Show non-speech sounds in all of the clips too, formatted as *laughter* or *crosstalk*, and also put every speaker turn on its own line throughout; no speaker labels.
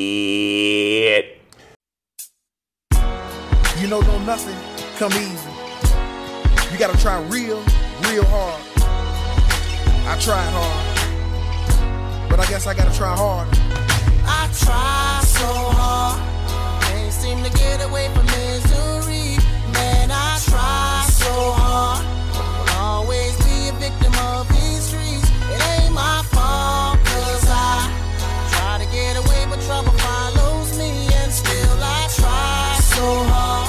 Shit.
You know, know nothing come easy. You gotta try real, real hard. I tried hard, but I guess I gotta try harder.
I try so hard, can't seem to get away from misery. Man, I try so hard, will always be a victim of these streets. It ain't my fault, cause I try to get away, but trouble follows me, and still I try so hard.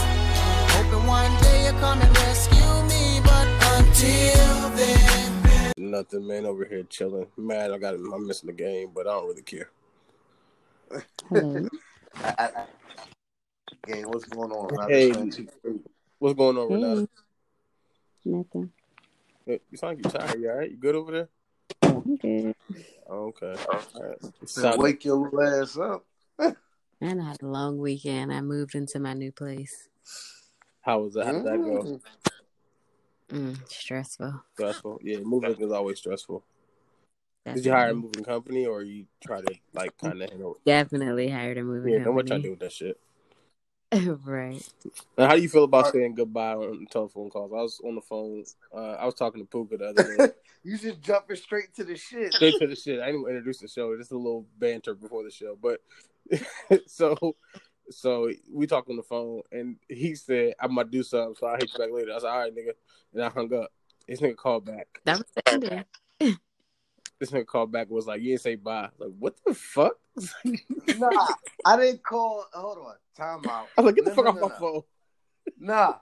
Hoping one day you'll come and rescue me, but until then.
Nothing, man. Over here chilling. Mad. I got. I'm missing the game, but I don't really care.
Hello.
*laughs* I, I, I- Gang, what's going on? Roger?
Hey. What's going on, Renata?
Hey. Nothing.
Hey, You sound like you tired. You all right? You good over there?
I'm good.
Oh, okay.
Uh,
All right.
Said,
Sound-
Wake your little ass up.
I had a long weekend. I moved into my new place.
How was that? How did that
Hmm.
go?
Mm.
Mm, stressful.
Stressful. Yeah, moving is always stressful. Did
Definitely.
you hire a moving company or you try to like kind of handle?
Definitely hired a moving
Yeah, don't much I do
company.
with that shit.
*laughs* right.
Now, how do you feel about saying goodbye on telephone calls? I was on the phone. Uh, I was talking to Puka the other day.
You just jumping straight to the *laughs* shit.
Straight to the shit. I didn't even introduce the show. Just a little banter before the show. But *laughs* so, so we talked on the phone, and he said, "I'm gonna do something, so I'll hit you back later." I said, "All right, nigga," and I hung up. This nigga called back.
That was the ending.
This nigga called back and was like, "You didn't say bye." Like, what the fuck? *laughs* I
Nah, I didn't call. Hold on. Time out.
was like, "Get the
No,
fuck
no,
off
no,
my
no.
phone."
Nah.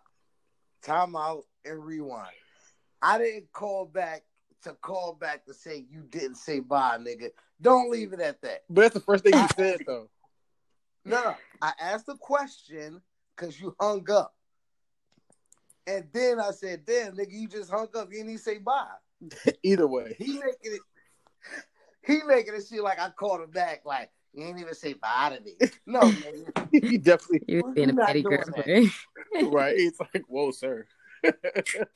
Time out and rewind. I didn't call back to call back to say you didn't say bye, nigga. Don't leave it at that.
But that's the first thing
*laughs*
he said, though.
No, no. I asked a question because you hung up. And then I said, damn, nigga, you just hung up. You didn't even say bye.
Either way, *laughs*
He making it he making it seem like I called him back, like, you ain't even say bye to me.
*laughs*
No, nigga.
he definitely
You're
Well,
being a
you're not
petty
doing
girl.
that.
right. He's like, "Whoa, sir."
*laughs*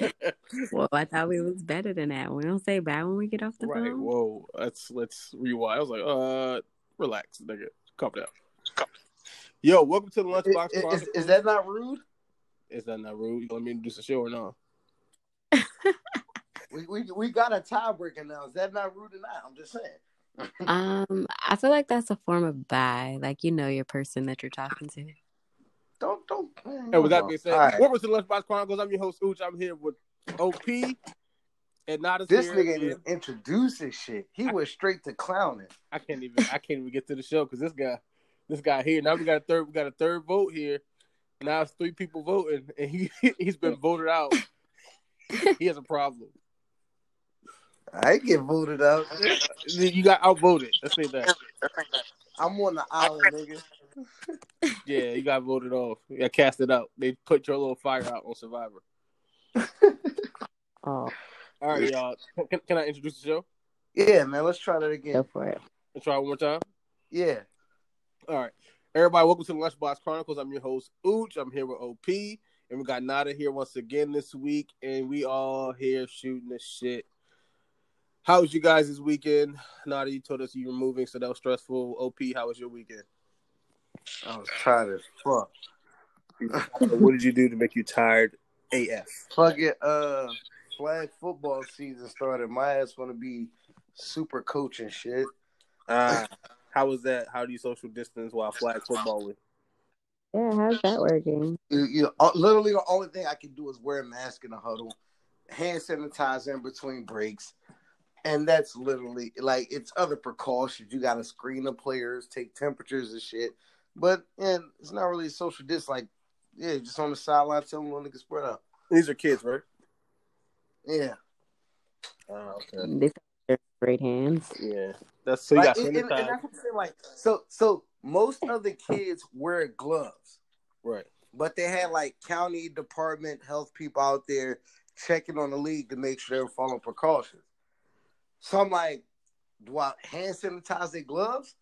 *laughs*
well, I thought we was better than that. We don't say bye when we get off the
right.
Uh-huh.
phone.
Whoa. Let's let's rewind. I was like, uh, relax, nigga. Calm down. Calm down. Yo, welcome to the Lunchbox
Is-
Chronicles.
is, is that not rude?
Is that not rude? You want me to introduce the show or no?
We, we we got a tiebreaker now. Is that not rude or not? I'm just saying.
Um, I feel like that's a form of bye. Like you know your person that you're talking to.
Don't don't.
And with that being said,
All right.
welcome to the Lunchbox Chronicles. I'm your host, Ooch. I'm here with OP and not as
This
here.
nigga
again.
didn't introduce this shit. He went straight to clowning.
I can't even I can't even get to the show because this guy this guy here. Now we got a third we got a third vote here. Now it's three people voting and he *laughs* he's been voted out. he has a problem.
I get voted out.
You got outvoted. Let's say that.
I'm on the island, nigga.
Yeah, you got voted off. You got casted out. They put your little fire out on Survivor.
Oh,
All right, y'all. Can, can I introduce the show
Yeah, man. Let's try that
go
again.
for it.
and try one more time?
Yeah.
All right. Everybody, welcome to the Lunchbox Chronicles. I'm your host, Ooch. I'm here with OP. And we got Nada here once again this week. And we all here shooting the shit. How was you guys this weekend? Nada, you told us you were moving, so that was stressful. OP, how was your weekend?
I was tired as fuck.
what did you do to make you tired AF?
Fucking uh, flag football season started. My ass want to be super coach and shit.
Uh, how was that? How do you social distance while flag football with?
Yeah, how's that working?
You, you uh, literally the only thing I can do is wear a mask in the huddle, hand sanitizer in between breaks, and that's literally like it's other precautions. You got to screen the players, take temperatures and shit, but and it's not really social distance. Like, yeah, just on the sideline, telling them niggas spread out.
These are kids, right?
Yeah,
Oh, okay.
They are great hands.
Yeah. That's so you
Like,
got
and, and, and
sanitizer.
that's what I'm saying. Like, so so most of the kids wear gloves.
Right.
but they had like county department health people out there checking on the league to make sure they were following precautions. So I'm like, do I hand sanitize their gloves?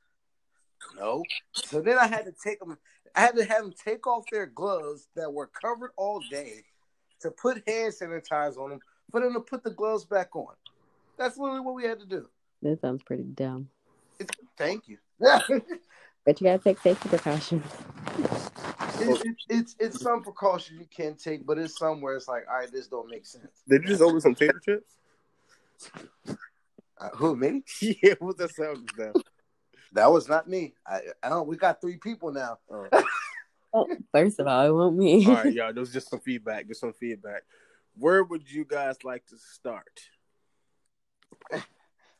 No. So then I had to take them. I had to have them take off their gloves that were covered all day to put hand sanitizer on them for them to put the gloves back on. That's literally what we had to do.
That sounds pretty dumb.
*laughs* It's, thank you.
But you gotta take safety precautions. *laughs*
it's, it's, it's it's some precautions you can take, but it's somewhere it's like, all right, this don't make sense.
Did you just open some tater chips?
Uh, who *laughs* me?
yeah, what that sound is that?
That was not me. I, I don't. We got three people now.
Oh.
First of all, it won't me.
All right, y'all. There was just some feedback. Just some feedback. Where would you guys like to start?
*laughs*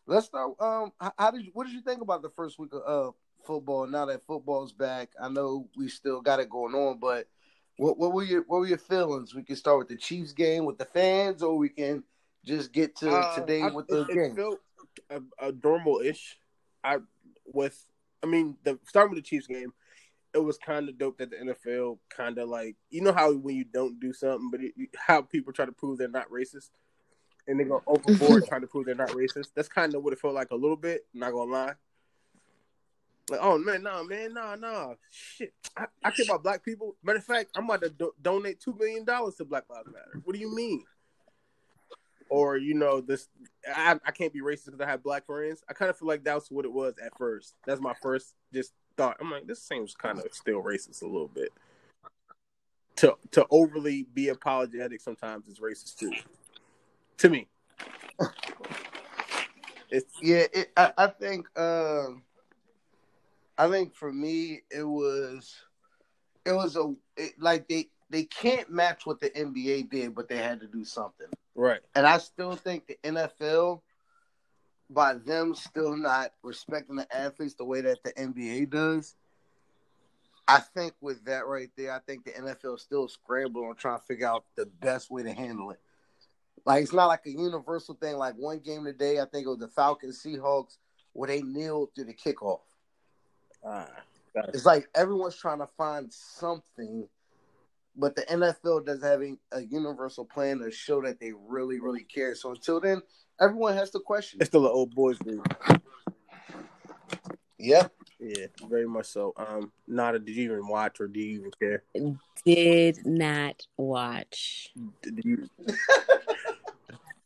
Let's start. Um, how, how did you, what did you think about the first week of uh, football? Now that football's back, I know we still got it going on, but what what were your what were your feelings? We can start with the Chiefs game with the fans, or we can just get to
Uh,
today
I-
with the
it, it
game.
felt a, a normal ish. I with I mean the starting with the Chiefs game, it was kind of dope that the NFL kind of like you know how when you don't do something, but it, you- how people try to prove they're not racist, and they
*laughs*
go overboard trying to prove they're not racist. That's kind of what it felt like a little bit. Not gonna lie. Like, oh man, nah, man, nah, nah, shit. I, I care about black people. Matter of fact, I'm about to do- donate two million dollars to Black Lives Matter. What do you mean? Or you know, this I, I can't be racist because I have black friends. I kind of feel like that's what it was at first. That's my first just thought. I'm like, this seems kind of still racist a little bit. To to overly be apologetic sometimes is racist too. To me, it's
Yeah, it, I, I think um I think for me it was it was a it, like they they can't match what the NBA did, but they had to do something.
right.
And I still think the NFL by them still not respecting the athletes the way that the NBA does. I think with that right there, I think the NFL still scrambling on trying to figure out the best way to handle it. Like it's not like a universal thing. Like one game today, I think it was the Falcons Seahawks where they kneeled to the kickoff.
Uh,
It's like everyone's trying to find something, but the NFL doesn't have any- a universal plan to show that they really, really care. So until then, everyone has to question.
it's still an old boys league.
Yep.
Yeah, very much so. Um, Nada, did you even watch or do you even care?
Did not watch.
Did you?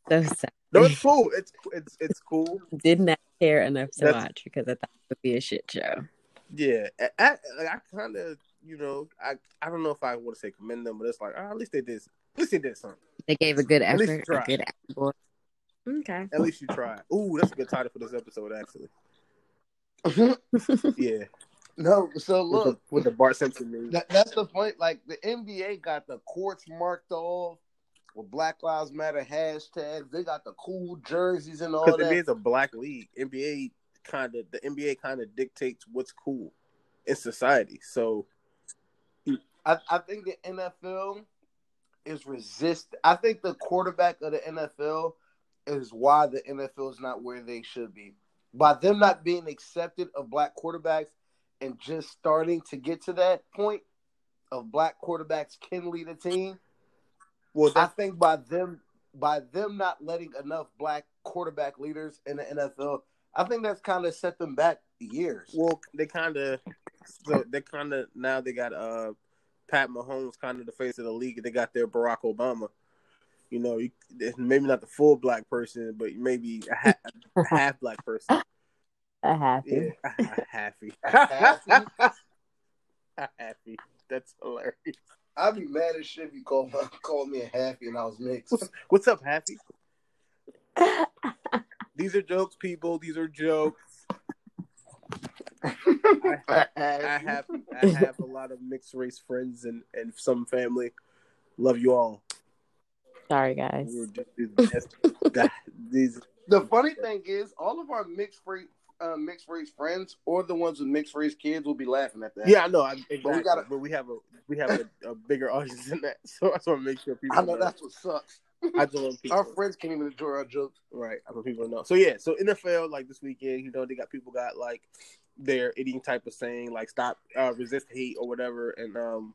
So sorry.
No, it's cool. It's it's it's cool.
Did not care enough to
That's-
watch because I thought it would be a shit show.
Yeah, I, I, like, I kind of you know I I don't know if I want to say commend them, but it's like ah, at least they did at least they did something.
They gave a good
At least
effort. A
try.
good effort. boy. Okay.
At least you tried. Ooh, that's a good title for this episode
*laughs*
actually. Yeah,
no, so
with the,
look,
with the Bart Simpson meme.
that, that's the point. Like the NBA got the courts marked off with Black Lives Matter hashtags. They got the cool jerseys and all
Because NBA
that.
is a black league. NBA kind of the NBA kind of dictates what's cool in society. So
I, I think the NFL is resist. I think the quarterback of the NFL is why the NFL is not where they should be. By them not being accepted of black quarterbacks and just starting to get to that point of black quarterbacks can lead a team.
well,
I
that's
think by them by them not letting enough black quarterback leaders in the NFL, I think that's kind of set them back years.
Well, they kind of, so they kind of now they got uh Pat Mahomes kind of the face of the league. They got their Barack Obama. You know, you, it's maybe not the full black person, but maybe a, ha- a half black person.
A happy.
Yeah, happy,
Happy?
happy. That's hilarious.
I'd be mad as shit if you called called me a happy and I was mixed. *laughs*
What's up, happy? These are jokes, people. These are jokes. I have I have a lot of mixed race friends and and some family. Love you all.
Sorry, guys.
We were just these, that, these
The funny thing is, all of our mixed race, uh, mixed race friends or the ones with mixed race kids will be laughing at that.
yeah, I know. I,
But we
we
gotta-
got but we have a we have a, a bigger *laughs* audience than that, so I just want to make sure people.
I know that's what sucks.
I just want people.
Our friends can't even enjoy our jokes.
Right, I want people to know. So yeah, so NFL like this weekend, you know, they got people got like their idiom type of saying like stop, uh, resist hate or whatever, and um,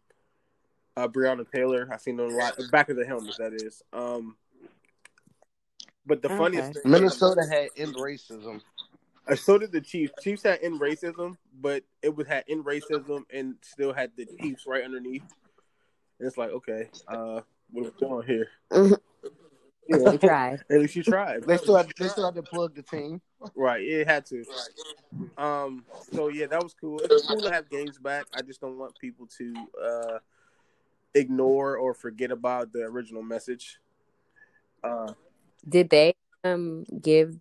uh, Breonna Taylor, I seen them a lot. Back of the helmet, that is. Um, but the funniest
Okay.
thing, um,
Minnesota had end racism.
Uh, so did the Chiefs. Chiefs had in racism, but it was had in racism and still had the Chiefs right underneath. And it's like, okay, uh, what's going on here?
Really tried.
At least you tried.
They still had they still had to plug the team.
Right, it had to. Um, so yeah, that was cool. It's cool to have games back. I just don't want people to uh ignore or forget about the original message. Uh,
Did they um give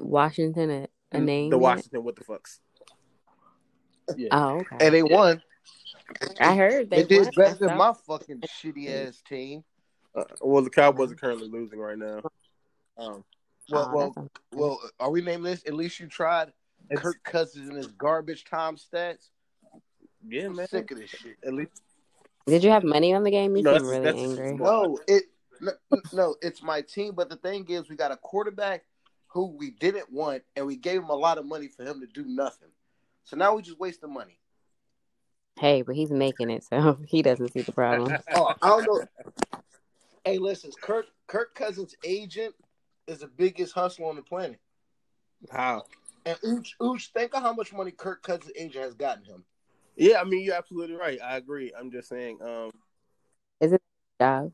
Washington a, a name?
the
yet?
Washington, what the fucks? Yeah,
Oh, okay.
And they won.
I heard
They,
they,
did
won.
better
I
than
saw-
my fucking shitty ass team.
uh, well, the Cowboys are currently losing right now. Um,
Well,
Oh,
well,
that's
well. Are we naming this? At least you tried.
it's-
Kirk Cousins and his garbage time stats.
yeah,
I'm
man.
sick of this shit.
At least
Did you have money on the game? You
No,
seem
that's-
really
that's-
angry.
Well,
No, it no, no, it's my team. But the thing is, we got a quarterback who we didn't want, and we gave him a lot of money for him to do nothing. So now we just wasting money.
Hey, but he's making it, so *laughs* he doesn't see
*laughs*
the problem.
Oh, I don't know. Hey, listen, Kirk Kirk Cousins' agent is the biggest hustler on the planet.
how?
And Ooch, Ooch, think of how much money Kirk Cousins' agent has gotten him.
Yeah, I mean you're absolutely right. I agree. I'm just saying. Um,
job.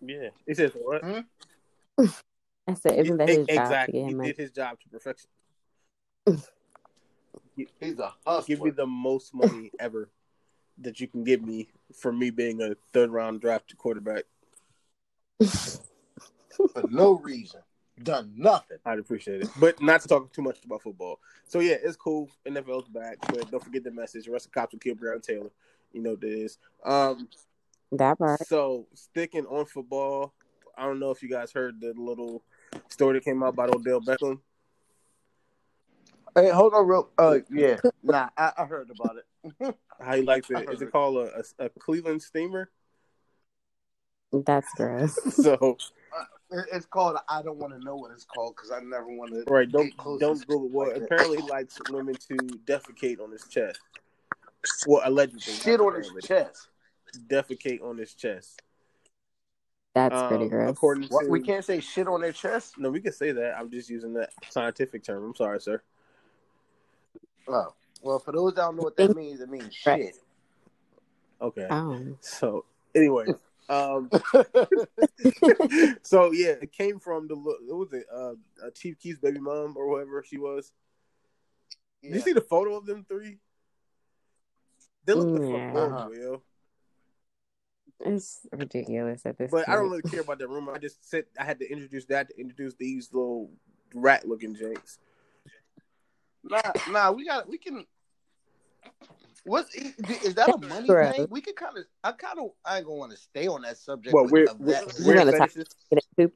yeah, he says what?
I said, isn't that
E-
his job to
exactly?
get him
He
money?
did his job to perfection.
He's a hustler.
give me the most money ever that you can give me for me being a third round draft quarterback.
for no reason. Done nothing.
I'd appreciate it. But not to talk too much about football. So yeah, it's cool. NFL's back, but don't forget the message. Russell Cops and Kill Brown Taylor. You know what it is. Um
That part.
so sticking on football, I don't know if you guys heard the little story that came out about Odell Beckham.
Hey, hold on, real. Uh, yeah. Nah, I, I heard about it.
How you like
I
it?
heard
Is
it.
it called a, a, a Cleveland steamer? *laughs*
That's gross.
So
It- It's called. I don't want to know what it's called because I never want to.
right, don't
Get close
don't
to
Google. Well,
like that.
apparently, he likes women to defecate on his chest. Well, allegedly, not
Shit on his
apparently.
chest.
defecate on his chest.
That's pretty
Um,
gross.
According
What?
to
We can't say shit on their chest.
no, we can say that. I'm just using that scientific term. I'm sorry, sir.
Oh, well, for those that don't know what that means, it means shit.
Okay.
oh,
So anyway,
*laughs*
um, *laughs* so yeah, it came from the lo- what was it uh, uh, Chief Keith's baby mom or whoever she was. Did
Yeah.
you see the photo of them three? They look the
Yeah.
fuck horrible,
Uh-huh.
yo.
it's ridiculous at this
But I don't
point.
really care about that rumor. I just said I had to introduce that to introduce these little rat looking jakes.
Nah, nah, we got we can. What's is that a money
Correct.
thing? We could kind of. I kind of. I ain't gonna want to stay on that subject.
Well,
with-
we're,
of
we're,
that.
We're gonna talk-
fetishes,
Get it, poop.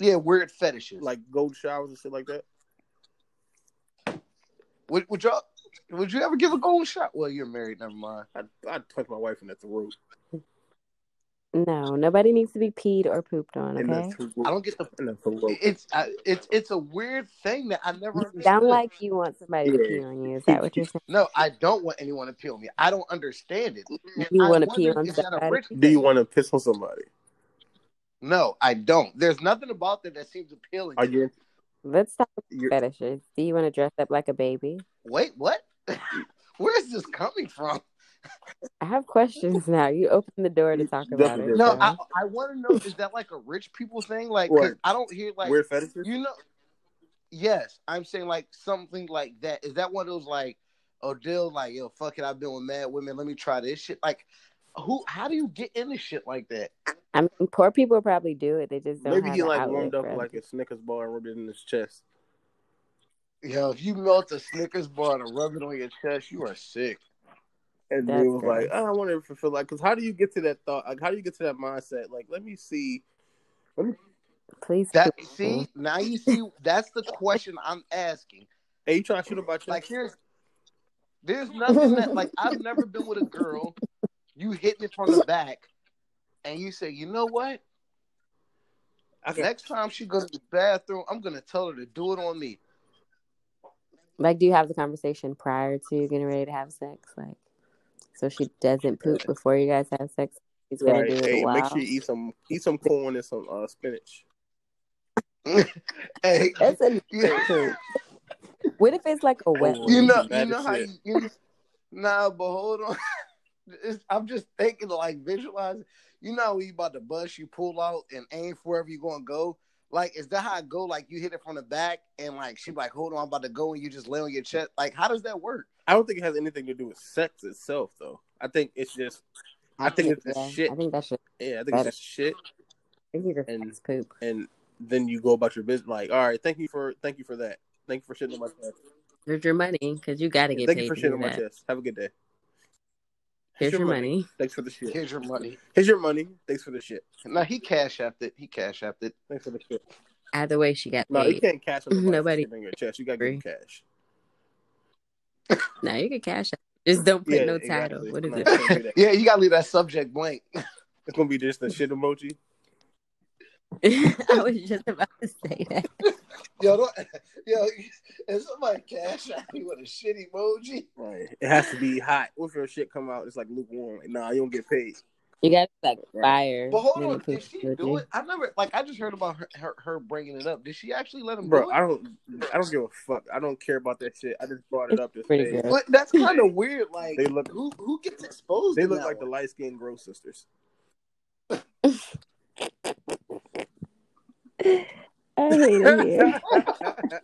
yeah, weird fetishes. Like,
like gold showers and shit like that.
would, would y'all? Would you ever give a gold shot? Well, you're married. Never mind.
I'd, I'd punch my wife in the throat.
No, nobody needs to be peed or pooped on,
In
okay?
the throat.
I don't get the.
In the throat.
It's I, it's it's a weird thing that I never.
You
*laughs*
Understood.
sound like you want somebody to
Yeah.
pee on you. Is that
*laughs*
what you're saying?
No, I don't want anyone to pee on me. I don't understand it. And
You
I
wanna pee
wonder,
on
is that a
somebody?
rich
Do you
thing?
want to piss on somebody?
No, I don't. There's nothing about that that seems appealing.
Are
to
*laughs*
me.
you?
Let's talk
You're,
fetishes. Do you want to dress up like a baby?
Wait, what? *laughs* Where is this coming from?
I have questions *laughs* now. You open the door to talk about it.
Definitely.
No,
so.
I, I want to know is that like a rich people thing? Like, 'cause
Right.
I don't hear like
weird fetishes.
you know. Yes, I'm saying like something like that. Is that one of those like Odell like yo fuck it? I've been with mad women. Let me try this shit. Like, who? How do you get into shit like that?
I mean, poor people probably do it. They just don't
Maybe
have
he
an
like
outlet
warmed up
for it.
like a Snickers bar and rubbed it in his chest.
Yo, if you melt a Snickers bar and rub it on your chest, you are sick.
And
That's
he was like,
gross.
"Oh, I wonder if it feel like." Because how do you get to that thought? Like, how do you get to that mindset? Like, let me see.
Please.
That
poop
see
me.
now you see that's the question I'm asking.
Hey, you trying to shoot up my chest?
Like here's there's nothing that like I've never been with a girl. You hit me from the back, and you say, you know what?
I can,
Next time she goes to the bathroom, I'm gonna tell her to do it on me.
Like, do you have the conversation prior to getting ready to have sex? Like, so she doesn't poop before you guys have sex. She's gonna
right.
do it
Hey,
while.
make sure you eat some eat some corn and some uh, spinach.
Hey,
That's a
*laughs* Yeah.
poop. What if it's like a wet?
Corn
you
is
know, you
bad
know
as
how
shit.
you, you- nah, but hold on. *laughs* it's, I'm just thinking like visualizing. You know, when you about to bust, you pull out and aim for wherever you're gonna go. Like, is that how I go? Like, you hit it from the back, and like she like, hold on, I'm about to go, and you just lay on your chest. Like, how does that work?
I don't think it has anything to do with sex itself, though. I think it's just, I think it's
yeah,
just shit.
I think that's just,
Yeah, I think it's just shit.
I think it's
And-
just poop.
And then you go about your business. Like, all right, thank you for, thank you for that. Thank you for shitting on my chest.
Here's your money because you got to get
Thank
paid.
you for
to do
shitting on my
that.
chest. Have a good day.
Here's your money.
Thanks for the shit.
Here's your money.
Here's your money. Thanks for the shit.
No, he cash apped it. He cash apped it.
Thanks for the shit.
Either way, she got
No, you
paid.
can't cash on
Nobody-
nobody on your chest. You got to give 'em cash.
No, you can cash out. Just don't put
Yeah,
no
exactly.
title. What is
No,
it?
you can't do that.
yeah, you gotta leave that subject blank. *laughs*
It's gonna be just the shit emoji.
*laughs* I was just about to say that.
Yo, don't, *laughs* yo, if somebody cash out you with a shit emoji,
Right. It has to be hot. What if your shit come out? It's like lukewarm. Like, nah, you don't get paid.
You got like
Right.
fire.
but hold
when
on,
it
did
puts
she
you
do
there.
it? I never, like, I just heard about her, her, her bringing it up. Did she actually let him
Bro,
do it?
I don't. I don't give a fuck. I don't care about that shit. I just brought it up to
Pretty
say
good.
But *laughs* that's kind of weird. Like,
They look-
who who gets exposed?
they
in
look
that
like the
way?
light skinned grow sisters.
*laughs* I hate it
*laughs*
here.
they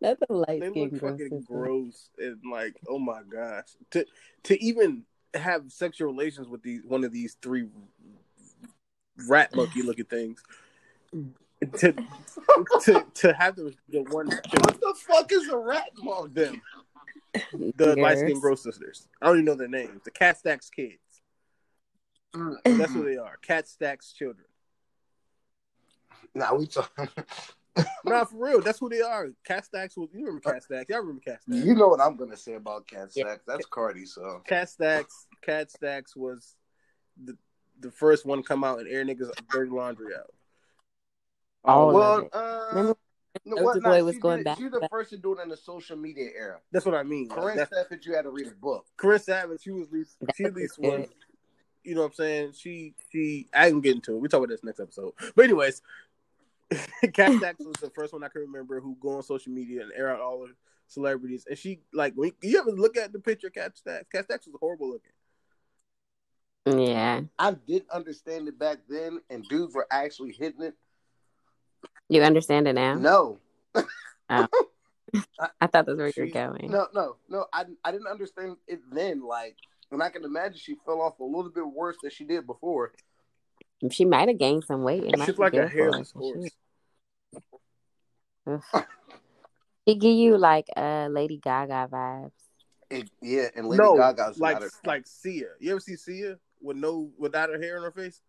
That's a light skin
look
girl.
fucking
sister.
gross and like, oh my gosh. To to even have sexual relations with these one of these three rat monkey looking things. To to to have the, the one
*laughs* What the fuck is a rat mom?
them. The
Yes.
light skinned gross sisters. I don't even know their names. The Cat Stacks kids. That's
*clears throat*
who they are. Cat Stacks children.
Nah, we talking.
No, for real. That's who they are. Cat Stacks was you remember Cat Stacks. Y'all remember Cat Stacks.
*laughs* You know what I'm gonna say about Cat
Yeah.
Stacks? That's Cardi. So
Cat Stacks Cat Stacks was the the first one to come out and air niggas dirty laundry out.
All
well,
of
well,
it.
uh,
Remember
no,
Soldier
what, nah,
Boy was
she
going
did-
back-
She the first to do it in the social media era.
that's what I mean. Like,
Corinne
that's-
Stephens, you had to read a book.
Chris Savage, she was at least
That
she at least
was good.
was you know what I'm saying? She she I can get into it. We talk about this next episode. But anyways, *laughs* Cat Stacks was the first one I can remember who go on social media and air out all the celebrities. And she like when you ever look at the picture of Cat Stacks, Cat Stacks was horrible looking.
Yeah.
I didn't understand it back then, and dudes were actually hitting it.
You understand it now?
No,
I thought that's where you're
She's-
going.
no, no, no. I I didn't understand it then. Like, and I can imagine she fell off a little bit worse than she did before.
She might have gained some weight. It might
She's
be
like a
good for her,
hairless
but
horse.
shit. Ugh. It give you like uh Lady Gaga vibes.
It, yeah, and Lady
No,
Gaga's
like
like,
like Sia. You ever see Sia with no without her hair on her face?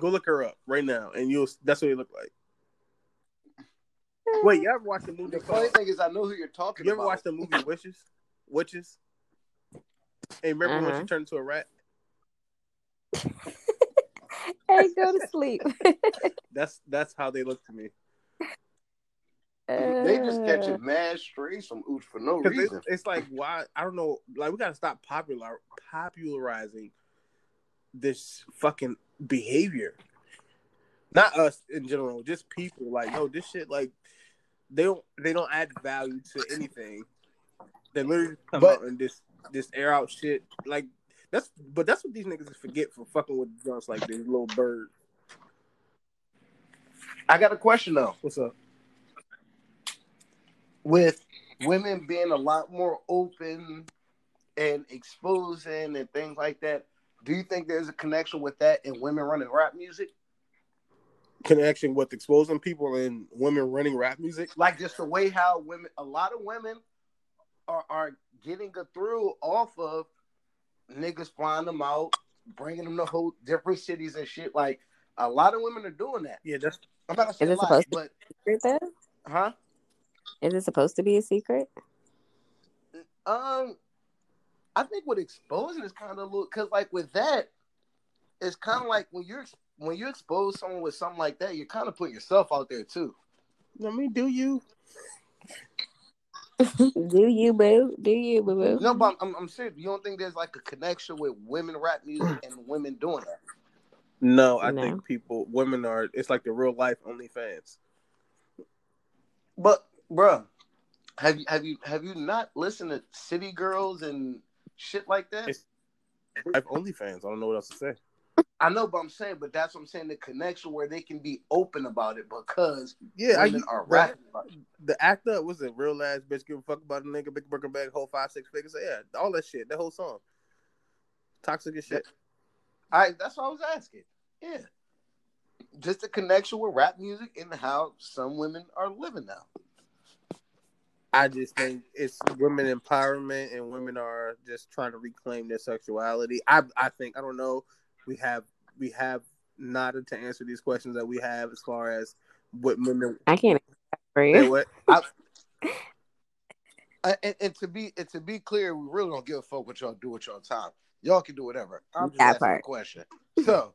Go look her up right now, and you'll that's what it look like. Wait, you ever watched the movie?
The funny thing is, I know who you're talking
You ever
about.
watched the movie Witches? Witches. And remember when
Uh-huh.
she turned into a rat?
Hey, go to *laughs* sleep.
That's that's how they look to me.
Uh,
They just catching mad strays from Ooch for no
'Cause
reason.
it's, it's like why I don't know. Like we gotta stop popular popularizing this fucking behavior. Not us in general, just people. Like no, this shit like they don't they don't add value to anything. They literally come
But-
out and this this air out shit. Like that's but that's what these niggas forget for fucking with drunks like this little bird.
I got a question though.
What's up?
With women being a lot more open and exposing and things like that, do you think there's a connection with that and women running rap music?
Connection with exposing people and women running rap music.
Like just the way how women, a lot of women are are getting a through off of niggas flying them out, bringing them to whole different cities and shit. Like a lot of women are doing that.
Yeah, that's
I'm not gonna say
Is
a
it
lot,
supposed to-
but
Secret, though?
huh?
Uh, Is it supposed to be a *laughs* secret?
Um, I think with exposing is kind of a little because, like, with that, it's kind of like when you're when you expose someone with something like that, you're kind of putting yourself out there too.
I mean, do you?
Do you boo? Do you boo boo?
No, but I'm, I'm, I'm serious. You don't think there's like a connection with women rap music and women doing that?
No, I
No.
think people, women are. It's like the real life OnlyFans.
But, bruh, Have you have you have you not listened to City Girls and shit like that?
It's- I have OnlyFans. I don't know what else to say.
I know, but I'm saying, but that's what I'm saying. The connection where they can be open about it because
Yeah, I,
women are
the-
rapping. About it.
the actor was a real ass bitch. Give a fuck about a nigga, big burger bag, whole five six figures. Yeah, all that shit. That whole song, toxic as shit.
I that's what I was asking. Yeah, just the connection with rap music and how some women are living now.
I just think it's women empowerment and women are just trying to reclaim their sexuality. I I think I don't know. We have we have not to answer these questions that we have as far as what women
I can't answer that for
they
you.
what
I, and, and to be and to be clear, we really don't give a fuck what y'all do with y'all time. Y'all can do whatever. I'm just
That
asking a
part.
question. So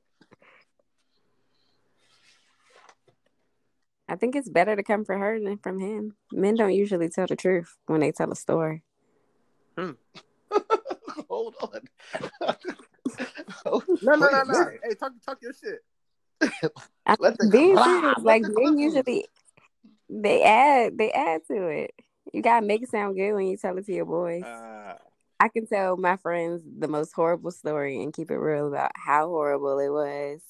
I think it's better to come from her than from him. Men don't usually tell the truth when they tell a story.
*laughs* hold on. Hold-
No no
wait
no no.
a minute.
Hey, talk talk your shit.
I,
Let the-
being
blah,
serious,
let
like
the
men
clippings.
usually they add they add to it. You gotta make it sound good when you tell it to your boys.
Uh,
I can tell my friends the most horrible story and keep it real about how horrible it was.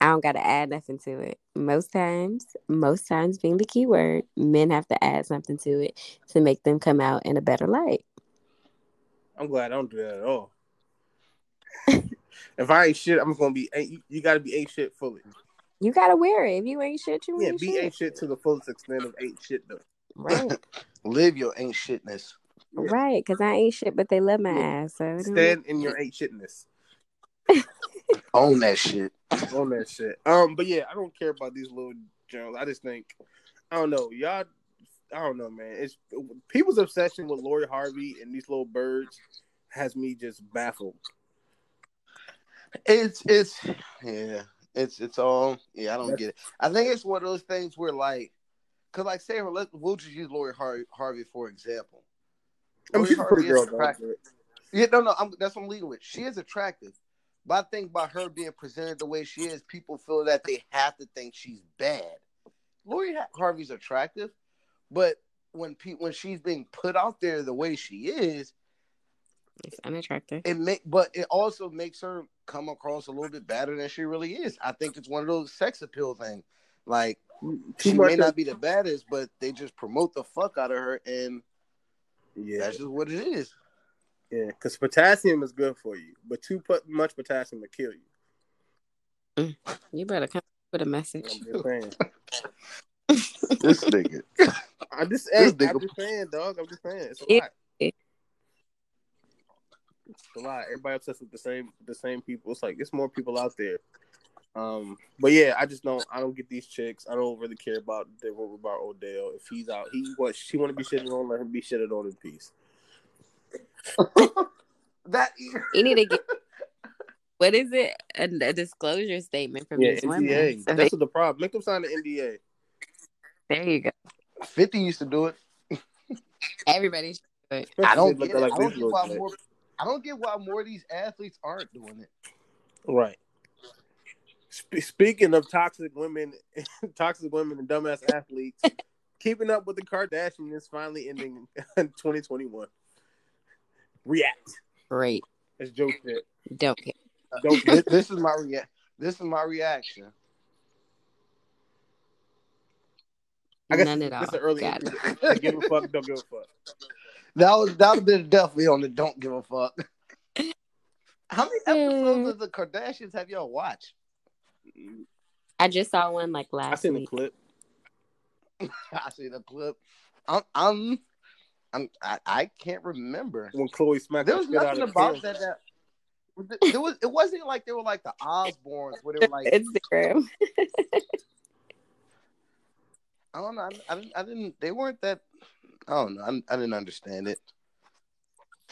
I don't got to add nothing to it. Most times, most times being the key word, men have to add something to it to make them come out in a better light.
I'm glad I don't do that at all. if I ain't shit, I'm gonna be ain't, you, you gotta be ain't shit fully.
You got to wear it. If you ain't shit, you
Yeah,
ain't
be
shit.
ain't shit to the fullest extent of ain't shit though. *laughs*
Right.
Live your ain't shitness.
right. Because I ain't shit, but they love my
Yeah.
ass. So it don't-
Stand in your ain't shitness
Own that shit.
on that shit. Um, but yeah, I don't care about these little journals. I just think I don't know, y'all. I don't know, man. It's people's obsession with Lori Harvey and these little birds has me just baffled.
It's it's yeah. It's it's all yeah. I don't
That's-
get it. I think it's one of those things where like, cause like say let we'll just use Lori Har- Harvey for example.
I mean,
Lori
she's a pretty
Harvey
girl,
is
though.
attractive. Yeah, no, no. I'm, that's what I'm leading with. She is attractive, but I think by her being presented the way she is, people feel that they have to think she's bad. Lori Ha- Harvey's attractive, but when pe- when she's being put out there the way she is,
It's unattractive.
it make but it also makes her come across a little bit better than she really is. I think it's one of those sex appeal things. Like she
Too
may
much
not be the baddest, but they just promote the fuck out of her, and
yeah,
that's just what it is.
yeah. Because potassium is good for you, but too put, much potassium will kill you.
You better come with a
*laughs*
I'm
message.
just saying.
This nigga,
I just, hey,
This
I'm
nigga-
just saying, dog. I'm just saying, it's a
Yeah.
lot. It's a lot. Everybody obsessed with the same the same people. It's like it's more people out there. Um, but yeah, I just don't I don't get these chicks. I don't really care about the rumor about Odell. If he's out, he what she want to be shitted on, let him be shitted on in peace.
that *laughs*
You need to
*laughs*
get. What is it? A, a disclosure statement from
Yeah,
these women.
NDA.
So
That's what the problem. Make them sign the NDA.
they- there you go.
Fifty used to do it.
Everybody. should do it.
I
Especially
don't
if they
get. It.
look
I
like
don't
this
get why
little
more. I don't get why more of these athletes aren't doing it.
bit. Right. Sp- speaking of toxic women, *laughs* toxic women and dumbass
*laughs*
athletes, keeping up with the Kardashians is finally ending *laughs* in 2021. React.
Great.
That's joke shit.
Don't care.
Uh, *laughs*
Don't
This, this is my react. This is my reaction.
I guess
None at all.
this is an early
Got it.
entry. to Give a fuck, don't give a fuck.
*laughs* That was that would been definitely on the don't give a fuck. How many episodes of the Kardashians have y'all watched? *laughs*
I just saw one like
I
last
seen the
week.
clip.
I see the clip. I'm, I'm, I'm I, I can't remember.
when Chloe smacked
There was
the shit out
nothing
of
about
Kim.
that that. There was. It wasn't like they were like the Osbournes, where they were like,
Instagram.
I don't know, I, I, didn't, I didn't. They weren't that. I don't know. I, I didn't understand it.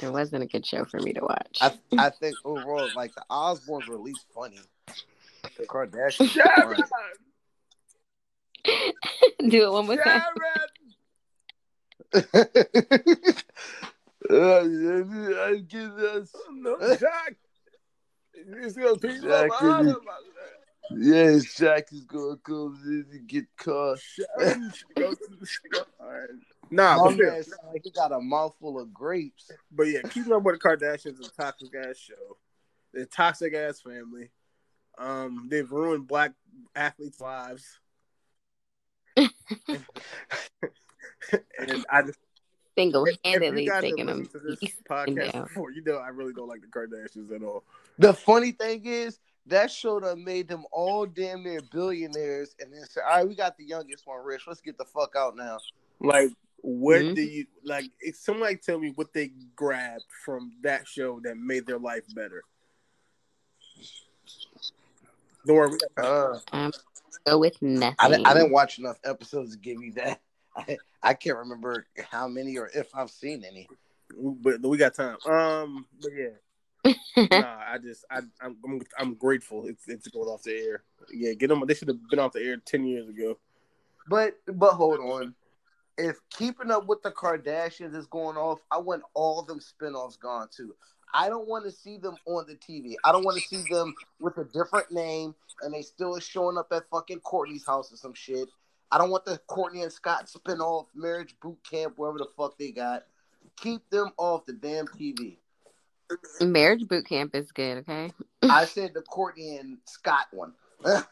It wasn't a good show for me to watch.
I, I think overall, like the Osbournes were at least funny. The Kardashians. weren't.
*laughs* Do it one more time.
*laughs* Uh, I get this.
Oh, No, Jack. It's gonna be
Jack,
love *laughs*
it Yes, *laughs* Jack is gonna come in and get caught.
out of my- Nah, but,
Long
yeah,
man sound like he got a mouthful of grapes.
but yeah, keeping up with the Kardashians is a toxic ass show. They're a toxic ass family. Um, they've ruined black athletes' lives. and I just
Single
if you
handedly
guys have
taking them.
listened to
*laughs*
this podcast
down.
before, you know I really don't like the Kardashians at all.
The funny thing is, that show done made them all damn near billionaires, and then said, "All right, we got the youngest one rich. Let's get the fuck out now."
Like, what
Mhm.
do you like? If somebody tell me what they grabbed from that show that made their life better. Don't worry, we got time.
Uh,
Um, Go with nothing.
I, di- I didn't watch enough episodes to give you that. *laughs* I, I can't remember how many or if I've seen any.
but we got time. Um, but yeah, nah, I just I I'm I'm, I'm grateful it's it's going off the air. Yeah, get them. They should have been off the air ten years ago.
But but hold on. If keeping up with the Kardashians is going off, I want all them spinoffs gone too. I don't want to see them on the TV. I don't want to see them with a different name and they still showing up at fucking Courtney's house or some shit. I don't want the Courtney and Scott spinoff, marriage boot camp, wherever the fuck they got. Keep them off the damn TV.
Marriage boot camp is good, okay?
I said the Courtney and Scott one. *laughs*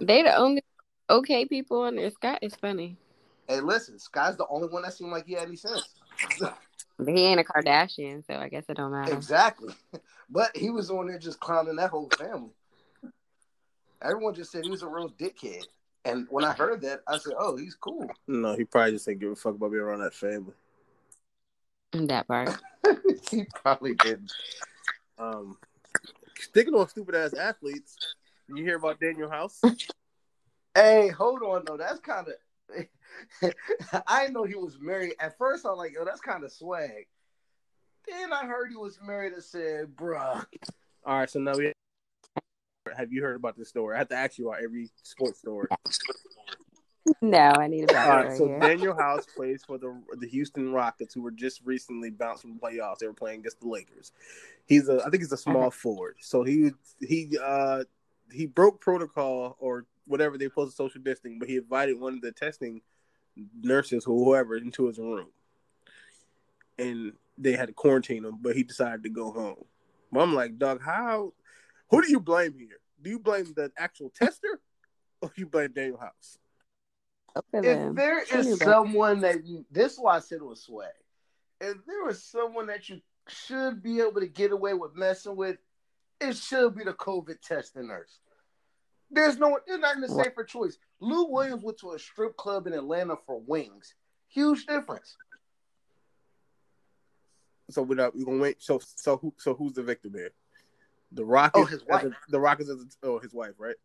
They the only okay people on there. Scott is funny.
hey, listen, Scott's the only one that seemed like he had any sense. *laughs*
But he ain't a Kardashian, so I guess it don't matter.
Exactly. But he was on there just clowning that whole family. Everyone just said he was a real dickhead. And when I heard that, I said, oh, he's cool. *laughs*
No, he probably just ain't give a fuck about being around that family.
*laughs* That part.
he probably didn't.
Um, sticking on stupid ass athletes. You hear about Daniel House?
Hey, hold on, though. That's kind of. *laughs* I didn't know he was married. At first, I was like, oh, that's kind of swag. Then I heard he was married and said, bruh.
All right, so now we have you heard about this story? I have to ask you about every sports story.
No, I need a
All
backstory
right, so
here.
Daniel House plays for the the Houston Rockets, who were just recently bounced from the playoffs. They were playing against the Lakers. He's a, I think he's a small forward. So he he uh he broke protocol or whatever they posted social distancing, but he invited one of the testing nurses or whoever into his room, and they had to quarantine him. But he decided to go home. But I'm like, Doug, how? Who do you blame here? Do you blame the actual tester, or you blame Daniel House?
Both of
if
them.
there
She knew
is
that.
someone that you this is why I said it was swag. If there was someone that you should be able to get away with messing with, it should be the COVID testing nurse. There's no there's not even a
Right.
safer choice. Lou Williams went to a strip club in Atlanta for wings. Huge difference.
So we're not, we're gonna wait. So so who so who's the victim here? The Rockets.
Oh, his wife.
as a- the Rockets. As a, oh, his wife, right?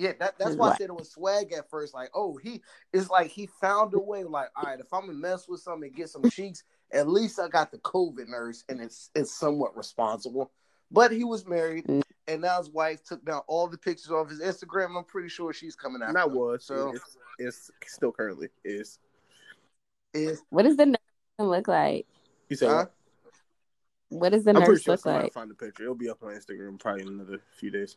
Yeah, that, that's why I
Right.
said it was swag at first. Like, oh, he it's like he found a way. Like, all right, if I'm gonna mess with something and get some cheeks, at least I got the COVID nurse, and it's it's somewhat responsible. But he was married,
Mm.
and now his wife took down all the pictures off his Instagram. I'm pretty sure she's coming out.
Not was.
So-
it's, it's still currently is.
is
What does the nurse look like?
You said
Huh?
what?
What does the
I'm pretty
nurse
sure
look
somebody
like?
find the picture. It'll be up on Instagram probably in another few days.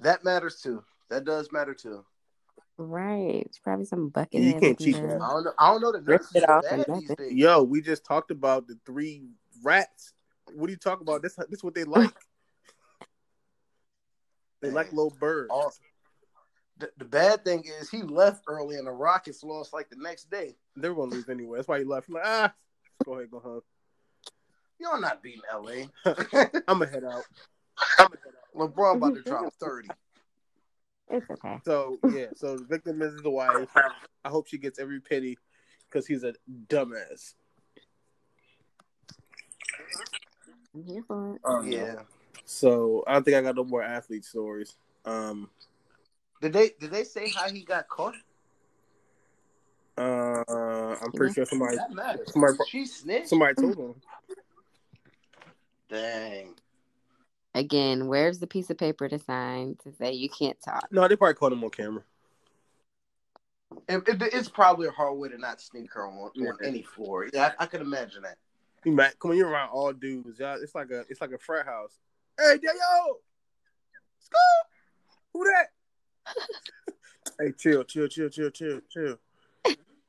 that matters too? That does matter too.
Right. It's probably some bucket.
You
head
can't
looking
cheat
girl.
I don't know. I don't know the
Rip
nurses
it
are
off
bad
and
these days.
Yo, we just talked about the three rats. What do you talk about? This this what they like. they like little birds.
All- the, the bad thing is he left early, and the Rockets lost like the next day.
They're gonna lose anyway. That's why he left. Like ah, go ahead, go home.
Y'all not beating
*laughs*
LA.
I'm gonna head out.
LeBron about to drop 30.
*laughs*
It's okay.
So yeah, so the victim is the wife. I hope she gets every penny because he's a dumbass.
I'm here for it.
Um,
Yeah.
So I don't think I got no more athlete stories. Um.
Did they did they say how he got caught?
Uh. I'm pretty sure somebody
That matters.
Somebody-
She snitched.
somebody told him.
Dang.
Again, where's the piece of paper to sign to say you can't talk? *laughs*
No, they probably caught him on camera.
It, it- it's probably a hard way to not sneak her on, on
Yeah.
any floor. Yeah, I, I can imagine that.
You might come on. You're around all dudes. Y'all, it's like a it's like a frat house. Hey, yo, yo, school. *laughs* Who that? hey, chill, chill, chill, chill, chill, chill.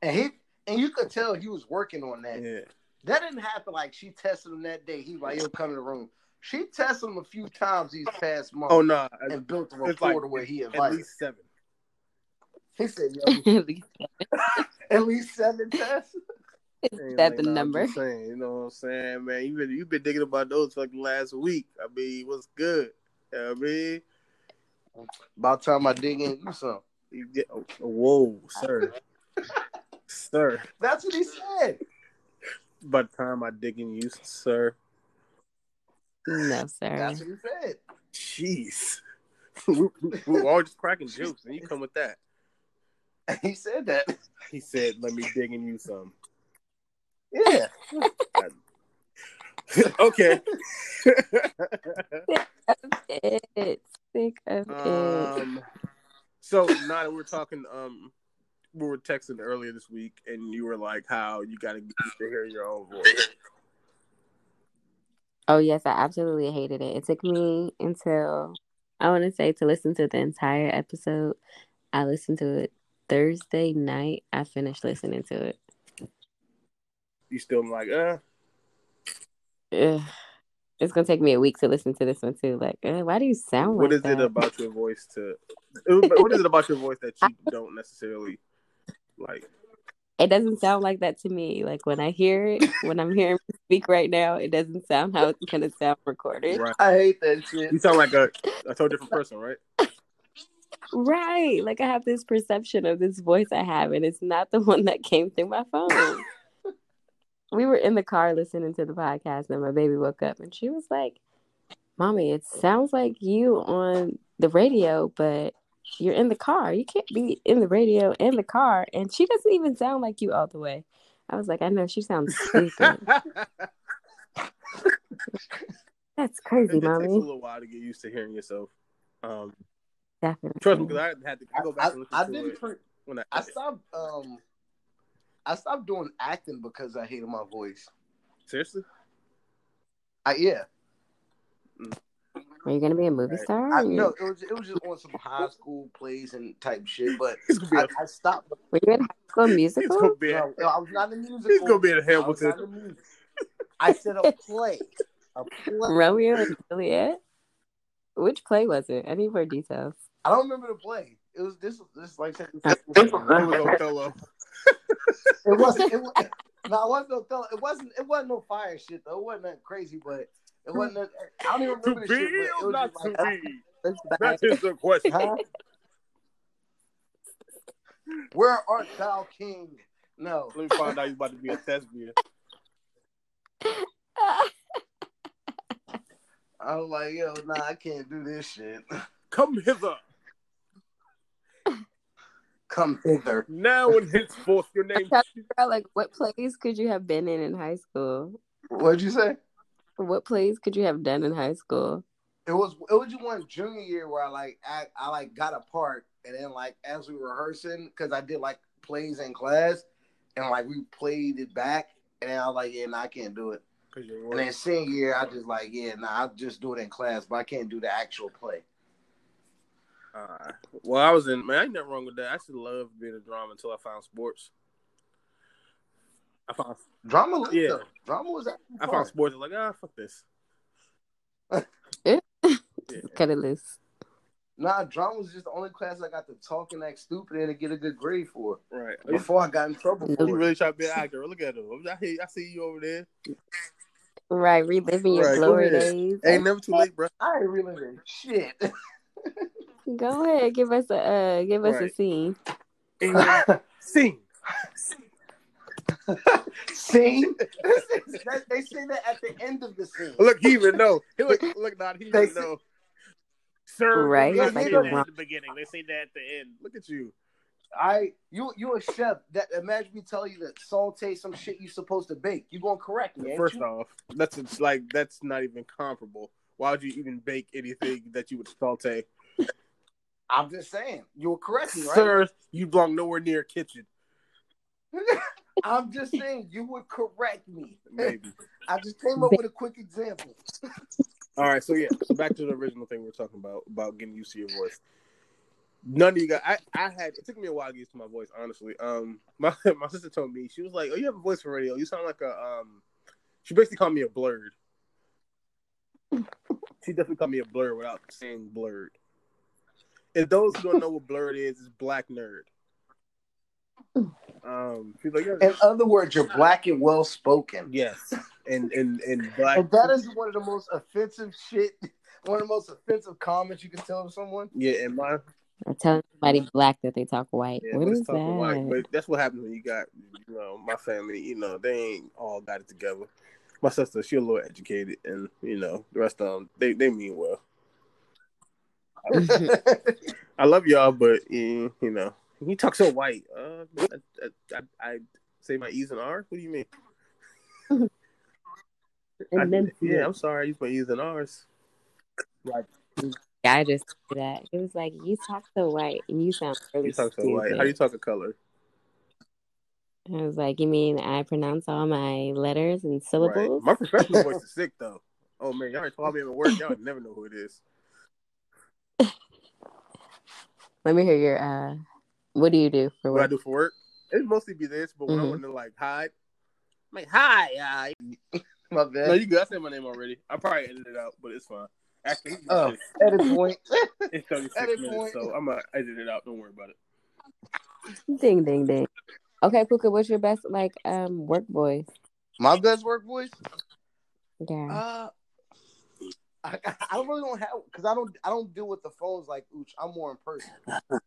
And he and you could tell he was working on that.
Yeah.
That didn't happen like she tested him that day. He was like, yo, come to the room. She tested him a few times these past months
Oh no,
and built the
it's
rapport
like
to where he
at
invited.
least seven.
he said, yo,
Mm.
at least seven tests.
Ain't
that
like,
the
nah, I'm
number?
just saying, you know what I'm saying, man. You been you been thinking about those like last week. I mean, what's good? You know what I mean,
About time I dig in you some.
You get- oh, whoa, sir, sir.
That's what he said.
By the time I dig in you, sir.
No, sir.
That's what he said. *laughs*
Jeez, *laughs* we, we- we were all just cracking jokes, and you come with that.
He said that.
He said, "Let me dig in you some."
Yeah.
*laughs* okay. *laughs*
It's sick of it.
Um, so now that we we're talking, um, we were texting earlier this week, and you were like, "How you got to get used to hear your own voice?"
Oh yes, I absolutely hated it. It took me until I want to say to listen to the entire episode. I listened to it Thursday night. I finished listening to it.
You still like, uh,
Ugh. It's gonna take me a week to listen to this one too. Like, uh, why do you sound
what
like
is it
that?
about your voice to? What is it about your voice that you don't necessarily like?
It doesn't sound like that to me. Like when I hear it, when I'm hearing you speak right now, it doesn't sound how it's gonna sound recorded.
Right?
I hate that shit.
You sound like a a totally different person, right? *laughs*
Right. Like I have this perception of this voice I have, and it's not the *laughs* one that came through my phone. we were in the car listening to the podcast, and my baby woke up and she was like, Mommy, it sounds like you on the radio, but you're in the car. You can't be in the radio and the car. And she doesn't even sound like you all the way. I was like, I know she sounds stupid. That's crazy,
it takes a
mommy.
little while to get used to hearing yourself. Um,
Definitely.
trust me, because I had to I
I,
go
I,
back and listen
I
to
didn't.
it
Pre-
when I,
I stopped. Um, I stopped doing acting because I hated my voice.
seriously.
I yeah.
Are you gonna be a movie
Right.
star?
I no. It was it was just on some high school plays and type shit. But
He's gonna be
I,
a
I stopped.
Were you in high *laughs*
*laughs*
school
he's gonna
musical?
be a,
No, I was not in the musical.
he's gonna be a
I was
Hamilton.
not in the *laughs* musical. I said a play. A play.
Romeo and Juliet? Which play was it? I need more *laughs* details.
I don't remember the play. It was this. This like second.
It *laughs* was Othello.
It wasn't. It, wa- *laughs* no, it wasn't no. throw- It wasn't. It wasn't no fire shit though. It wasn't nothing crazy, but it wasn't. nothing- I don't even
To
remember the
be
shit. But it
or
was
not
just like, "Ah,
to be?
That's bad.
*laughs*
That is the question.
huh? Where art thou, King? No,
Let me find out you about to be a thespian.
I was like, yo, nah, I can't do this shit. *laughs*
Come hither
Come hither.
now and henceforth. Your
*laughs*
name.
Girl, like, what plays could you have been in in high school?
What'd you say?
What plays could you have done in high school?
It was. It was just one junior year where I like, I, I like got a part, and then like as we were rehearsing, because I did like plays in class, and like we played it back, and then I was like, yeah, nah, I can't do it.
Cause you're
And then
worse.
senior year, I just like, yeah, nah, I just do it in class, but I can't do the actual play.
Uh, well, I was in. Man, I ain't nothing wrong with that. I actually loved being a drama until I found sports. I found
Drama, lit,
Yeah.
though. drama was actually
I
fun.
found sports. I was like, ah, fuck
*laughs*
this. Yeah.
Cut it loose.
Nah, drama was just the only class I got to talk and act stupid in and get a good grade for.
Right. You
Before I got in trouble
you *laughs*
for it.
really try to be an actor. Look at him. I, hear, I see you over there.
Right, reliving your
Right, go
glory
ahead.
days.
Ain't never too late, bro.
I ain't reliving shit.
*laughs*
*laughs*
Go ahead, give us a uh, give us
Right.
a scene.
Ain't
*laughs*
never- Sing.
scene? That- *laughs* they say that at the end of the scene.
Look, he even know. *laughs* He look, look, not he
They
even
say-
know. Sir,
Right,
they
it's
say
like
that
you're
wrong.
at the beginning. They say that at the end. Look at you.
I you you a chef. That imagine me telling you to saute some shit you supposed to bake. You gonna correct me? ain't
First
you?
off, that's it's like that's not even comparable. Why would you even bake anything that you would saute?
I'm just saying. You will correct me, right?
Sir, you belong nowhere near a kitchen.
*laughs* I'm just saying you would correct me.
Maybe.
I just came up with a quick example.
All right, so yeah, so back to the original thing we were talking about about getting used to your voice. None of you guys. I, I had it took me a while to get used to my voice, honestly. Um, my *laughs* my sister told me she was like, "Oh, you have a voice for radio. You sound like a um." She basically called me a blurred. she definitely called me a blurred without saying blurred. And those who don't know what blurred is, is black nerd. Um, she's like,
In
"Yeah."
other words, you're black and well spoken.
yes, and and and black.
And that is one of the most offensive shit, *laughs* one of the most offensive comments you can tell
*laughs*
someone. *laughs*
yeah, and my
I'm telling somebody black that they talk white.
Yeah,
what
let's
is that?
talk about it, but that's what happens when you got, you know, my family. You know, they ain't all got it together. My sister, she a little educated, and you know, the rest of them, they they mean well.
*laughs*
I love y'all, but mm, you know, you talk so white. Uh, I, I, I, I say my E's and R. What do you mean? I-
and *laughs* then
yeah, I'm sorry. I use my E's and R's. Like
guy just did that. It was like you talk so white and you sound really
you talk so
stupid.
white. How do you talk a color?
I was like, you mean I pronounce all my letters and
Right.
syllables?
My professional voice is sick though. Oh man, y'all ain't called me at work. Y'all never know who it is.
Let me hear your. uh What do you do for
what I
work?
do for work. It'd mostly be this, but when I
Mhm.
want to like hide, I'm like hi, hi.
My
No,
bad.
you good. I said my name already. I probably edited it out, but it's fine. Actually, it's-
Oh, edit point. *laughs*
it's 36
edit
minutes,
point.
so I'm gonna edit it out. Don't worry about it.
Ding ding ding. Okay, Puka, what's your best like um work voice?
My best work voice.
Yeah.
Uh, I, I really don't have because I don't I don't deal with the phones like Ooch. I'm more in person. *laughs*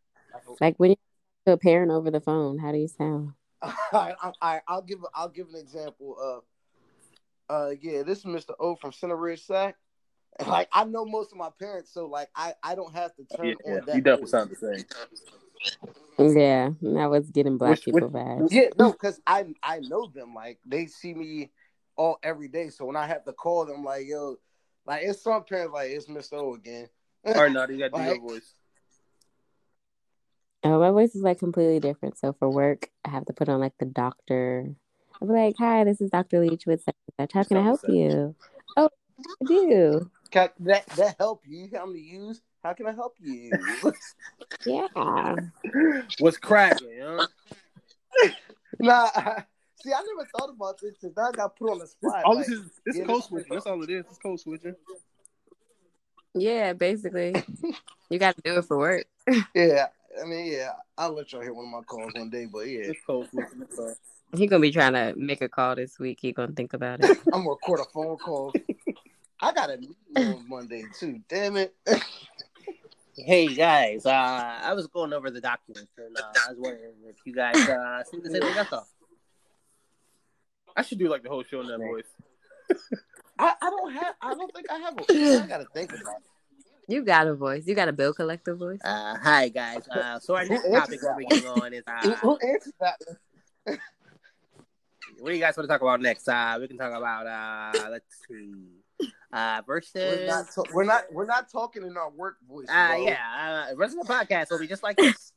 Like when you to a parent over the phone, how do you sound?
I, I, I'll give I'll give an example of. Uh, yeah, this is Mr. O from Center Ridge Sack. *laughs* Like I know most of my parents, so like I I don't have to turn on that.
you definitely
voice.
sound the same.
Yeah, that was getting black
Which- which-
people vibes.
Yeah, no, because I I know them. Like they see me all every day. So when I have to call them, like yo, like it's some parents like it's Miss O again.
All right, Nadi, you gotta do your
*laughs* Like-
voice.
Oh, my voice is like completely different. So for work, I have to put on like the doctor. I'll be like, "Hi, this is Doctor Leach with such and such. How can I help you?" Oh, I do.
Can that that help you? How many use? How can I help
*laughs*
you?
Yeah.
What's cracking? Huh?
*laughs* nah, *laughs* see, I never thought about this since I got put on the spot.
All
like,
Oh, this is this
yeah,
code
this-
switching. That's all it is. It's code switching.
Yeah, basically. you got to do it for work.
yeah, I mean, yeah, I'll let y'all hear one of my calls one day, but yeah,
It's code switching. That's all.
He going to be trying to make a call this week. He going to think about *laughs* it.
I'm gonna record a phone call. I got a meeting on Monday too. Damn it. *laughs*
Hey guys, uh, I was going over the documents and uh, I was wondering if you guys uh, see the same thing I saw.
I should do like the whole show in that voice.
I, I don't have. I don't think I have. A, I gotta think about it.
you got a voice. You got a bill collector voice.
Uh, hi guys. Uh, so our next topic we're bringing on is
Who,
uh,
who answered that?
what do you guys want to talk about next? Uh, we can talk about uh, let's see, uh,
We're
versus.
not, ta- we're not. We're not talking in our work voice.
Uh,
bro.
yeah, uh, the rest of the podcast will be just like
*laughs*
this.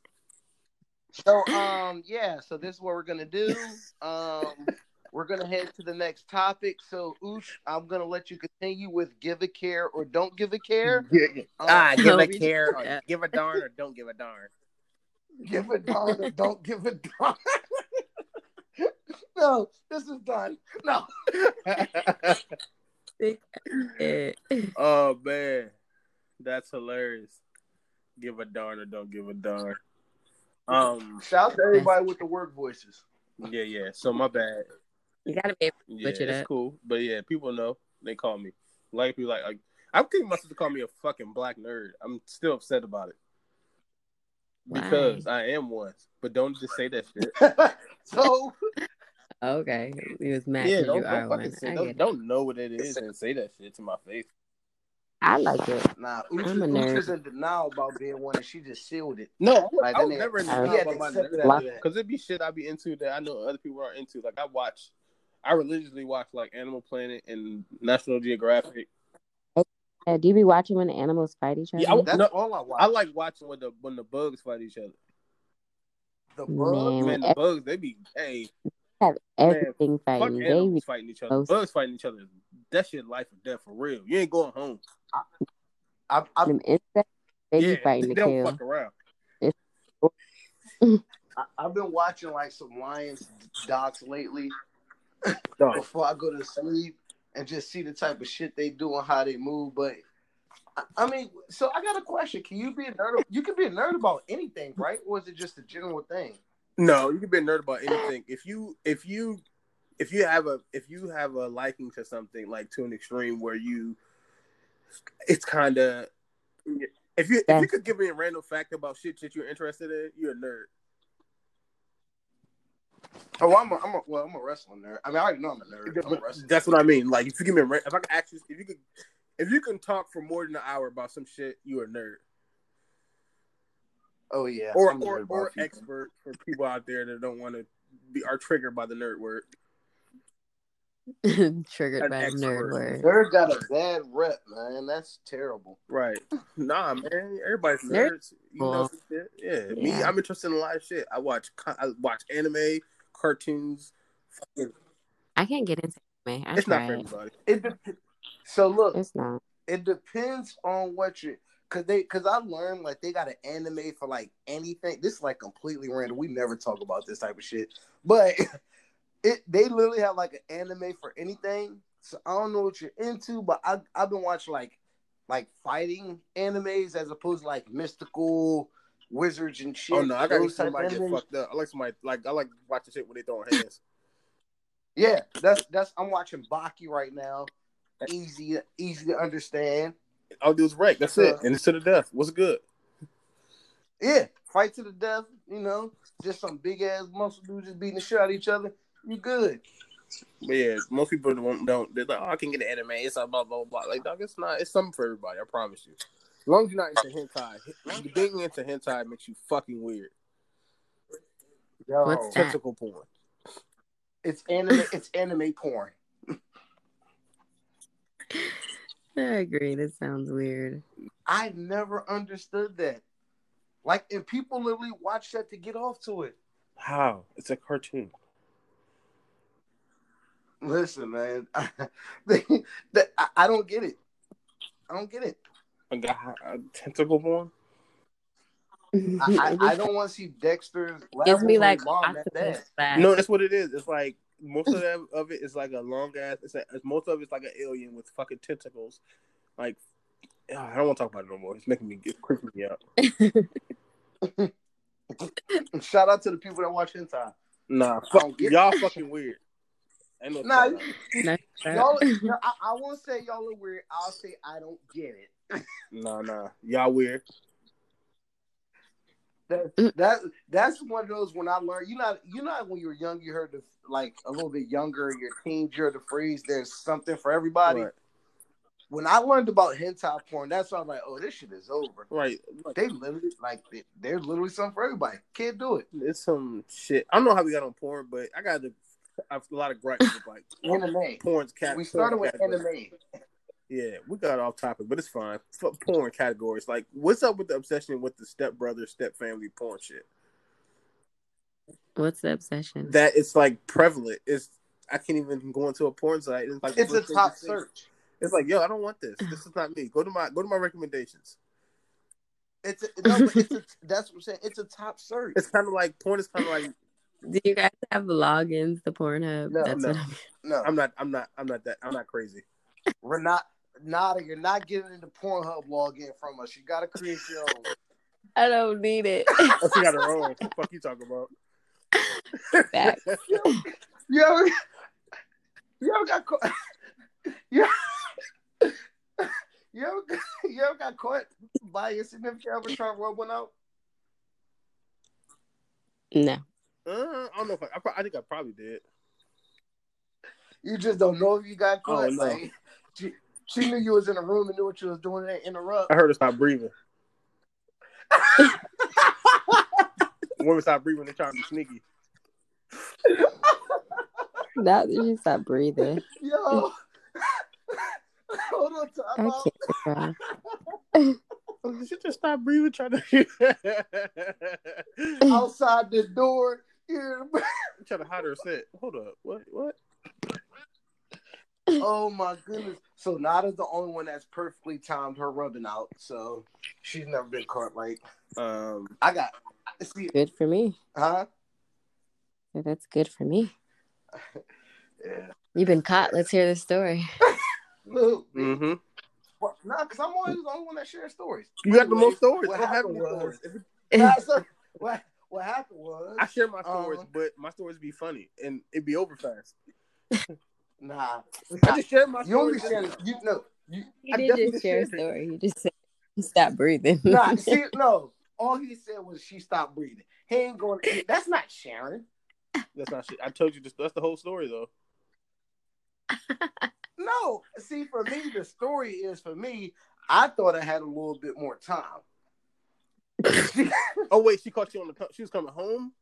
So um yeah, so this is what we're gonna do. Um we're gonna head to the next topic. So Oosh, I'm gonna let you continue with give a care or don't give a *laughs* care. Um,
Ah, give
*laughs*
Oh,
a
we-
care,
yeah.
or give a darn, or don't give a darn.
give a darn or don't give a darn. *laughs* no, this is done. No.
Eh. *laughs*
oh man, that's hilarious. Give a darn or don't give a darn. Um,
*laughs* Shout out to everybody with the work voices.
yeah, yeah. So my bad.
You got to be
Yeah,
Switch it
it's
up.
cool. But yeah, people know they call me. Like people like, like I'm thinking my sister called me a fucking black nerd. I'm still upset about it
Why?
because I am one. But don't just say that shit.
*laughs* so
Okay. He was mad
yeah,
'cause
don't,
you are
don't
one.
fucking
I
say.
get
Don't,
it.
don't know what it is and say that shit to my face.
I like it.
nah, Ooch,
I'm a
Ooch
nerd.
is in denial about being one and she just sealed it.
No, I would,
Like,
I
that
would
nigga-
never
I
had to
about
accept it
my
after that.
because it'd be shit I'd be into that I know other people aren't into. Like I watch, I religiously watch like Animal Planet and National Geographic.
Uh, do you be watching when the animals fight each other?
Yeah, I would-
That's
No,
all I watch.
I like watching when the when the bugs fight each other.
the bug.
Man,
Man,
when
the bugs they be hey
have
Man,
everything
Fuck
fighting. They
animals
be
fighting each other.
close.
Bugs fighting each other. That shit life or death for real. You ain't going home.
I, I,
them insects. They
yeah,
be fighting
they
to
don't
kill.
fuck around.
I, I've been watching like some Lions docs lately
Dog.
before I go to sleep and just see the type of shit they do and how they move. But I, I mean, so I got a question. Can you be a nerd? You can be a nerd about anything, right? Or is it just a general thing?
No, you can be a nerd about anything. If you if you if you have a if you have a liking to something like to an extreme where you it's kind of if you if you could give me a random fact about shit that you're interested in, you're a nerd.
Oh, I'm a, I'm a, well, I'm a wrestling nerd. I mean, I already know I'm a nerd. I'm a wrestling.
That's what I mean. Like if you give me a ra- if I can actually if you could if you can talk for more than an hour about some shit, you're a nerd
Oh yeah,
or
I'm a nerd
or,
about
or
a few things.
expert for people out there that don't want to be are triggered by the nerd word.
*laughs* Triggered
An
by the nerd
expert.
word.
Nerd got a bad rep, man. That's terrible.
Right. Nah, man. Everybody's
They're
nerds. You know some shit. Yeah. Me,
Yeah.
I'm interested in a lot of shit. I watch co- I watch anime, cartoons. Fucking,
I can't get into anime. I
it's not for
tried.
everybody.
It dep so look,
It's not.
it depends on what you cause they cause I learned like they got an anime for like anything. This is like completely random. We never talk about this type of shit. But *laughs* it they literally have like an anime for anything. So I don't know what you're into, but I I've been watching like like fighting animes as opposed to like mystical wizards and shit.
Oh no, I gotta
those
see
type of
somebody get
animes.
fucked up. I like somebody like I like watching shit when they throwing hands.
Yeah, that's that's I'm watching Baki right now. Easy easy to understand.
All I do is wreck. That's it. And it's to the death. What's good?
Yeah, fight to the death. You know, just some big ass muscle dudes just beating the shit out of each other. You good?
But yeah, most people don't don't they're like, oh, I can get an anime. It's a blah blah blah. Like dog, it's not. It's something for everybody. I promise you. As long as you're not into hentai, being into hentai makes you fucking weird.
Yo,
What's that?
Tentacle porn.
it's anime. It's anime porn.
I agree. That sounds *laughs* weird.
I never understood that. Like, and people literally watch that to get off to it.
How? It's a cartoon.
Listen, man, *laughs* they, they, I, I don't get it. I don't get it.
A guy, a tentacle porn.
I, I, I don't want to see Dexter's
gives
rivalry
me like
mom at that.
octopus vibes.
No, that's what it is. It's like most of that of it is like a long ass. It's, a, it's most of it's like an alien with fucking tentacles. Like I don't want to talk about it no more. It's making me get creeping me out.
*laughs* Shout out to the people that watch hentai.
Nah,
I
fuck,
don't get it. *laughs*
y'all fucking weird. Ain't no
Nah,
shout out.
you-
No,
*laughs*
y'all, no, I, I won't say y'all are weird. I'll say I don't get it.
nah, nah, y'all weird.
That,
Mm.
that that's one of those when I learned you know you know how when you were young you heard the like a little bit younger your teens you heard the phrase there's something for everybody.
Right,
When I learned about hentai porn, that's why I'm like, oh, this shit is over.
right. Like,
They literally like they, there's literally something for everybody. Can't do it.
it's some shit. I don't know how we got on porn, but I got a, I have a lot of gripes with like
Anime.
porn's cat.
We started with
category.
anime.
Yeah, we got off topic, but it's fine. F- porn categories. Like, what's up with the obsession with the stepbrother, step family porn shit?
What's the obsession?
That it's like prevalent. It's I can't even go into a porn site. It's like the
It's a
first thing
top
you see.
search.
It's like, yo, I don't want this. This is not me. Go to my go to my recommendations.
It's a, no,
*laughs*
but it's a, that's what I'm saying. It's a top search.
It's kind of like porn is kind of like
Do you guys have logins to Pornhub?
No,
That's
no.
what I'm *laughs*
No,
I'm not I'm not I'm not that I'm not crazy.
we're not. Nada, you're not getting into Pornhub login from us. You gotta create your own.
I don't need it.
Unless you got it wrong. What the fuck you talking about? *laughs*
Facts.
*laughs* You ever, you ever got caught? *laughs* You ever, you, ever, *laughs* got- you ever got caught by your significant other trying to rub one out?
No.
Uh, I don't know if I, I, pro- I think I probably did.
You just don't know if you got caught.
Oh, no.
Like she, she knew you was in the room and knew what you was doing and interrupt.
I heard her stop breathing. *laughs* Women stop breathing. They're trying to be sneaky.
Now that you stop breathing,
Yo, *laughs* hold on, time
I
out.
can't. Bro.
Oh, She just stopped breathing, trying *laughs* to.
Outside the door, you
I'm trying to hide her set. Hold up. What? What?
Oh my goodness. So Nada's the only one that's perfectly timed her rubbing out. So she's never been caught like
Um,
I got see
Good for me.
huh?
That's good for me.
Yeah.
You've been caught. Let's hear the story.
Look,
mm-hmm.
fuck, nah, cause I'm always the only one that shares stories.
You got the most stories.
What
I don't have
happened
any
was-
stories. *laughs*
Nah, so what what happened was
I share my stories,
Um,
but my stories be funny and it be over fast.
nah.
I just share my
You only
stories.
share you no
*laughs*
you
You
I
did
definitely
just share a
said it.
story. You just said you stopped breathing.
nah,
*laughs*
see no. All he said was she stopped breathing. He ain't going that's not sharing.
That's not shit. I told you this, that's the whole story though.
No, see, for me, the story is for me. I thought I had a little bit more time. *laughs*
Oh wait, she caught you on the. co- She was coming home.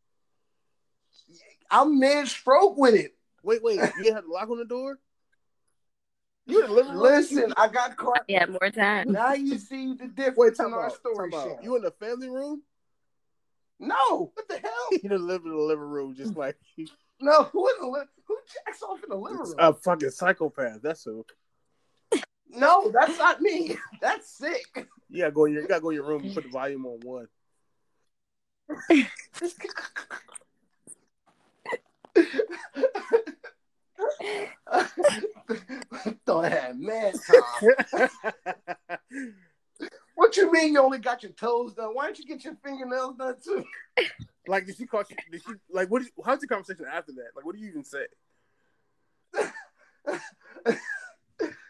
I'm mid stroke with it.
Wait, wait. You didn't have the lock on the door. You in the living room.
Listen, I got caught.
yeah, more time.
Now you see the difference
Wait,
in
time
our
out.
story.
Time out.
Sharon.
You in the family room? *laughs*
no, what the hell?
You done live in the living room, just
Mm.
like
No, *laughs* who in the li- who jacks off in the living room?
a fucking psychopath. That's who.
no, that's not me. *laughs* That's sick. *laughs*
You gotta go. In your, you gotta go in your room and put the volume on one.
Thought I had mad time. What you mean you only got your toes done? Why don't you get your fingernails done too?
like, did she caught you? Did she like? What? Did, how's the conversation after that? Like, what do you even say?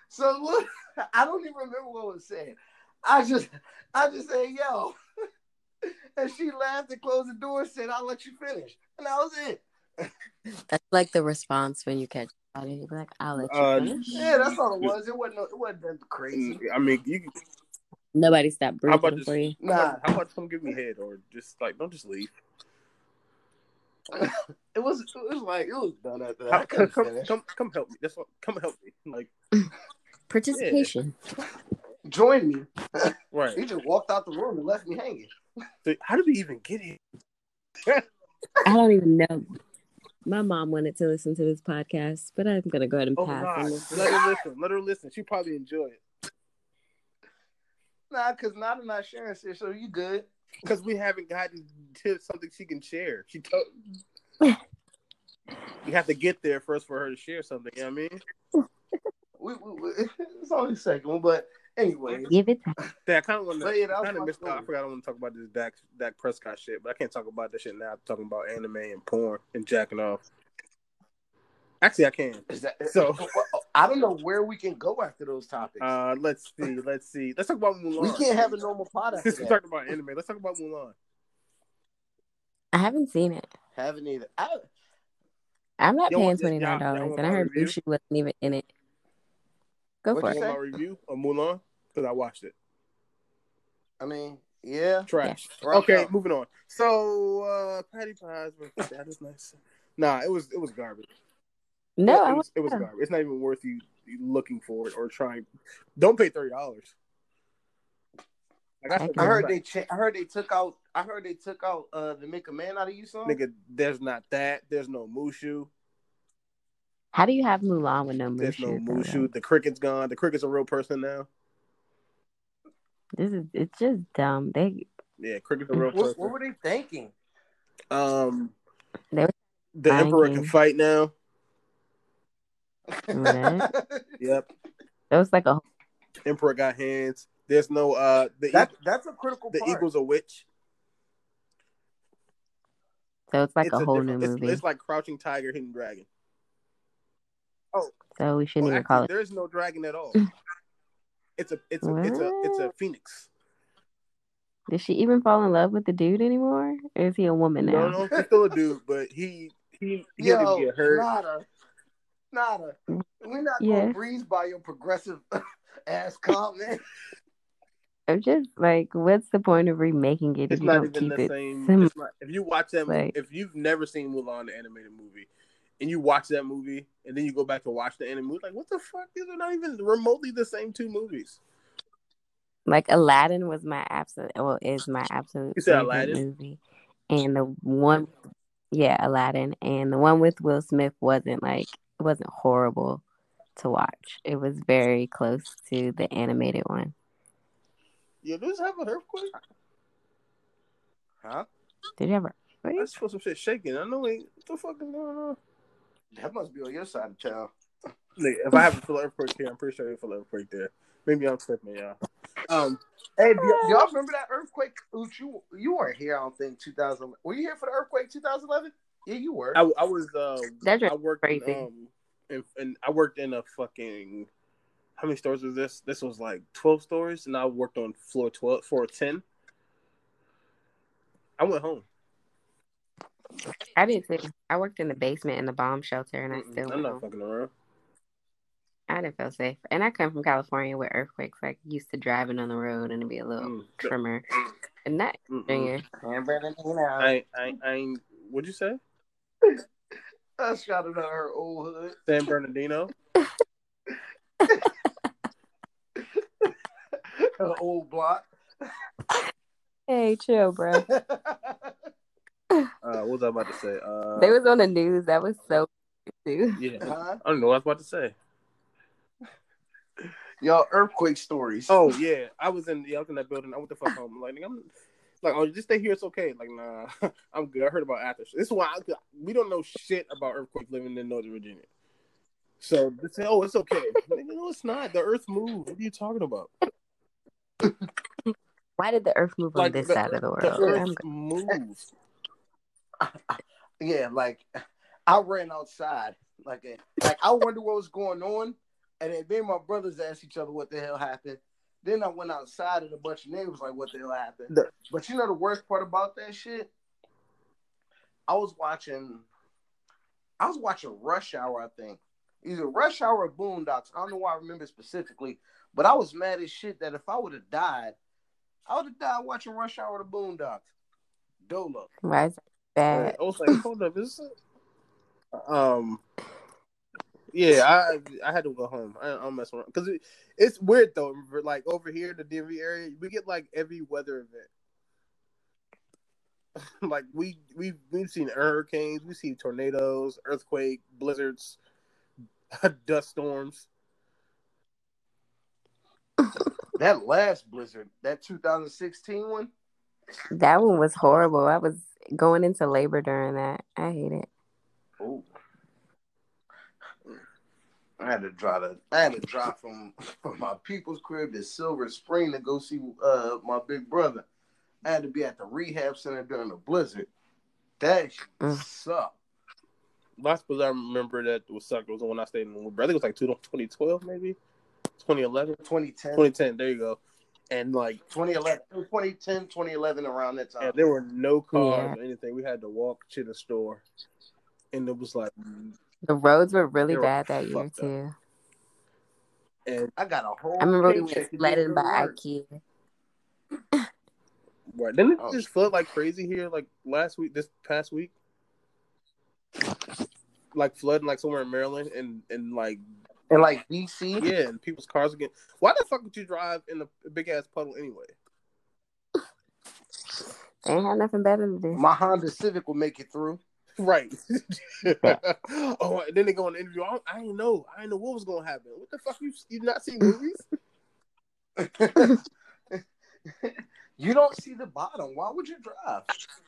So look, *laughs* I don't even remember what was said. I just, I just said, "Yo," *laughs* and she laughed and closed the door. and Said, "I'll let you finish," and that was it.
That's like the response when you catch somebody. You're like, I'll let you
Uh,
finish.
Yeah, that's all it was. It wasn't, no- it wasn't that crazy.
Mm, I mean, you. can-
Nobody stopped
How about
breathing
this?
for you.
How about,
Nah,
how about come give me head or just like don't just leave.
it was, it was like it was done after that.
How,
I
come,
couldn't
come,
finish.
come, come help me. That's what. Come help me. Like,
Participation.
Join me.
right.
He just walked out the room and left me hanging.
So how did we even get here?
I don't even know. My mom wanted to listen to this podcast, but I'm gonna go ahead and
Oh
pass. on
God!
this.
Let her listen. Let her listen. She probably enjoy it
Nah, cause not not sharing shit, so you good.
because we haven't gotten to something she can share. She
*laughs*
told. You have to get there first for her to share something. You know what I mean?
We, we, we *laughs* it's only a second, one, but anyway.
Give it. time.
Yeah, I kind of want
But
to.
yeah, that
I
was
kind
my
of missed out. I
story.
forgot I want to talk about this Dak Dak Prescott shit, but I can't talk about this shit now. I'm talking about anime and porn and jacking off. Actually, I can.
Is that, *laughs*
So-
I don't know where we can go after those topics.
Uh, let's see. Let's see. Let's talk about Mulan.
we can't have a normal pod after
Since we
that.
talked about anime, let's talk about Mulan.
I haven't seen it.
Haven't either. I,
I'm not
Y'all
paying
want-
twenty nine
y'all- y'all
dollars,
want
and I
my
heard
review?
Bushu wasn't even in it. Go
What'd
for
You
it.
want my review of Mulan? Because I watched it.
I mean, yeah.
Trash.
Right
Okay,
now.
moving on. So uh Patty Pies were *laughs* that is nice. Nah, it was it was garbage.
No,
it
I want
was, it was
yeah.
garbage. It's not even worth you you looking for it or trying. Don't pay thirty dollars. Like I, said,
Okay.
I heard they. Cha- I heard they took out. I heard they took out uh the make a man out of you song.
nigga. There's not that. There's no Mushu.
How do you have Mulan with no
There's no
Mushu? though?
Mushu. The cricket's gone. The cricket's a real person now.
This is it's just dumb. They
Yeah, cricket's a real person.
What, what were they thinking?
Um,
They were
the emperor can
thinking.
fight now.
*laughs*
*laughs*
what?
Yep,
That was like a
emperor got hands. There's no uh the
That
eag-
that's a critical
the
part.
eagle's a witch.
so it's like
it's
a whole new
different- it's,
movie.
It's like Crouching Tiger, Hidden Dragon.
so we shouldn't
Well,
even call
actually,
it.
there is no dragon at
*laughs*
all. It's a it's a it's a it's a phoenix.
Did she even fall in love with the dude anymore? Or is he a woman now?
No, no, he's still a dude, but he he he didn't
Yo,
get hurt.
nada, nada. We're not
Yeah.
gonna breeze by your progressive *laughs* ass comment. *laughs*
I'm just like, what's the point of remaking it if
It's
you
not
don't
even
keep
the
it?
same.
sim-
It's not, if you watch that,
like-
if you've never seen Mulan, the animated movie, and you watch that movie, and then you go back to watch the anime movie, like what the fuck? These are not even remotely the same two movies.
Like Aladdin was my absolute, well, is my absolute
You said
favorite
Aladdin?
movie, and the one, yeah, Aladdin, and the one with Will Smith wasn't like it wasn't horrible, to watch. It was very close to the animated one.
Yeah, does this have an earthquake?
Huh?
Did you ever?
I just feel some shit shaking. I know like, what the fuck is going on.
That must be on your side of town.
Like, if I haven't feel an earthquake here, I'm pretty sure I feel an earthquake there. Maybe I'm tripping, y'all. Um,
Hey, do y- do y'all remember that earthquake? Ooch, you you weren't here, I don't think. 2000. Were you here for the earthquake 2011? Yeah, you were.
I, I was uh,
That's
I worked in,
crazy.
um, in, in, I worked in a fucking how many stores was this? This was like twelve stores, and I worked on floor twelve, floor ten. I went home.
I did too. I worked in the basement in the bomb shelter, and I
Mm-mm,
still
I'm
went
not
home.
fucking around.
I didn't feel safe. And I come from California where earthquakes like used to driving on the road and it'd be a little
Mm,
tremor. And that
mm-mm.
junior.
I,
I, I, I ain't. What'd you say,
I shouted out her old hood.
San Bernardino?
Her old block. *laughs*
Hey, chill, bro.
Uh, what was I about to say? Uh,
they was on the news. That was so *laughs* too.
yeah.
huh?
I don't know what I was about to say.
Y'all earthquake stories.
Oh yeah, I was in yeah, I was in that building. I went the fuck home. Like nigga, I'm like, oh, just stay here. It's okay. Like nah, *laughs* I'm good. I heard about after. This is why I, we don't know shit about earthquake living in Northern Virginia. So they say, oh, it's okay. Nigga, no, it's not. The earth moved. What are you talking about?
Why did the earth move on this side of the world? I'm
earth
good.
moved.
Yeah, like *laughs* I ran outside. Like, a, like I wonder what was going on. And then me and my brothers asked each other what the hell happened. Then I went outside and a bunch of niggas was like, what the hell happened?
The-
But you know the worst part about that shit? I was watching I was watching Rush Hour, I think. Either Rush Hour or Boondocks. I don't know why I remember specifically, but I was mad as shit that if I would have died, I would have died watching Rush Hour or the Boondocks. Dolo.
Why is that bad?
I was like, hold up, is this- *laughs* um. Yeah, I I had to go home. I, I'm messing around because it, it's weird though. We're, Like over here in the DMV area, we get like every weather event. *laughs* like we we we've seen hurricanes, we see tornadoes, earthquake, blizzards, *laughs* dust storms.
That last blizzard, that 2016 one.
That one was horrible. I was going into labor during that. I hate it.
Oh. I had to drive to, I had to drive from, from my people's crib to Silver Spring to go see uh my big brother. I had to be at the rehab center during the blizzard. That shit
Mm.
sucked.
Last blizzard I remember that was sucked was the one I stayed in. I think it was like 2012 maybe, 2011,
2010.
2010. There you go. And like
2011, 2010, 2011, around that time.
Yeah, there were no cars or anything. We had to walk to the store, and it was like,
The roads were really
They were
bad that year
fucked up.
too.
and
I got a whole.
I remember we
paycheck
went
to do
flooded
good
by
work.
IKEA.
right, didn't it
Oh.
just flood like crazy here? Like last week, this past week, like flooding like somewhere in Maryland, and and like
And like DC,
yeah, and people's cars again. Why the fuck would you drive in a big ass puddle anyway?
They ain't had nothing better to do.
my Honda Civic will make it through.
Right. *laughs* oh, and then they go on the interview. I, don't- I didn't know. I didn't know what was gonna happen. What the fuck? You you not seen movies?
*laughs* you don't see the bottom. Why would you drive?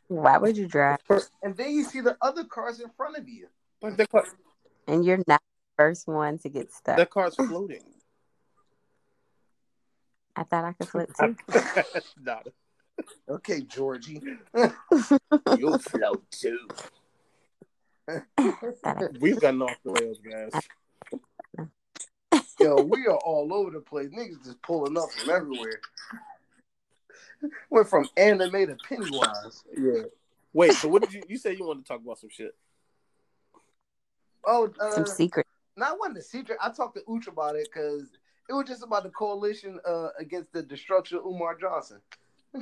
Why would you drive?
And then you see the other cars in front of you.
Like that car,
And you're not the first one to get stuck.
that car's floating. *laughs*
I thought I could
*laughs*
flip too.
nah,
Okay, Georgie.
you'll *laughs* float too.
*coughs* Thought I could-
We've gotten off the rails, guys.
Yo, we are all over the place. Niggas just pulling up from everywhere. Went from anime to Pennywise.
Yeah. Wait. So what did you? You said you wanted to talk about some shit.
Oh, uh,
Some secret.
not one of the secret. I talked to Uch about it because it was just about the coalition uh, against the destruction of Umar Johnson. *laughs*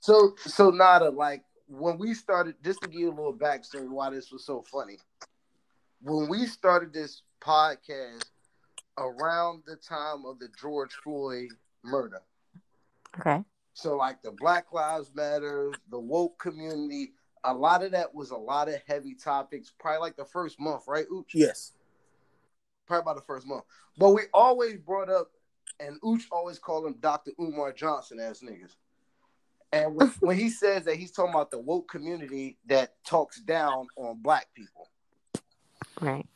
so, so Nada, like when we started, just to give you a little backstory why this was so funny. When we started this podcast around the time of the George Floyd murder,
Okay.
so like the Black Lives Matter, the woke community, a lot of that was a lot of heavy topics. Probably like the first month, right, Uch?
Yes.
probably about the first month. But we always brought up, and Ooch always called him Dr. Umar Johnson as niggas. And when, when he says that, he's talking about the woke community that talks down on black people.
Right.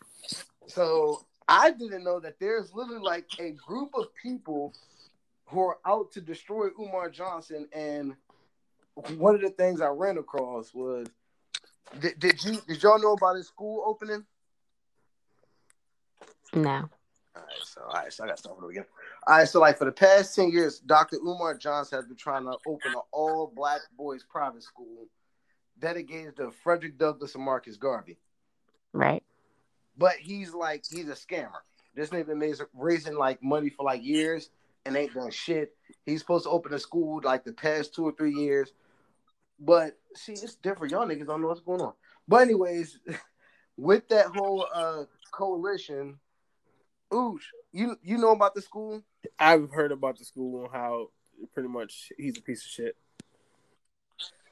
So I didn't know that there's literally like a group of people who are out to destroy Umar Johnson. And one of the things I ran across was did, did you did y'all know about his school opening?
No.
All right, so all right, so I got to start over again. All right, so like for the past ten years, Dr. Umar Johnson has been trying to open an all-black boys private school dedicated to Frederick Douglass and Marcus Garvey.
Right. *laughs*
but he's like he's a scammer. This nigga been raising- raising like money for like years and ain't done shit. He's supposed to open a school like the past two or three years, but see, it's different. Y'all niggas don't know what's going on. But anyways, *laughs* with that whole uh coalition, ooh, you you know about the school?
I've heard about the school and how pretty much he's a piece of shit.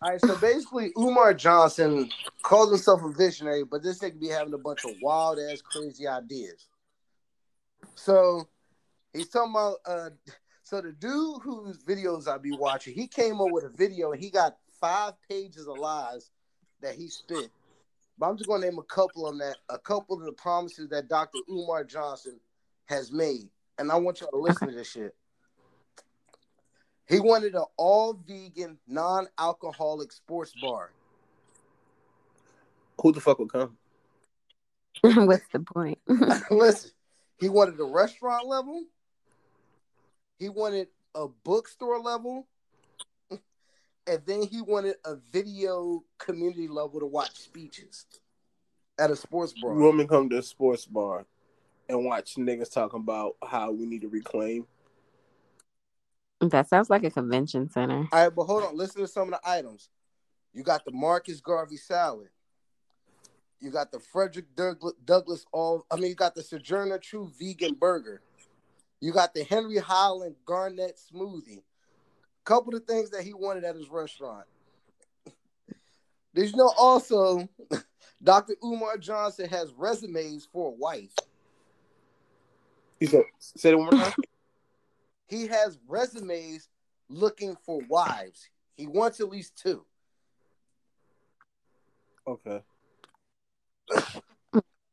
All right, so basically, Umar Johnson calls himself a visionary, but this nigga be having a bunch of wild ass, crazy ideas. So he's talking about. Uh, so the dude whose videos I be watching, he came up with a video and he got five pages of lies that he spit. But I'm just gonna name a couple of them that a couple of the promises that Dr. Umar Johnson has made, and I want y'all to listen to this shit. He wanted an all vegan, non alcoholic sports bar.
Who the fuck would come?
What's the point?
Listen, he wanted a restaurant level. He wanted a bookstore level. And then he wanted a video community level to watch speeches at a sports bar.
Women come to a sports bar and watch niggas talking about how we need to reclaim.
that sounds like a convention center.
All right, but hold on. Listen to some of the items. You got the Marcus Garvey salad. You got the Frederick Dougla- Douglass all. I mean, you got the Sojourner True vegan burger. You got the Henry Highland Garnett smoothie. Couple of things that he wanted at his restaurant. *laughs* Did you know also, *laughs* Dr. Umar Johnson has resumes for a wife.
He said, "Say it one more time."
He has resumes looking for wives. He wants at least two.
okay.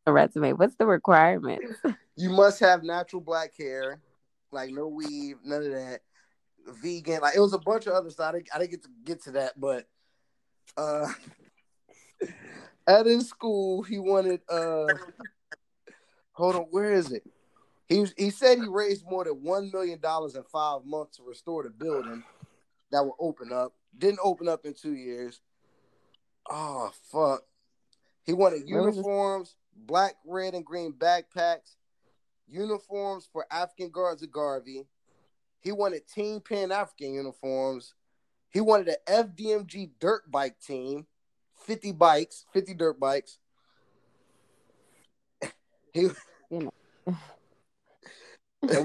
A resume. What's the requirement?
you must have natural black hair, like no weave, none of that. Vegan, like it was a bunch of other stuff. I didn't, I didn't get to get to that, but uh, *laughs* at his school, he wanted. uh Hold on, where is it? He was, he said he raised more than one million dollars in five months to restore the building that will open up. Didn't open up in two years. Oh fuck! He wanted
Where was this?
uniforms, black, red, and green backpacks, uniforms for African guards of Garvey. He wanted Team Pan African uniforms. He wanted an FDMG dirt bike team, 50 bikes, 50 dirt bikes. He
And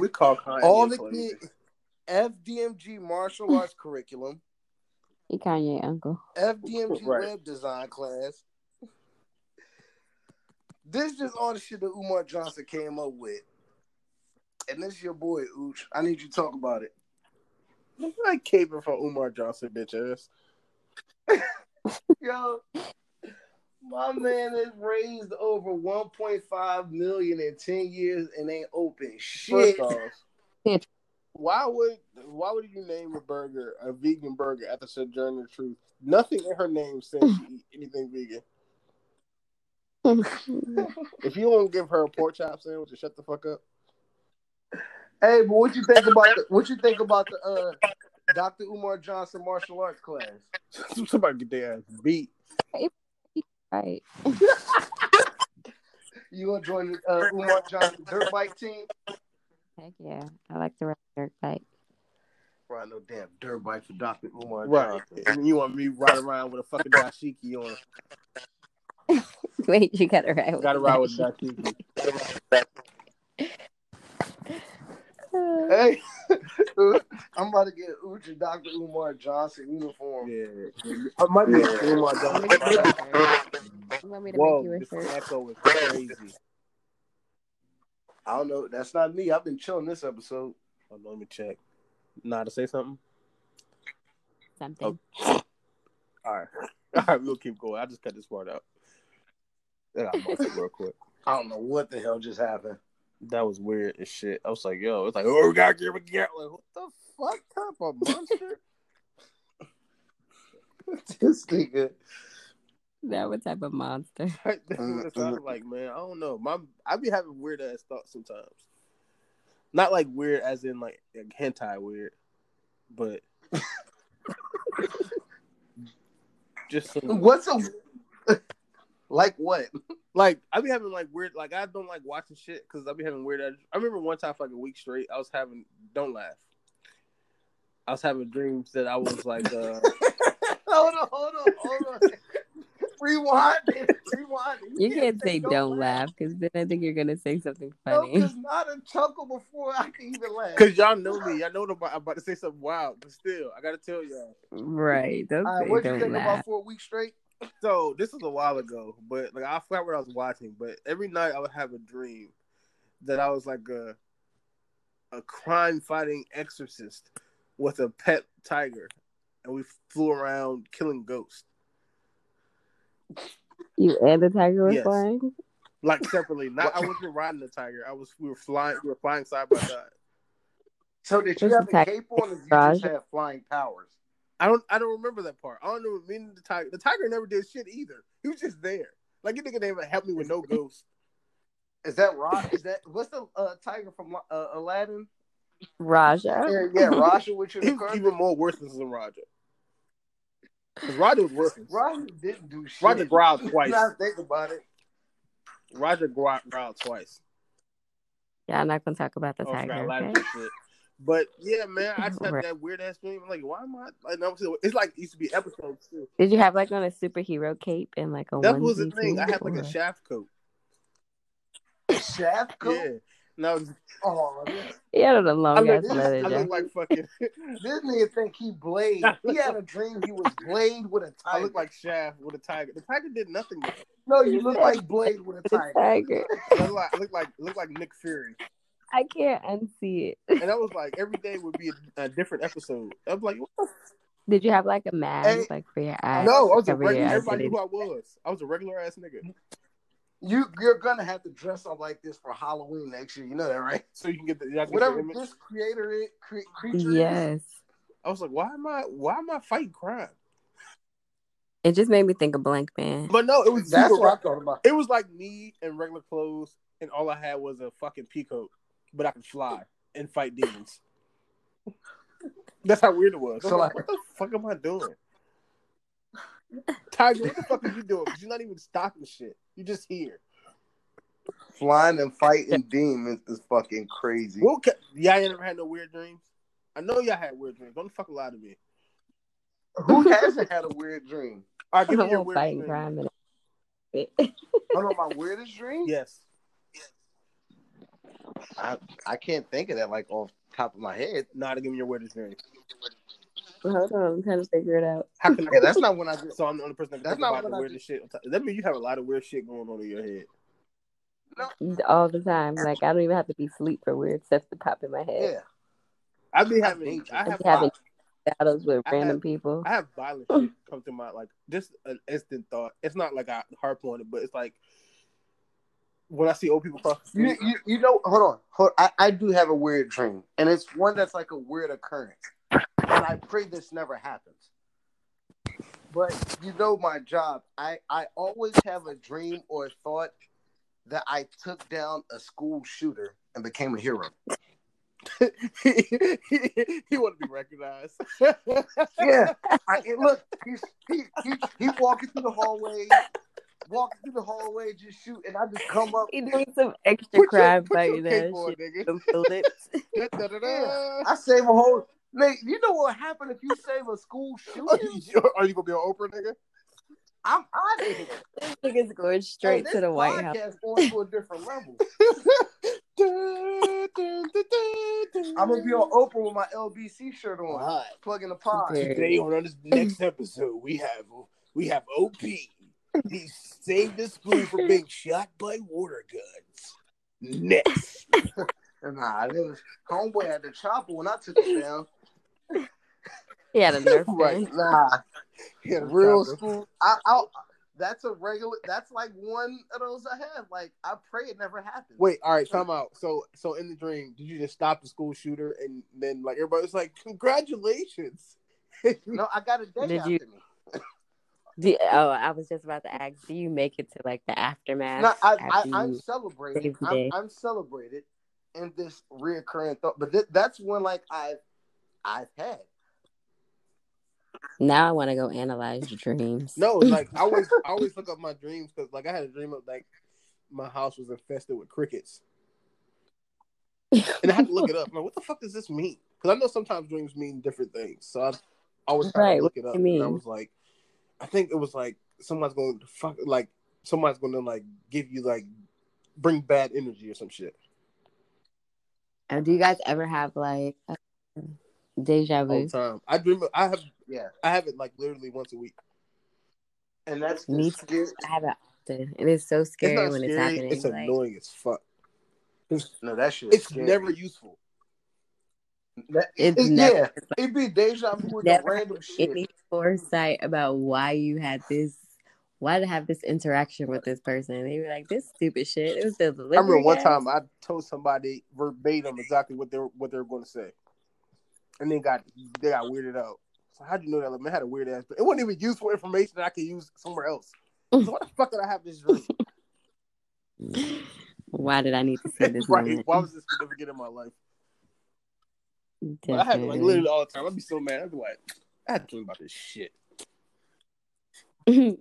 we call Kanye
all the
for
kids FDMG martial arts curriculum,
You Kanye uncle. *laughs*
FDMG
Right.
web design class. This is all the shit that Umar Johnson came up with. And this is your boy, Ooch. I need you to talk about it.
everything. I caping for Umar Johnson, bitch ass.
Yo, my man has raised over 1.5 million in 10 years and ain't open shit.
First off,
Shit.
why would why would you name a burger a vegan burger after Sojourner Truth? Nothing in her name says she eat anything vegan. If you don't give her a pork chop sandwich, just shut the fuck up.
Hey, but what you think about the what you think about the uh Dr. Umar Johnson martial arts class?
*laughs* Somebody get their ass beat.
right.
You gonna join the uh, Umar Johnson dirt bike team?
Heck yeah. I like the red dirt bike.
Right, no damn dirt bike for Dr. Umar
Right.
Johnson.
And you want me right around with a fucking dashiki on.
*laughs* Wait, you gotta ride with
Gotta
the
ride
*laughs*
with
bike.
dashiki.
Hey, *laughs* I'm about to get Uch and Dr. Umar Johnson uniform.
Yeah. I might be Umar Johnson.
You want me to
Whoa,
make you a
this
shirt?
echo is crazy.
I don't know. That's not me. I've been chilling this episode.
Hold on, let me check. Nah, to say something.
Something.
All right, *laughs* all right, we'll keep going. I just cut this part out. Yeah, I'm off it real quick.
I don't know what the hell just happened. *laughs*
That was weird as shit. I was like, yo, it's like, oh, we got here, we got like, what the fuck type of monster?
this nigga.
That what type of monster?
That's what it sounded like, man. I don't know. My I be having weird ass thoughts sometimes. Not like weird as in like, like hentai weird, but just some-
What's a like what? *laughs*
like I be having like weird like I don't like watching shit because I be having weird. I remember one time for like a week straight I was having don't laugh. I was having dreams that I was like uh
hold on, hold on, hold on. *laughs* Rewind it. Rewind it.
You can't say don't laugh because then I think you're gonna say something funny.
No, 'cause not a chuckle before I can even laugh.
because y'all know me y'all know that I'm about- I'm about to say something wild but still I gotta tell y'all.
*laughs* right? Don't
All right,
say
what you
don't
think
laugh.
about for a week straight?
So this was a while ago, but like I forgot what I was watching. But every night I would have a dream that I was like a a crime fighting exorcist with a pet tiger, and we flew around killing ghosts,
You and the tiger was
Yes.
flying.
like separately. Not I wasn't riding the tiger. I was we were flying we were flying side by side.
So did you
Just
have a
attack
cape on, or you
Raj.
just have flying powers?
I don't I don't remember that part. I don't know. Me and the tiger the tiger never did shit either. He was just there. Like you nigga didn't even help me with no ghosts.
Is that Raj? Is that what's the uh, tiger from uh, Aladdin?
Raja.
Yeah, yeah, Raja
*laughs*
with
He
your
was
curse.
even more worthless than Roger. Because Roger was
*laughs*
worthless.
Raja didn't do shit.
Roger
*laughs*
growled
Now
twice.
I think about it.
Roger grow- growled twice.
Y'all not gonna talk about the
Oh, I forgot
tiger,
Aladdin
okay?
and shit. *laughs* But yeah, man, I just had
Right.
that weird ass dream. I'm like, why am I? Like, no, it's like it used to be episodes too.
Did you have like on a superhero cape and like a
That
onesie
was the thing. I
too,
had like
or-
a shaft coat. *laughs*
Shaft coat.
Yeah. And I was,
Oh, this,
Yeah, I don't know,
I
long ass
looked
leather
I
jacket.
look like fucking.
this nigga think he Blade. He had a dream he was Blade with a
*laughs* I
tiger.
look like Shaft with a tiger. The tiger did nothing. to me.
no, you look like Blade with a
The
tiger.
tiger.
I look like I look like, look like Nick Fury.
I can't unsee it. *laughs*
And I was like, every day would be a, a different episode. I was like, what the
Did you have like a mask
Hey,
like for your eyes?
no, I was a
cover your
regular.
eyes.
Everybody knew who I was. I was a regular ass nigga.
You you're gonna have to dress up like this for Halloween next year. You know that, right?
So you can get the y'all get the
Whatever
image.
this creator is, cre- creature is.
Yes.
I was like, why am I? Why am I fighting crime?
It just made me think of Blank Man.
But no, it was
That's
super
what I
rough.
thought about.
It was like me in regular clothes, and all I had was a fucking peacoat, but I could fly and fight demons. That's how weird it was. I was
So,
like,
like-
what the fuck am I doing? Tiger, what the fuck are you doing? 'Cause You're not even stopping shit. You just here.
Flying and fighting demons is fucking crazy.
We'll ca- y'all ain't never had no weird dreams. I know y'all had weird dreams. Don't fuck lie to me.
*laughs* Who hasn't had a weird dream?
All right,
*laughs* I'm
give me your
not
weird
fighting
dream.
crime. and- *laughs*
Hold on, my weirdest dream?
Yes.
I, I can't think of that like off the top of my head.
Nah, to give me your weirdest
*laughs*
dream.
Hold on, I'm trying to figure it out.
How can I?
Yeah, that's not when I do.
*laughs* So I'm the only person that can
That's
think
not
about the
what I
weirdest shit. That means you have a lot of weird shit going on in your head.
All the time. Like I don't even have to be asleep for weird stuff to pop in my head.
Yeah,
I be
I
having,
hate you.
I
I
have,
be having
vi-
battles with
I have-
random people.
I have violent shit come to my like just an instant thought. It's not like I harp on it, but it's like when I see old people cross the
you,
street.
you, you know. Hold on, hold. I, I do have a weird dream, and it's one that's like a weird occurrence, and I pray this never happens. But you know my job. I I always have a dream or a thought that I took down a school shooter and became a hero.
*laughs* he want to be
*laughs*
recognized. I
*laughs*
Yeah. I, and look, he's, he, he, he walking through the hallway, walking through the hallway, just shoot, and I just come up.
He doing some extra
Put your-
crime
put your
fighting
cape
that
on,
shit.
nigga.
Some *laughs* bullets.
Da-da-da-da.
I save a whole. Nate, you know what happened if you save a school
Are
*laughs*
shooting?
you, are you gonna be an Oprah nigga?
I'm out of here.
This nigga's
Oh,
going
Hey,
straight
this
to the White House.
podcast going to a different level. I'm gonna be
*laughs*
on Oprah with my LBC shirt on, plugging the pod.
Dude.
Today on this next episode, we have we have OP. He saved the school from being shot by water guns. next.
Nah, it was homeboy had the chopper when I took it down.
He *laughs* had a nerf
Right. *laughs*
gun.
Nah,
Yeah,
real
chopper.
school. I, I, that's a regular. That's like one of those I have. Like I pray it never happens.
Wait, all right, time out. So, so in the dream, did you just stop the school shooter and then like everybody was like, "Congratulations!"
no, I got a day
Did
after
you-
me.
Do- oh, I was just about to ask. Do you make it to like the aftermath?
No, I, I,
after
I'm
you-
celebrated.
Save the
I'm,
day.
I'm celebrated in this reoccurring thought. But th- that's one like I've, I've had.
Now I want to go analyze your dreams. *laughs*
No, like I always, I always look up my dreams because like I had a dream of like my house was infested with crickets, and I had to
*laughs*
look it up. I'm like, what the fuck does this mean? Because I know sometimes dreams mean different things. So I always try
Right,
to look
what
it
do
up.
you
And I
mean?
was like, I think it was like someone's going to fuck, like someone's going to like give you like bring bad energy or some shit.
Uh, Do you guys ever have like uh, deja
all
vu?
the time. I dream. Of, I have.
Yeah.
I have it like literally once a week.
And that's
Me
just scary.
I have it often. It is so
It's
scary
not
when
scary.
it's happening.
It's
like,
annoying as fuck. It's,
No, that shit. Is
it's
scary.
never useful.
That,
It's
it-
never-
yeah, it'd be deja vu with the
Never
random shit.
any foresight about why you had this, why to have this interaction with this person. They were like, this stupid shit. It was the delivery.
I remember one
guy."
time I told somebody verbatim exactly what they were what they were going to say, and they got they got weirded out. So how'd you know that? Like, man, I had a weird ass. It wasn't even useful information that I could use somewhere else. So why the fuck did I have this dream?
Why did I need to
*laughs*
see *laughs* this
right?
moment?
Why was this significant in my life? But I had it like
Definitely.
literally all the time. I'd be so mad. I'd be like, I had to dream about this shit.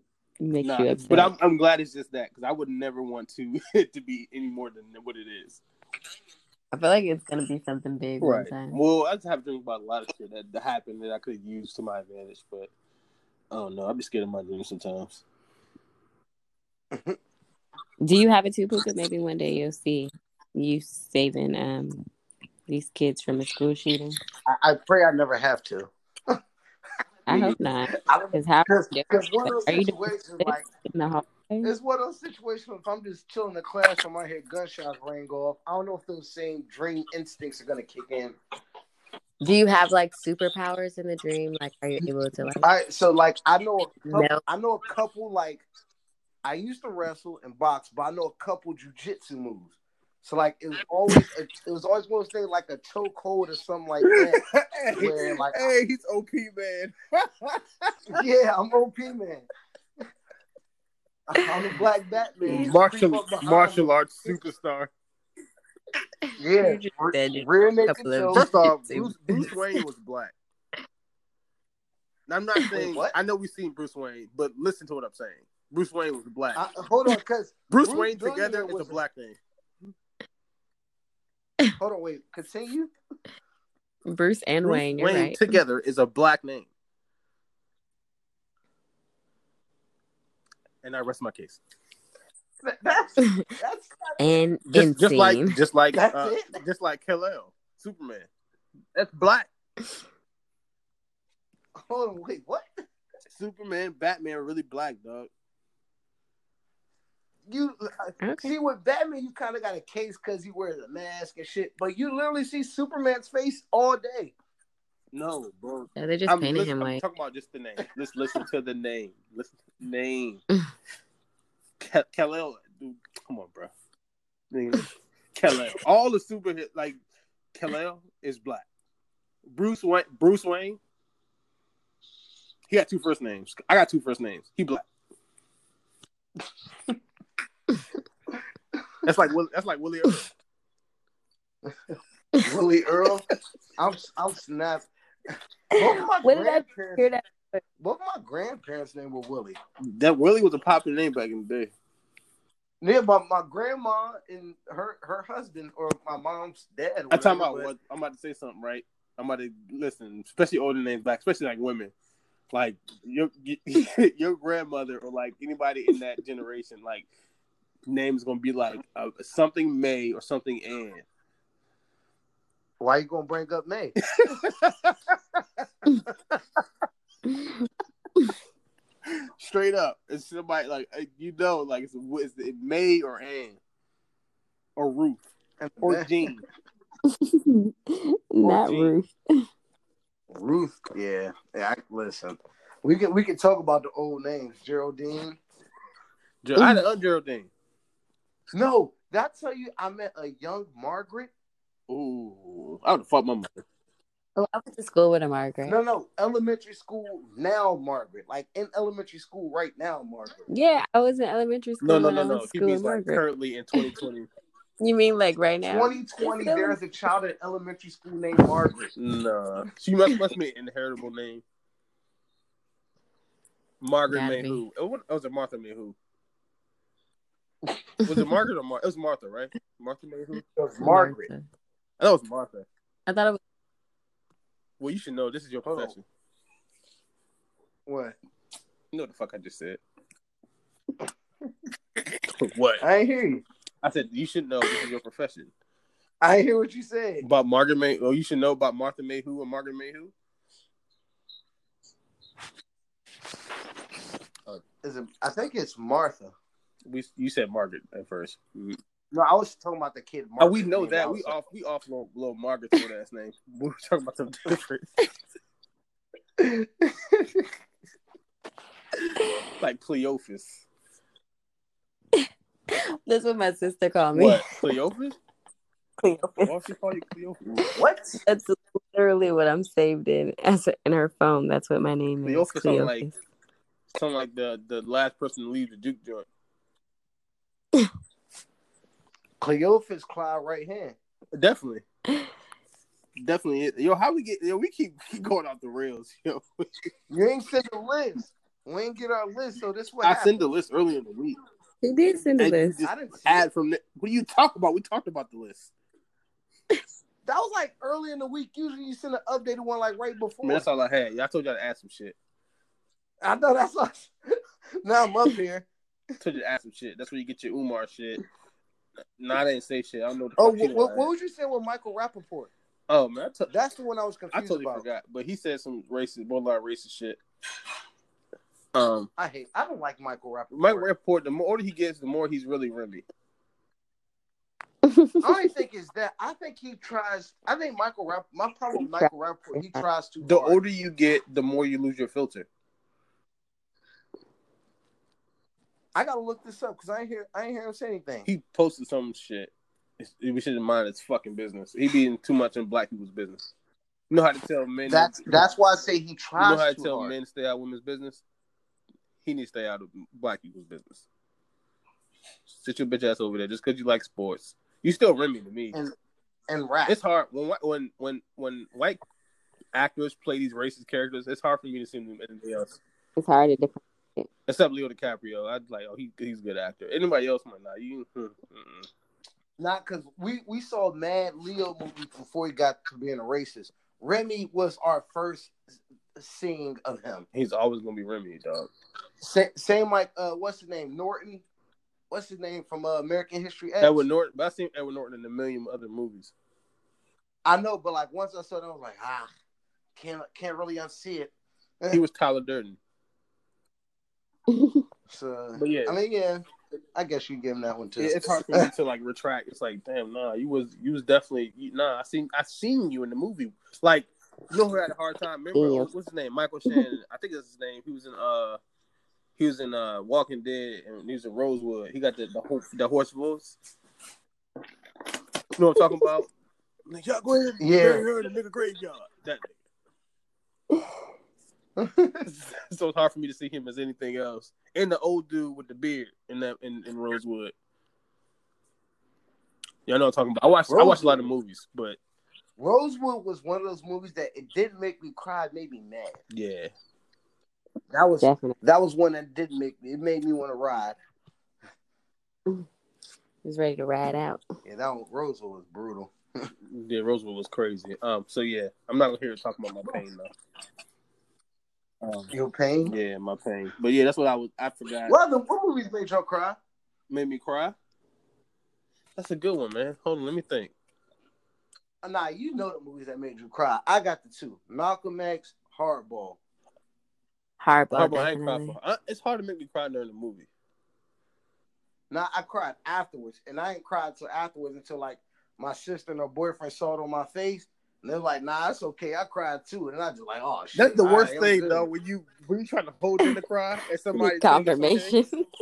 *laughs* Makes
Nah,
you upset.
but I'm, I'm glad it's just that because I would never want to *laughs* it to be any more than what it is.
I feel like it's gonna be something big one time.
Well, I just have to think about a lot of shit that, that happened that I could have used to my advantage, but I don't know. I'd be scared of my dreams *laughs* sometimes.
Do you have it too, Puka? Maybe one day you'll see you saving um these kids from a school shooting.
I, I pray I never have to.
I hope not.
I don't
Because how
Because
Yeah.
one of those
Are you doing
situations,
this
like,
in the hallway?
it's one of those situations if I'm just chilling in the classroom, I hear gunshots ring off. I don't know if those same dream instincts are going to kick in.
Do you have like superpowers in the dream? Like, are you able to like
All right, so, like, I know a couple,
No.
I know a couple, like, I used to wrestle and box, but I know a couple jujitsu moves. So like it was always a, it was always one of those things like a chokehold or something like
*laughs*
that. Where, like-
hey, he's OP
*laughs*
man.
yeah, I'm OP man. I'm a black Batman. Creep
martial
up behind
martial arts superstar.
him. Yeah,
You just
re-
said you-
rear naked
couple of-
choke.
First off, Bruce,
*laughs*
Bruce Wayne was black. Now, I'm not saying
what?
I know we've seen Bruce Wayne, but listen to what I'm saying. Bruce Wayne was black.
I, hold on, cause
Bruce,
Bruce
Wayne
Jr.
together is
was
a
a-
black name.
hold on, wait,
*laughs*
continue.
Bruce and
Bruce
Wayne? You're right.
together is a black name. And I rest my case.
That- That's that's
and
Just, just like,
insane.
just like,
That's
uh,
it?
just like Kal-El, Superman. That's black.
hold on, wait, what?
Superman, Batman, are really black, dog.
You uh,
okay.
see with Batman, you kind of got a case because he wears a mask and shit, but you literally see Superman's face all day.
No, bro.
So they just
I'm,
painted
lis-
him
I'm
like
talking about just the name. Let's listen to the name. Listen to the
*laughs*
name. Ka- Kal-El, dude, come on, bro. Nigga, Kal-El, all the super hit like Kal-El is black. Bruce Wayne, Bruce Wayne, he got two first names. I got two first names. He
*laughs*
black. that's like Will- that's like Willie. Earl.
*laughs* Willie Earl. I'm I'm snapped. Both of my
What did I
grandparents,
hear that.
both of my grandparents' name were Willie.
That Willie was a popular name back in the day.
Yeah, my, my grandma and her her husband or my mom's dad. or
I'm talking about
whatever, but-
what I'm about to say something, right? I'm about to listen, especially older names black, especially like women. Like your *laughs* your grandmother or like anybody in that generation, like name's gonna be like uh, something May or something Ann.
Why you gonna bring up
*laughs*
May?
Straight up, it's somebody like uh, you know, like it's, it's it May or Ann. or Ruth *laughs* or Jean. *laughs*
Not
Jean.
Ruth.
Ruth. Yeah. yeah I, listen, we can we can talk about the old names. Geraldine.
Ger- I had an Geraldine.
No, did I tell you I met a young Margaret?
Ooh, I would have fought my mother.
Oh, I went to school with a Margaret.
No, no, elementary school now Margaret. Like in elementary school right now Margaret.
Yeah, I was in elementary school.
No, no,
when
no,
I went
no.
to
He
School
means
with
like
Margaret.
currently in 2020.
You mean like right now?
2020, there is a child in elementary school named Margaret.
nah, *laughs* she must must be an inheritable name. Margaret
Gotta
May
be.
who? Oh, what, oh, was it Martha May who? Was it Margaret or Mar? It was Martha, right? Martha May who?
Because Margaret.
Martha.
I know it was Martha.
I thought it was.
Well, you should know. This is your
Hold on.
profession.
What?
You know what the fuck I just said. *laughs* what?
I ain't hear you.
I said you should know. This is your profession.
I ain't hear what you said.
About Margaret May. Oh, you should know about Martha Mayhew and Margaret Mayhew.
Is it, I think it's Martha.
We you said Margaret at 1st
No, I was talking about the kid.
Oh,
Margaret
we know
named
that. We
also.
off we off little, little Margaret's old ass name. *laughs* We were talking about something
*laughs*
different. like Cleophas.
That's what my sister called me.
What?
*laughs*
Cleophas?
*laughs* Cleophas.
Why she call you Cleophas?
what?
That's literally what I'm saved in as in her phone. That's what my name is.
Cleophas sound like-
Cleophas.
Something like the the last person to leave the Duke joint.
Cleophas Clyde right hand. *laughs*
Definitely. Definitely. it. Yo, how we get yo, we keep, *laughs* keep going off the rails, yo.
You ain't send a list. We ain't get our list, so this what
I sent
happened.
the list earlier in the week.
He did send a
And you
list.
just
I didn't see it.
add from the, what do you talk about? We talked about the list.
That was like early in the week. Usually you send an updated one like right
I
before.
mean, that's all I had. Y'all told y'all to add some shit.
I know that's all. *laughs* now I'm
*laughs*
up here.
I told you to add some shit. That's where you get your Umar shit. Nah, I didn't say shit. I don't know. What the
Oh,
fuck she
what,
done
what,
add.
what was you saying with Michael Rappaport?
Oh man, I to-
That's the one I was confused
I totally
about.
forgot. But he said some racist, borderline racist shit. Um,
I hate. I don't like Michael Rappaport.
Mike Rapport, the more older he gets, the more he's really rimmy.
I don't think it's that. I think he tries. I think Michael Rapp. My problem with Michael Rappaport, he tries too
The
hard.
older you get, the more you lose your filter.
I gotta look this up because I ain't hear. I ain't hear him say anything.
He posted some shit. It's, we shouldn't mind his fucking business. He being too much in black people's business. You know how to tell men
that's that's why I say he
you know
tries
how to
too
tell
hard.
men to stay out of women's business. He needs to stay out of black people's business. Sit your bitch ass over there just because you like sports. You still rimmy to me.
and rap.
it's hard when whi- when when when white actors play these racist characters. It's hard for me to see them in anything else
It's hard to different.
except Leo DiCaprio. I'd like, oh, he he's a good actor. Anybody else might not. You, mm, mm.
Not because we we saw Mad Leo movie before he got to being a racist. Remy was our first seeing of him.
he's always gonna be Remy, dog.
Sa- same like uh, what's his name Norton? What's his name from uh, American History X?
Edward Norton. But I seen Edward Norton in a million other movies.
I know, but like once I saw that, I was like, ah, can't can't really unsee it.
He was Tyler Durden.
*laughs*
So
But yeah,
I mean, yeah, I guess you give him that one too.
it- it's hard for me to like retract. It's like, damn, nah, you was you was definitely you, nah. I seen I seen you in the movie. Like, you know who had a hard time? Remember uh,
Yeah.
what's his name? Michael Shannon. I think that's his name. He was in uh he was in uh Walking Dead and he was in Rosewood. He got the the, ho- the horse voice. You know what I'm talking about? Like, y'all go ahead and
Yeah.
bury her in the nigga graveyard. That nigga. *laughs* so it's hard for me to see him as anything else. And the old dude with the beard in that in, in Rosewood. Y'all know what I'm talking about. I watched I watched a lot of movies, but
*laughs* Rosewood was one of those movies that it didn't make me cry, it made me mad.
yeah.
That was
Definitely.
that was one that did make me. It made me want to ride.
He's ready to ride out.
Yeah, that one, Rosewood was brutal.
Yeah, Rosewood was crazy. Um, so yeah, I'm not gonna hear it talk about my pain though. Um,
Your pain.
yeah, my pain. But yeah, that's what I was. I forgot.
What other what movies made y'all cry?
made me cry? That's a good one, man. Hold on, let me think.
Uh, Nah, you know the movies that made you cry. I got the two: Malcolm X, Hardball.
Hardball.
Hard, I ain't cry
*laughs* definitely.
for, I, it's hard to make me cry during the movie.
Now I cried afterwards, and I ain't cried till afterwards until like my sister and her boyfriend saw it on my face, and they're like, "Nah, it's okay." I cried too, and I just like, "Oh shit."
That's the
all right,
worst
it was
thing
good."
though. When you when you trying to hold in the *laughs* cry and somebody think it's okay.
Confirmation. *laughs*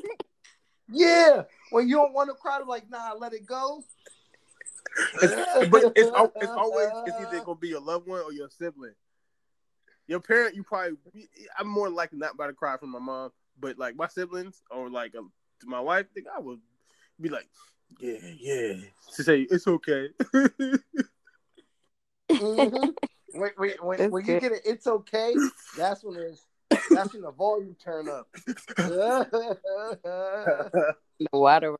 Yeah, when you don't want to cry, they're like, "Nah, let it go."
It's, but it's, al- it's always it's
*laughs*
either gonna be your loved one or your sibling. Your parent, you probably I'm more likely not about to cry from my mom, but like my siblings or like um, my wife, think I would be like, yeah, yeah, to say it's okay. *laughs*
Mhm.
*laughs*
When, when, when,
That's
when you
good.
get it, it's okay. That's when it's that's when the volume turn up. *laughs* hey,
the water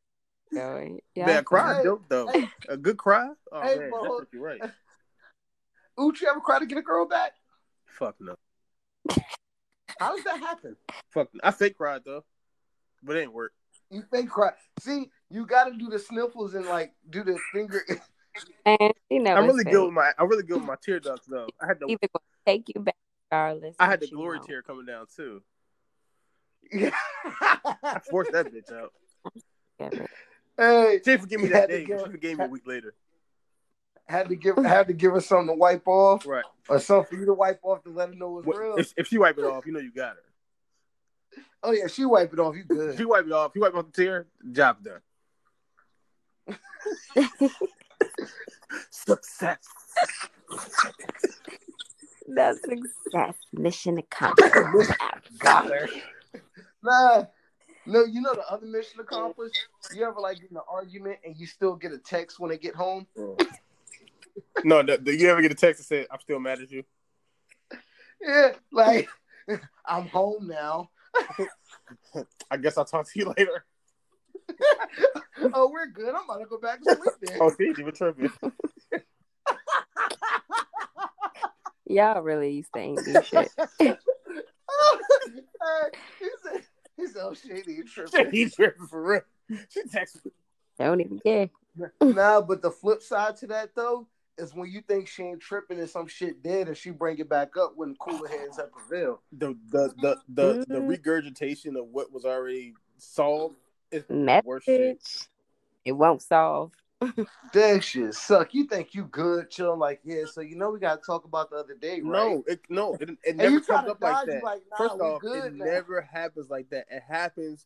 going.
Man, cry
Hey,
dope though. A good cry. Oh
Hey,
man,
Mo.
that's what you're
*laughs*
right.
Uchi ever cry to get a girl back?
Fuck no.
How does that happen?
Fuck. No. I fake cried though, but it ain't work.
You think cry? See, you got to do the sniffles and like do the finger. *laughs*
And you know,
I'm
it's
really
fake.
good with my I'm really good with my tear ducts though. I had the
Either gonna take you back, regardless.
I had
what
the
you
glory
want.
tear coming down too. I
hey,
forced that bitch out.
Yeah,
She forgave me
You
that
had to
day, but
give
she
her-
forgave me a week later.
had to give had to give her something to wipe off
Right.
or something for you to wipe off to let her know it's
What-
real.
If, if she wipe it off, you know you got her.
Oh yeah, she wipe it off. You
If she
good?
wipe it off, you wipe off the tear, job done.
but-
Success.
That's success. Mission accomplished. *laughs*
Got her. Nah. No, you know the other mission accomplished. You ever like get in an argument and you still get a text when they get home?
No, no, do you ever get a text that said, I'm still mad at you?
Yeah, like *laughs* I'm home now.
I guess I'll talk to you *laughs* later.
oh, we're good. I'm about to go back to sleep then.
*laughs* Oh, see, you were tripping.
Y'all really used to ain't do shit.
*laughs* Hey, he said, he said, oh, shady you tripping.
He's tripping for real. She texted me.
Don't even care.
nah, but the flip side to that though is when you think she ain't tripping and some shit dead, and she bring it back up when cooler heads have prevailed.
The, the, the, the, the
Mhm.
regurgitation of what was already solved is the *laughs* worst shit.
Message. It won't solve.
That shit suck. You think you good, chill, like yeah. So you know we gotta talk about the other day, right?
No, it, no, it, it
and
never
you try
comes
to
up like
dodge. You
that.
like, nah,
First
we
off,
good
it
now.
never happens like that. It happens.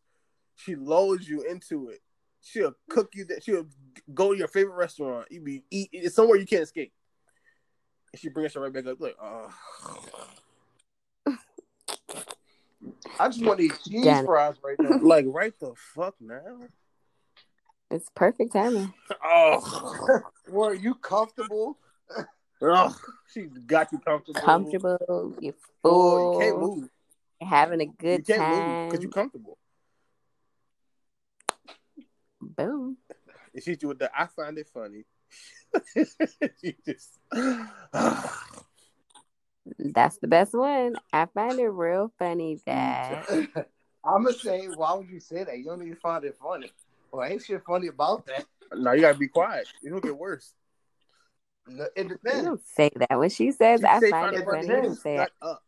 She lulls you into it. She'll cook you. That she'll go to your favorite restaurant. You be eat. It's somewhere you can't escape. And she brings her right back up. Like, oh,
I just want to eat cheese
Damn it.
fries right now.
*laughs* like right the fuck now.
It's perfect timing.
Oh,
Were you *laughs* comfortable?
oh, she got you comfortable.
Comfortable. You
Oh,
full.
you can't move.
you're Having a good
you can't move
time.
because you're comfortable.
Boom.
And she do it. the I find it funny. *laughs* she just.
That's the best one. I find it real funny that
I'm gonna say, why would you say that? You don't even find it funny. Well, ain't shit funny about that.
No, you gotta be quiet. It'll get worse.
No, it
you
depends.
don't say that. When she says
You
I
say
find
find
it
a
funny,
funny
you
thing,
don't say
shut up.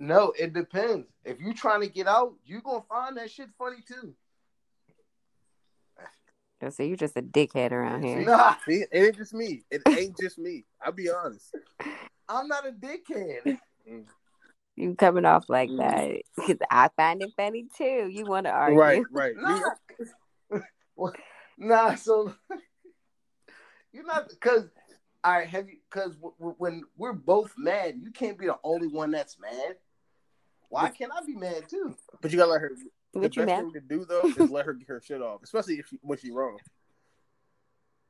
No, it depends. If you trying to get out, you gonna find that shit funny too.
it. So you're just a dickhead around
Hmm.
here.
Nah,
See, it ain't just me.
*laughs*
It ain't just me. I'll be honest.
I'm not a dickhead.
You coming off like
Mm-hmm.
that. *laughs* 'Cause I find it funny too. You want to argue. *laughs*
Right, right.
Nah,
*laughs*
Well, nah. So *laughs* you're not because. All right, have you? Because w- w- when we're both mad, you can't be the only one that's mad. Why can't I be mad too?
But you gotta let her. The
What
best
you mad?
thing to do though is let her get her shit off, especially if she, when she *laughs* wrong.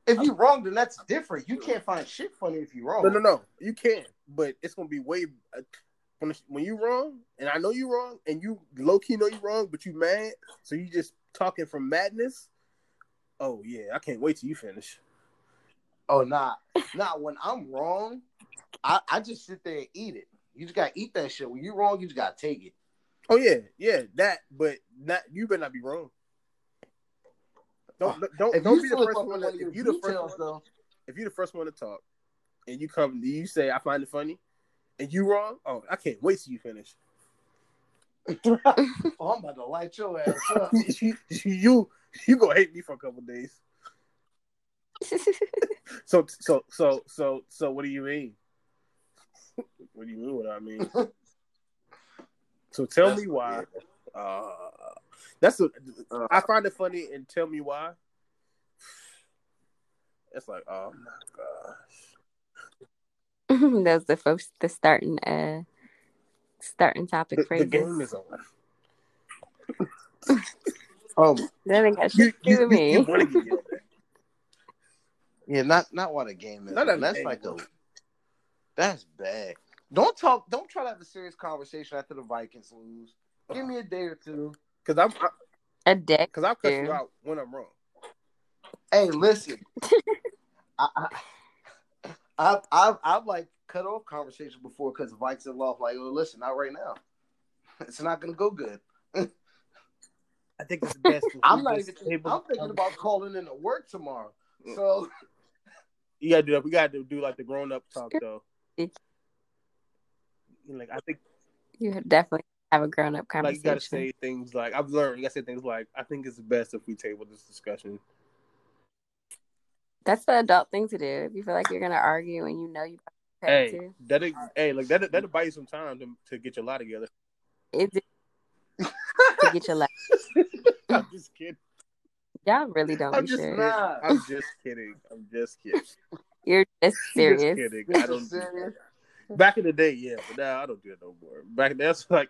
If you wrong, then that's different. You can't find shit funny if you wrong.
No, no, no. You can, but it's gonna be way uh, when when you wrong, and I know you wrong, and you low key know you wrong, but you mad, so you just talking from madness. Oh yeah, I can't wait till you finish.
Oh, nah, nah. When I'm wrong, I, I just sit there and eat it. You just gotta eat that shit. When you wrong, you just gotta take it.
Oh yeah, yeah, that. But not you better not be wrong. Don't don't
Oh, If
don't
you
be the
slip
first
up
one.
on
To,
one of your
if you the first
details,
one,
though,
if you the first one to talk, and you come, you say I find it funny, and you wrong. Oh, I can't wait till you finish. *laughs*
*laughs*
*laughs*
oh, I'm about to light your ass up.
you you gonna hate me for a couple days.
*laughs*
So so so so so what do you mean? *laughs* what do you mean what I
*laughs*
mean? so tell me why. Uh, that's a, I find it funny and tell me why. It's like, oh my gosh.
that was the folks the starting uh starting topic
The, the
phrases.
game is over.
Oh, my-
That ain't got
You,
shit to do
you,
with
you, you
me.
wanna get yelled at.
yeah, not not what a game is.
Not a
that's
game.
like a that's bad. Don't talk. Don't try to have a serious conversation after the Vikings lose. Give me a day or two.
Cause I'm I,
A dick.
cause I'll cut you
Yeah.
out when I'm wrong.
Hey,
*laughs*
listen, I, I, I, I, I've like cut off conversation before because the Vikings have lost. Like, well, listen, not right now. *laughs* It's not gonna go good.
I think it's best. if
*laughs* I'm
we
not
just
even.
table
I'm
the
thinking about calling in to work tomorrow.
Mm.
So *laughs*
You gotta do that. We gotta do like the grown up talk though. Like I think
You had definitely have a grown up
like
conversation.
you gotta say things like I've learned. You gotta say things like I think it's best if we table this discussion.
That's the adult thing to do. If you feel like you're gonna argue and you know you have
Hey,
to,
that hey, like that that'll buy you some time to, to get your lie together. *laughs*
it's to get your life.
I'm just kidding.
Y'all really don't
I'm
be
just
sure.
Nah.
I'm just kidding. I'm just kidding.
You're
*laughs*
just *laughs* serious.
Just kidding.
This
I
is
don't. do
serious.
that. Back in the day, yeah, but now I don't do it no more. Back that's like,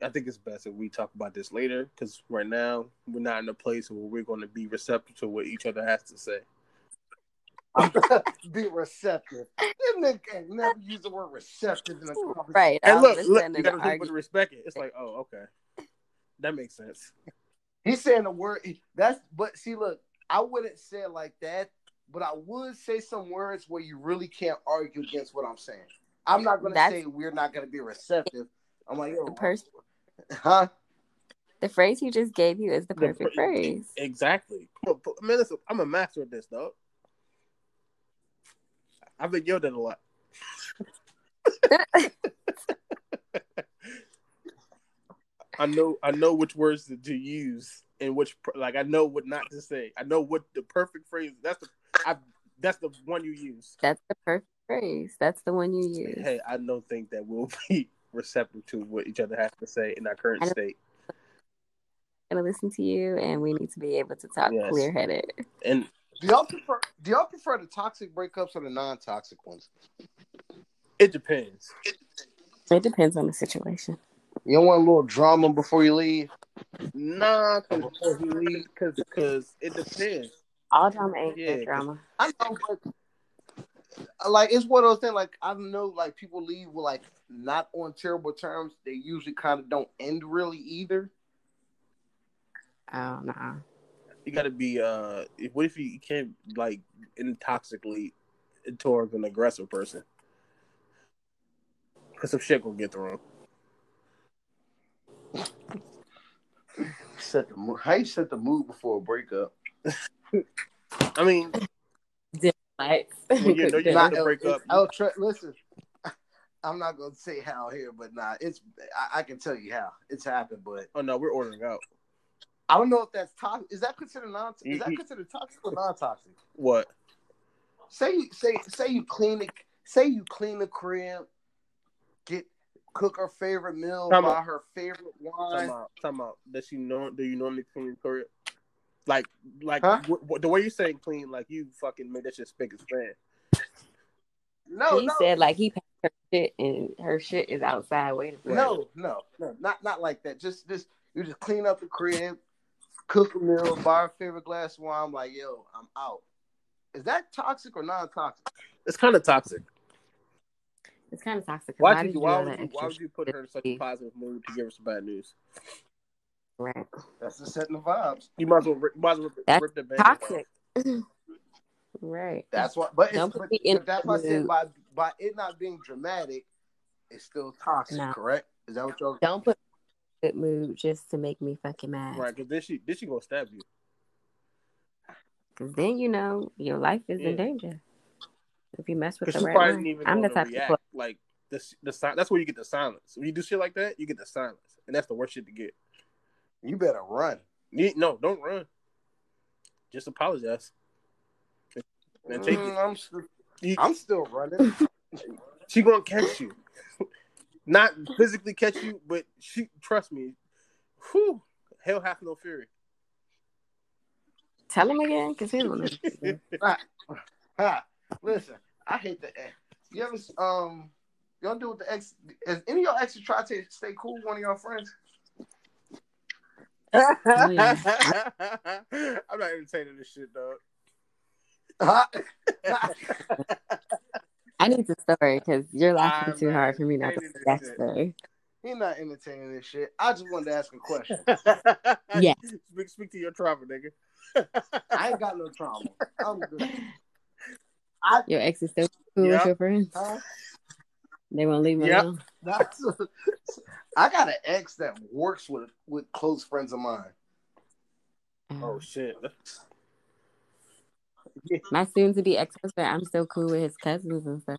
I think it's best if we talk about this later because right now we're not in a place where we're going to be receptive to what each other has to say.
*laughs* be receptive. That nigga ain't never use the word receptive in a conversation.
Right.
And
I'll
look,
listen
look,
and
you got to
argue.
put respect it. It's like, oh, okay, that makes sense.
He's saying a word. That's but see, look, I wouldn't say it like that, but I would say some words where you really can't argue against what I'm saying. I'm not gonna
That's-
say we're not gonna be receptive. I'm like,
The
yo,
pers-
huh?
the phrase he just gave you is the
The-
perfect phrase.
e-, Exactly. But- but, Man, listen, I'm a master at this, though. I've been yelled at a lot. I know, I know which words to, to use and which, pr- like, I know what not to say. I know what the perfect phrase. That's the, I, that's the one you use.
That's the perfect phrase. That's the one you use.
Hey, I don't think that we'll *laughs* be receptive to what each other has to say in our current
I don't-
state.
gonna listen to you, and we need to be able to talk
Yes.
clear headed.
And
Do y'all prefer do y'all prefer the toxic breakups or the non toxic ones?
it depends.
It depends on the situation.
You don't want a little drama before you leave?
Nah, *laughs* because because it depends.
All drama ain't
Yeah,
good drama.
I know, but uh, like it's one of those things. Like I know, like people leave with like not on terrible terms. They usually kind of don't end really either.
Oh no.
You gotta be. Uh, if- what if you, you can't like intoxically towards an aggressive person? Cause some shit gonna get thrown.
Set the mood. How you set the mood before a breakup?
I mean,
Like,
Well,
*laughs*
yeah, no, you-
Not-
to break
it's
up.
ultra- listen, *laughs* I'm not gonna say how here, but nah, it's I, I can tell you how it's happened, but
oh no, we're ordering out.
I don't know if that's toxic. Is that considered non?
You-
Is that
you-
considered toxic or non-toxic?
What?
Say you say say you clean the say you clean the crib, get cook her favorite meal,
Time
buy
out.
her favorite
Time
wine.
out. Time out. Does you know? Do you normally clean your crib? Like, like
Huh?
wh- wh- the way you're saying clean, like you fucking made that shit spick and span.
No,
he
no,
said like he packed her shit and her shit is outside waiting for her.
no, no, no, not not like that. Just just you just clean up the crib, cook a meal, buy her favorite glass of wine. I'm like, yo, I'm out. Is that toxic or non-toxic?
It's kind of toxic.
It's kind of toxic. 'cause
Why, did you,
do
why
all
would
that
you? Why
extra
would you put her in such a positive mood to give her some bad news?
shit, right?
That's just setting the vibes.
You might as well rip, might as well
That's
rip the band
Toxic. *laughs* right.
That's why. But it's,
Don't
but,
put me in
but that's
the
why I said
mood.
by by it not being dramatic, it's still toxic.
No.
Correct? Is that what y'all?
Don't put me in a good mood just to make me fucking mad.
Right, because then she then she gonna stab you.
Because then you know your life is
Yeah.
in danger. If you mess with
Because she
the right
probably
one.
didn't even
I'm the
want to
type of
react. Like the the si- that's where you get the silence. When you do shit like that, you get the silence, and that's the worst shit to get.
You better run.
You, no, don't run. Just apologize. And take
Mm, I'm, st-
it.
I'm still running. *laughs*
She gonna catch you. *laughs* Not physically catch you, but she trust me. Whew, hell hath no fury. *laughs*
Tell him again, because he's one of
*laughs*
Ha, listen, I hate the ex. You ever um y'all do with the ex? Has any of your exes try to stay cool with one of your friends?
yeah.
I'm not entertaining this shit, dog. *laughs*
Huh?
I need the story because you're laughing
I'm
too
not
hard for me not to
entertaining this
that
shit.
story.
He not entertaining this shit. I just wanted to ask a question.
Yeah.
Speak, speak to your trauma, nigga.
I ain't got no trauma. I'm good. I
Your ex is so cool
Yeah.
with your friends.
huh? *laughs*
They won't leave me
Yep.
alone.
That's I got an ex that works with with close friends of mine. *laughs*
Oh
Uh,
shit.
My soon to be ex husband, I'm still cool with his cousins and stuff.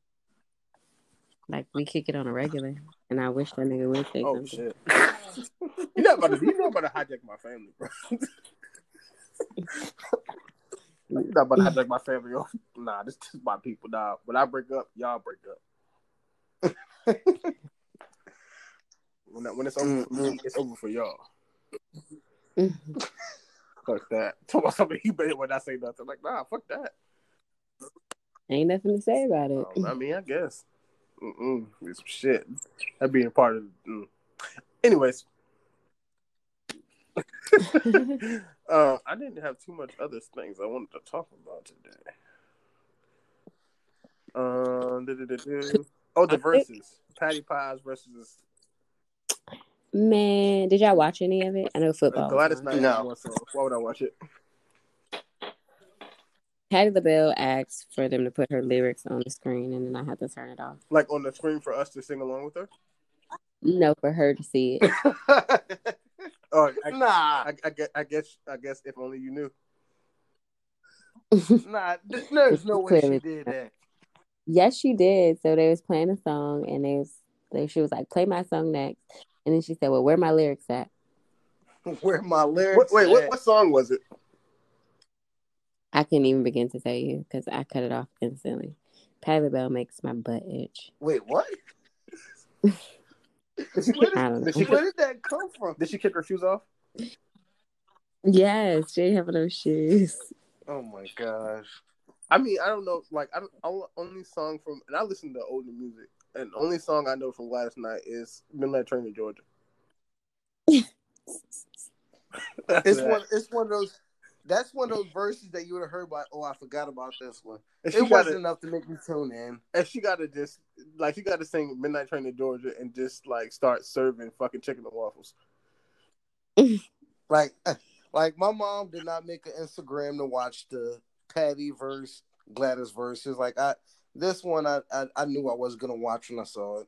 Like we kick it on a regular. And I wish that nigga would say
Oh
something.
shit. you know about to, you know about to hijack my family, bro. *laughs* you know about to hijack my family. *laughs* yo. Nah, this, this is my people. Nah, when I break up, y'all break up. *laughs* when that, when it's over, for me, it's over for y'all.
Mhm.
Fuck that. *laughs* Tell me something. You better when I say nothing. Like nah, fuck that.
Ain't nothing to say about it.
Um, I mean, I guess. Mm-mm, it's some shit. That being a part of. Mm. Anyways, uh, I didn't have too much other things I wanted to talk about today. Um, du-du-du-du. oh, the verses. Patty Pies versus
Man, did y'all watch any of it? I know
uh,
football. was
Gladys
on.
Knight.
No.
No. So why would I watch it?
Patty LaBelle asked for them to put her lyrics on the screen, and then I had to turn it off.
Like on the screen for us to sing along with her?
No, for her to see
*laughs*
it.
Oh, I,
nah,
I, I, guess, I guess. I guess if only you knew.
nah. th- There's no way she
Clearly.
did that.
yes, she did. So they was playing a song, and they was they, she was like, "Play my song next," and then she said, "Well, where my lyrics at?"
Where my
What,
lyrics?
wait, what,
at?
what song was it?
I couldn't even begin to tell you because I cut it off instantly. Patty LaBelle makes my butt itch.
Wait, what?
Did she,
I don't know.
did she,
Where did that come from?
did she kick her shoes off?
*laughs* Yes, she didn't have no shoes.
Oh my gosh.
I mean, I don't know. Like, I don't, I- only song from, and I listen to older music, and the only song I know from last night is "Midnight Train to Georgia." *laughs* That's
It's
it.
one. It's one of those. That's one of those verses that you would have heard by. Oh, I forgot about this one.
And she
It
gotta,
wasn't enough to make me tune in.
and she gotta just like she gotta sing "Midnight Train to Georgia" and just like start serving fucking chicken and waffles.
Like, *laughs* like my mom did not make an Instagram to watch the Patty verse, Gladys verses. Like I, this one I, I, I knew I was gonna watch when I saw it.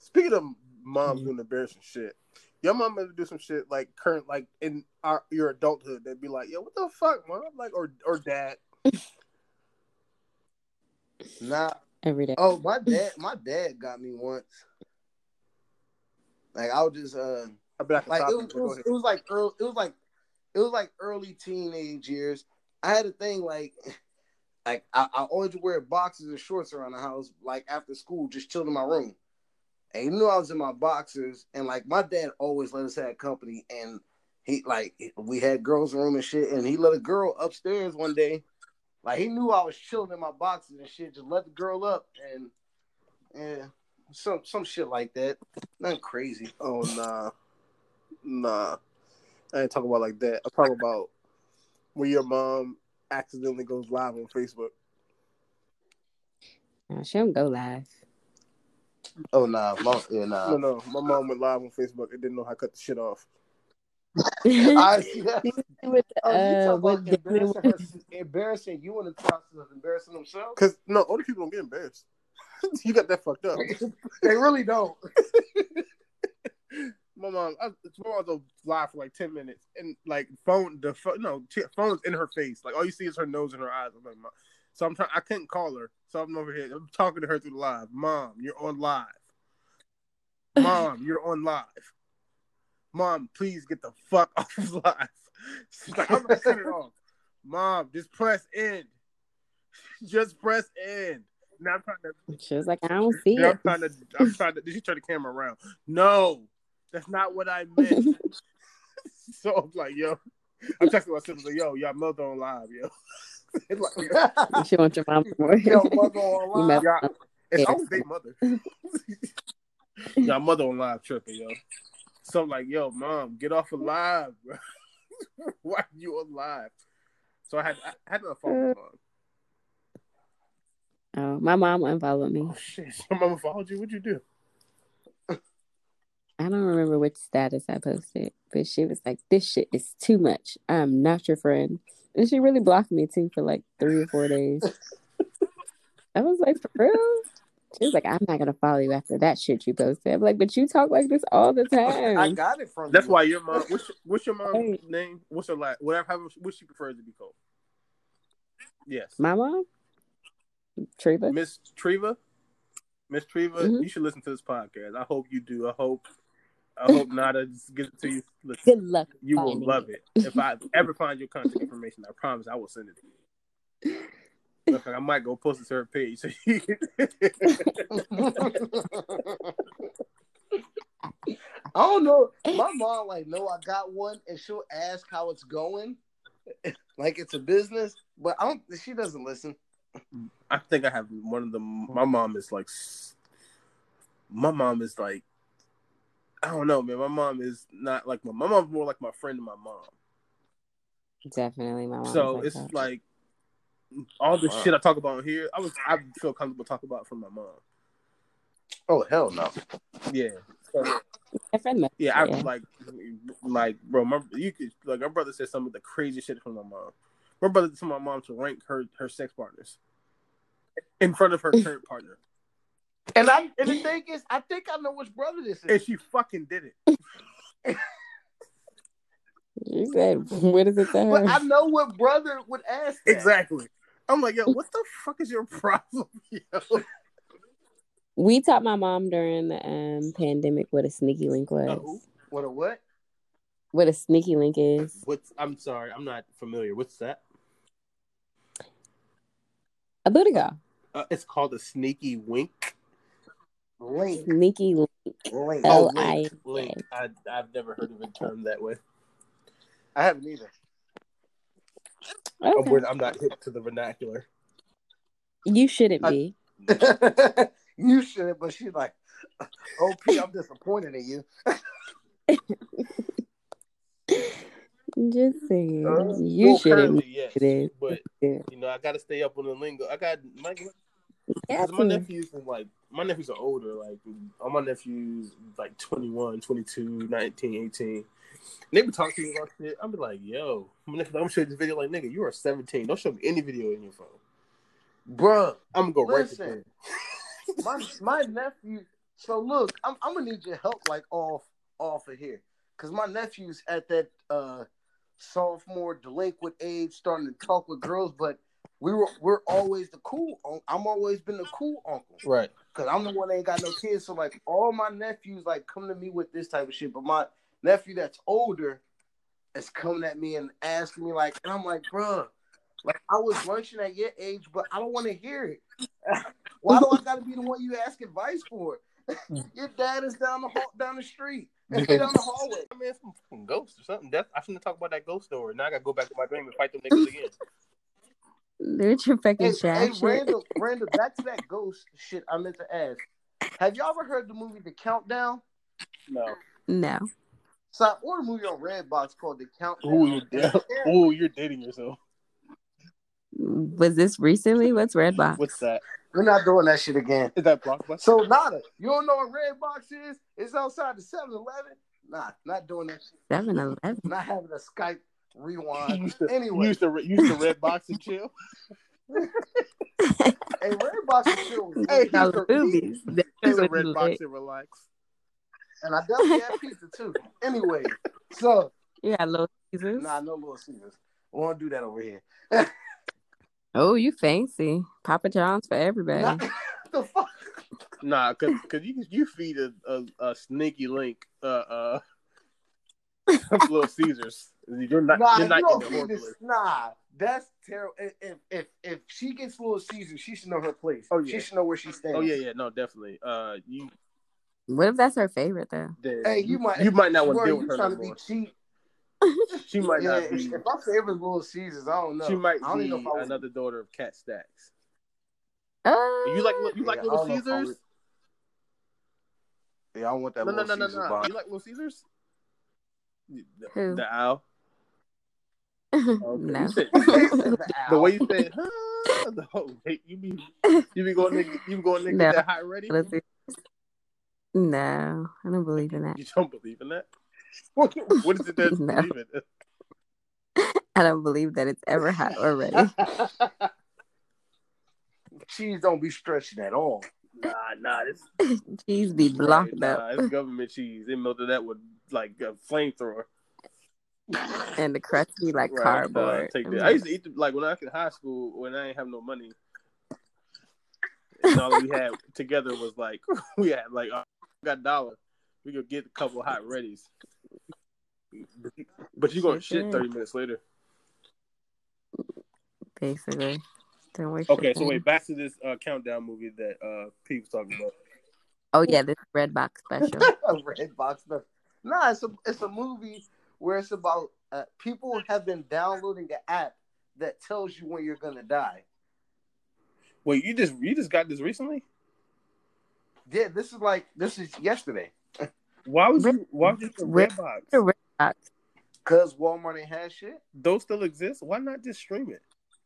Speaking of moms
Mm-hmm.
Mhm.
doing embarrassing shit, your mom ever do some shit like current, like in our, your adulthood? They'd be like, "Yo, what the fuck, mom?" Like, or or dad.
Nah.
Every day.
Oh, my dad, my dad got me once. Like I was just uh,
I bet I can
like
stop
it
you,
was,
but
it
go
was,
ahead.
it was like early, it was like, it was like early teenage years. I had a thing like, *laughs* like I, I always wear boxes and shorts around the house. Like after school, just chilled in my room. and he knew I was in my boxers. And like my dad always let us have company, and he like we had girls in the room and shit. And he let a girl upstairs one day. Like he knew I was chilling in my boxes and shit. Just let the girl up and yeah, some some shit like that. Nothing crazy.
Oh nah, nah. I ain't talking about like that. I'm talking about when your mom accidentally goes live on Facebook.
No, she don't go live.
Oh nah, mom, yeah nah.
No, no, my mom went live on Facebook and didn't know how to cut the shit off.
*laughs*
*laughs*
I see *laughs* that.
With the,
Oh, you
uh,
talk about
with the,
embarrassing her, embarrassing you in the process of embarrassing
*laughs*
themselves? *laughs*
Cause no, older people don't get embarrassed. *laughs* you got that fucked up.
they really don't. *laughs*
My mom, I, my mom was live for like ten minutes and like phone the phone no t- phone's in her face. Like all you see is her nose and her eyes. I'm like, mom. So I'm trying. I couldn't call her. So I'm over here. I'm talking to her through the live. Mom, you're on live. Mom, you're on live. *laughs* Mom, please get the fuck off of live. She's like, I'm gonna turn it off. Mom, just press end. *laughs* just press end. Now I'm trying to
She was like, I don't see
Yeah,
it.
I'm trying to. I'm trying to. Did you turn the camera around? No, that's not what I meant. *laughs* so I'm like, yo, I'm texting my siblings, like, yo, y'all mother on live, yo. it's like,
*laughs*
she wants your mom more. *laughs*
Yo, mother on
You
live.
messed
y'all,
up.
it's always they mother. *laughs* y'all mother on live tripping, yo. So I'm like, yo, mom, get off of live, bro. *laughs* Why you on live? So I had I had to follow mom.
Oh, my mom unfollowed me.
Oh shit, *laughs* your mama followed you. What'd you do?
I don't remember which status I posted, but she was like, "This shit is too much. I'm not your friend," and she really blocked me too for like three or
*laughs*
four days. I was like, "For real?" She was like, "I'm not gonna follow you after that shit you posted." I'm like, "But you talk like this
*laughs*
all the
I
time."
got it from
That's *laughs*
you.
why your mom. What's, what's your mom's
Hey.
name? What's her last? Whatever. What she prefers to be called? Yes,
my mom, Treva.
Miss Treva. Miss Treva,
Mhm.
you should listen to this podcast. I hope you do. I hope. I
*laughs*
hope Nada just gives it to you. Listen,
Good luck.
you will
finding
love it. If I ever find your contact information, I promise I will send it to you.
*laughs*
Matter of fact, I might go post it to her page. So you can-
*laughs*
*laughs*
I don't know. My mom like, no, I got one, and she'll ask how it's going, *laughs* like it's a business. But I don't. She doesn't listen.
I think I have one of the. My mom is like. s- My mom is like. I don't know, man. My mom is not like my. My mom's more like my friend than my mom.
Definitely, my mom. was
So
like
it's
that.
like all the
Wow.
shit I talk about on here. I was I feel comfortable talking about from my mom.
Oh hell no.
Yeah. So,
my friend. messed
yeah, I
it,
like like bro, my you could like my brother said some of the crazy shit from my mom. My brother told my mom to rank her her sex partners in front of her current partner.
And I and the thing is, I think I know which brother this
And
is.
she fucking did it.
You said, *laughs* "What is it to her?"
But I know what brother would ask. That.
Exactly. I'm like, yo, what the fuck is your *laughs* problem? Yo?
We taught my mom during the um, pandemic what a sneaky link was.
Oh.
What a what?
What a sneaky link is.
What's I'm sorry, I'm not familiar. What's that?
A booty call.
Uh, it's called a sneaky wink.
Link.
Sneaky link.
Link.
Oh.
Oh, link,
I-
link. I, I've never heard of it termed that way.
I haven't either. *laughs*
I'm,
Okay.
weird, I'm not hip to the vernacular.
You shouldn't
I-
be.
you should, but she's like, *laughs* OP, I'm disappointed in you.
Just saying.
Uh,
you
well,
shouldn't
currently,
be.
yes,
It is.
but
Yeah.
you know, I gotta stay up on the lingo. I got my
Got
because my
to.
nephews and like my nephews are older. Like all my nephews like 21, 22, 19, 18. And they be talking to me about shit. I'm be like, yo, my nephew, I'm gonna show you this video. Like, nigga, you are 17. Don't show me any video in your phone.
Bruh,
I'm gonna go right to
Listen.
prison.
*laughs* my my nephew. So look, I'm I'm gonna need your help, like off off of here, because my nephew's at that uh sophomore delinquent age, starting to talk with girls. But we were we're always the cool. un- I'm always been the cool uncle,
Right.
cause I'm the one that ain't got no kids. So like all my nephews like come to me with this type of shit, but my nephew that's older is coming at me and asking me like, and I'm like, bruh, like I was lunching at your age, but I don't want to hear it. *laughs* Why do I gotta be the one you ask advice for?
Mm.
*laughs* Your dad is down the hall, down the street, *laughs* down the hallway.
I mean, it's some fucking ghost or something. That's, I shouldn't talk about that ghost story. Now I gotta go back to my dream and fight them niggas *laughs* again.
They're your
Hey,
fucking
hey,
trash.
Randall, Randall, back to that ghost shit. I meant to ask. Have y'all ever heard the movie The Countdown?
No.
No.
So I ordered a movie on Redbox called The Countdown.
Ooh,
And
yeah.
apparently-
Ooh, you're dating yourself.
Was this recently? What's Redbox?
What's that?
We're not doing that shit again.
Is that blockbuster?
So Nada, you don't know what Redbox is? It's outside the 7-Eleven. Nah, not doing that shit.
7 Eleven.
Not having a Skype
You
rewind.
used to,
Anyway.
you used to, re- you used to red box and *laughs* chill.
Hey, Redbox is chill.
Hey,
All
he's
the
a,
movies. That
he's a
was
red
lit.
box and relax.
And I definitely had pizza too. Anyway, so
You got Little Caesars.
nah, no little Caesars. We won't do that over here.
Oh, you fancy. Papa John's for
*laughs*
everybody.
Not, the fuck.
Nah, cause, cause you you feed a, a, a sneaky link, uh, uh, *laughs* Little Caesars. You're not,
nah,
you're
you
not
don't
eating
feed
horribly.
this. Nah, That's terrible. If, if if if she gets Little Caesar, she should know her place.
Oh, yeah.
She should know where she stands.
Oh yeah, yeah, no, definitely. Uh, you,
What if that's her favorite though?
the,
Hey, you might
you might not want
Bro,
to deal with
you
her
trying
no
to be
more.
cheap?
She might
yeah,
not
if,
be.
if my favorite Little Caesars, I don't know.
She might
I don't even
be
know if I would-
another daughter of Cat Stacks.
Oh,
You like
*laughs*
you like
Yeah, I
Little
don't know if I
Caesars?
Yeah, I want that
No, no,
Little
no, no,
Caesars
*laughs*
*laughs*
no.
vibe.
You like Little Caesars? The,
Who?
the owl. Okay.
no.
You
*laughs*
said- the *laughs* way you said, huh? *laughs* No, wait, you be you be going to you be going to
No.
get that hot ready.
Let's see. No, I don't believe in that.
*laughs* You don't believe in that? What, what is it that you
*laughs* No.
believe in?
I don't believe that it's ever hot or *laughs* ready.
Cheese don't be stretching at all.
Nah, nah, this
Cheese be
right,
blocked
nah,
up *laughs*
it's government cheese. It melted that with like a flamethrower.
and the crust be like
Right, nah,
cardboard. Mm.
take
I'm
that. I
like,
used to eat them, like when I was in high school when I didn't have no money. And all that we
*laughs*
had together was like *laughs* we had like uh, got a dollar. We could get a couple hot readies. But you're gonna
Shit,
shit
yeah.
thirty minutes later.
basically. Don't work.
Okay, so wait, back to this uh, countdown movie that uh Pete was talking about.
Oh yeah, this red box special.
*laughs* A red box stuff. Nah, it's a it's a movie where it's about uh, people have been downloading an app that tells you when you're gonna die.
Wait, you just you just got this recently?
Yeah, this is like this is yesterday
Why would you why would you put
Where-
Redbox?
The red box.
because Walmart ain't had shit.
Those still exist. Why not just stream it?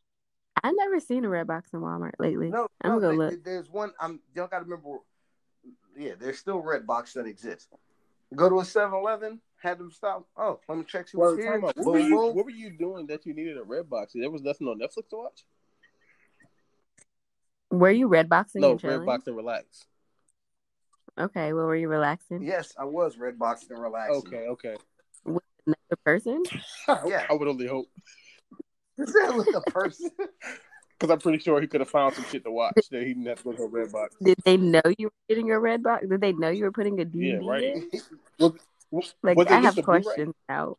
*laughs* I never seen a red box in Walmart lately.
No,
I'm
no,
gonna
there-
look.
there's one. I'm y'all got to remember. Yeah, there's still red box that exists. Go to a 7-Eleven, had them stop. Oh, let me check see
Well,
what's
time
here.
out. what, were
Boom,
you,
boom.
what were you doing that you needed a Redbox? There was nothing on Netflix to watch.
Were you red boxing
No,
and chilling?
Redbox and relax.
Okay, well, were you relaxing?
Yes, I was red boxing and relaxing.
Okay, okay.
Another person?
*laughs* Yeah.
I would only hope
Does that look a person?
because I'm pretty sure he could have found some shit to watch
*laughs*
that he didn't have to go to a Redbox.
Did they know you were getting a red box? Did they know you were putting a
Yeah,
DVD
right.
in?
W-
Like,
Was it
I
just
have
a Blu-ray?
questions now.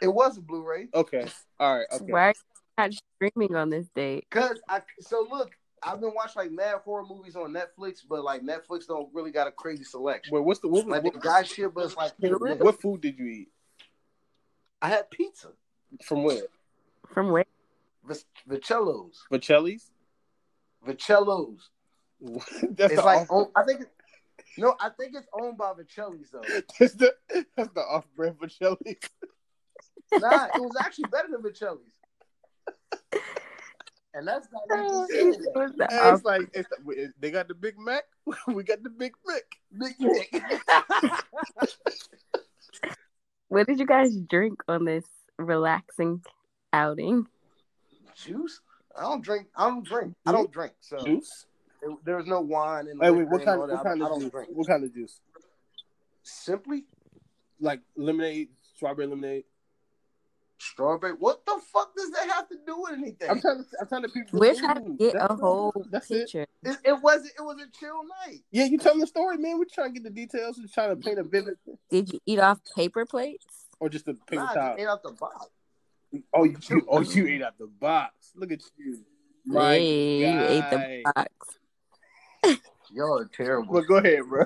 it was a Blu-ray.
Okay, all right, okay.
Why are you not streaming on this date?
Cause I so look, I've been watching like mad horror movies on Netflix, but like Netflix don't really got a crazy selection.
Wait, what's the what was
Like they
what,
got shit, but it's like hit or miss.
what food did you eat
I had pizza,
from where?
From
*laughs*
where?
Vis- Vicellos,
Vicelli's?
Vicellos.
*laughs* That's *laughs*
It's
the
like
off-
own, I think. It, no, I think it's owned by Vicelli's though.
*laughs* that's the that's the off-brand Vicelli's.
Nah, it was actually better than Vicelli's. And that's not
Oh,
even saying
It
that.
was the
And
off-
it's like it's, they got the Big Mac. *laughs* We got the Big Mac.
Big *laughs* Nick.
what did you guys drink on this relaxing outing?
*laughs* Juice? I don't drink. I don't drink. I don't drink. So
Juice.
there, there was no wine and
Hey,
liquor
wait, what
and
kind?
all
What
that.
kind
I, I
of
don't
juice?
drink.
What kind of juice?
Simply
Like lemonade, strawberry lemonade.
strawberry. What the fuck does that have to do with anything?
I'm trying to. I'm trying to. People,
We're trying to get a whole
That's it.
picture.
it, it was it was a chill night.
Yeah, you telling the story, man. We're trying to get the details. We're trying to paint a vivid
Did you eat off paper plates?
or just a paper
Nah, I
towel.
just ate out the box.
Oh, you, you- oh, *laughs* you ate out the box. Look at you. My
hey, you ate the
guy.
box.
Y'all are terrible.
Well, go ahead, bro.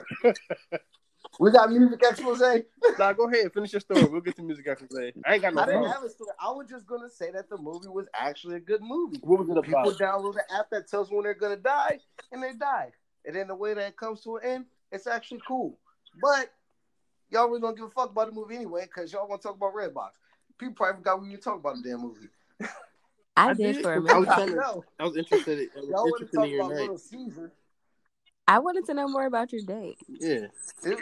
we got music expose. I
*laughs* nah, go ahead. Finish your story. We'll get to music after today. I ain't got no
didn't
phone.
have a story. I was just gonna say that the movie was actually a good movie.
What was it
People
about?
download the app that tells when they're gonna die, and they die. And then the way that it comes to an end, it's actually cool. But y'all really don't give a fuck about the movie anyway, because y'all want to talk about Redbox. People probably forgot we even talked about the damn movie.
I,
I
did,
did. *laughs*
for a
I was
minute.
trying to-
No,
I was interested. I
y'all
was
want to
interested
talk
in your
about
night.
Little Caesar.
I wanted to know more about your date.
Yeah.
It,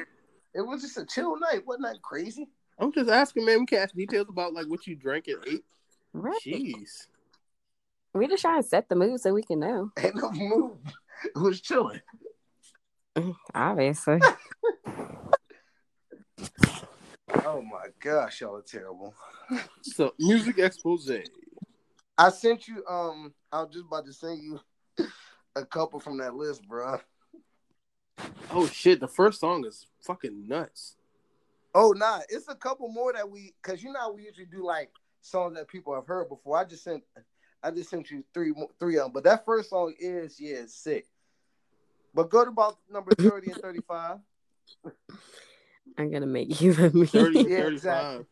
it was just a chill night. Wasn't that crazy? *laughs*
I'm just asking, man. We can ask details about like what you drank and ate.
Right.
Jeez.
We're just trying to set the mood so we can know.
Ain't no move. It was chilling.
*laughs*
Obviously.
Oh my gosh, y'all are terrible.
So music expose.
I sent you. Um, I was just about to send you a couple from that list, bruh.
Oh shit! The first song is fucking
*laughs*
nuts.
Oh nah, it's a couple more that we because you know how we usually do like songs that people have heard before. I just sent I just sent you three mo- three of them, but that first song is yeah it's sick. But go to about number thirty and thirty five.
I'm gonna make you let me.
30,
Yeah,
35.
exactly.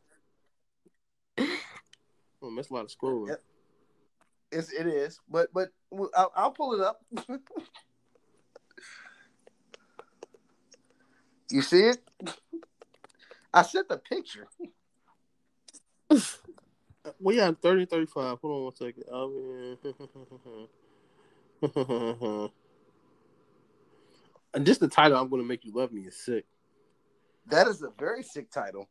Oh, that's a lot of scrolling.
Yep. It's, it is, but but well, I'll, I'll pull it up. *laughs* you see it? I sent the picture.
Uh, We got 30, 35. Hold on one second. Oh, yeah. *laughs* and just the title, I'm going to make you love me, is sick.
That is a very sick title.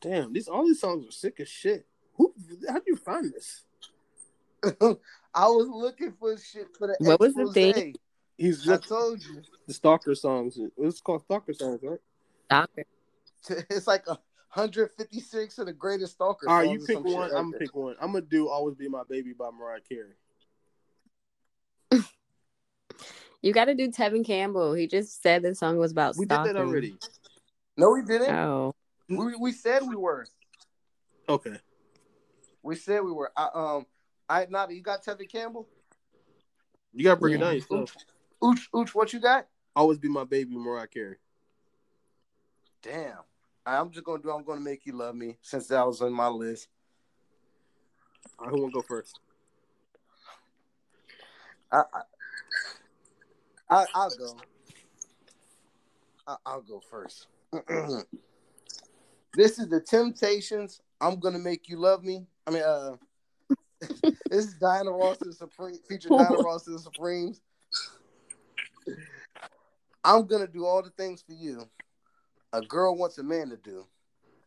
Damn, these all these songs are sick as shit. Who? How do you find this?
*laughs* I was looking for shit for the
What was the
expose.
thing?
He's
I
just
told you. *laughs*
the stalker songs. It's called stalker songs, right?
Stalker.
It's like a 156 of the greatest stalker.
All right,
songs
you
or
pick
some shit
one.
like
I'm
that.
gonna pick one. I'm gonna do "Always Be My Baby" by Mariah Carey.
*laughs* You got to do Tevin Campbell. He just said this song was about
We did
stalking.
that already.
No, we didn't.
Oh,
We, we said we were.
Okay.
We said we were. I, um, I not. You got Tevin Campbell.
You gotta break it down
Yeah.
yourself.
Ooch, ooch. What you got?
Always be my baby, Mariah Carey.
Damn. I'm just gonna do. I'm gonna make you love me since that was on my list.
All right, who wanna go first?
I, I, I I'll go. I, I'll go first. *clears throat* this is the Temptations. I'm gonna make you love me. I mean, uh, *laughs* this is Diana Ross and the Supreme featuring
*laughs*
Diana Ross and the Supremes. I'm gonna do all the things for you. A girl wants a man to do.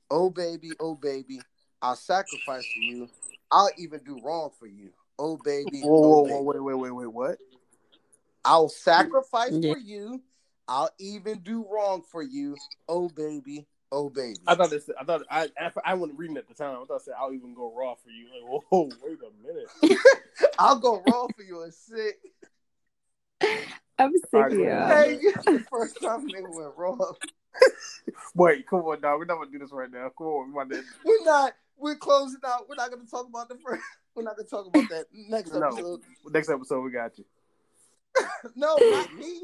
Oh baby, oh baby, I'll sacrifice for you. I'll even do wrong for you. Oh baby,
Whoa, whoa,
oh,
whoa, wait,
baby.
wait, wait, wait, what?
I'll sacrifice
Yeah.
for you. I'll even do wrong for you. Oh baby, oh baby.
I thought this. I thought I. I, I wasn't reading at the time. I thought I said I'll even go raw for you. Like, whoa, *laughs* wait a minute.
I'll go wrong for you and sick.
I'm sick
All
of
right, go
y'all.
ahead.
Hey, you the first time nigga went wrong.
*laughs* Wait, come on, dog. We're not gonna do this right now. Come on, we about to-
We're not. We're closing out. We're not gonna talk about the first. *laughs* We're not gonna talk about that next
No.
episode.
Next episode, we got you.
No, not me.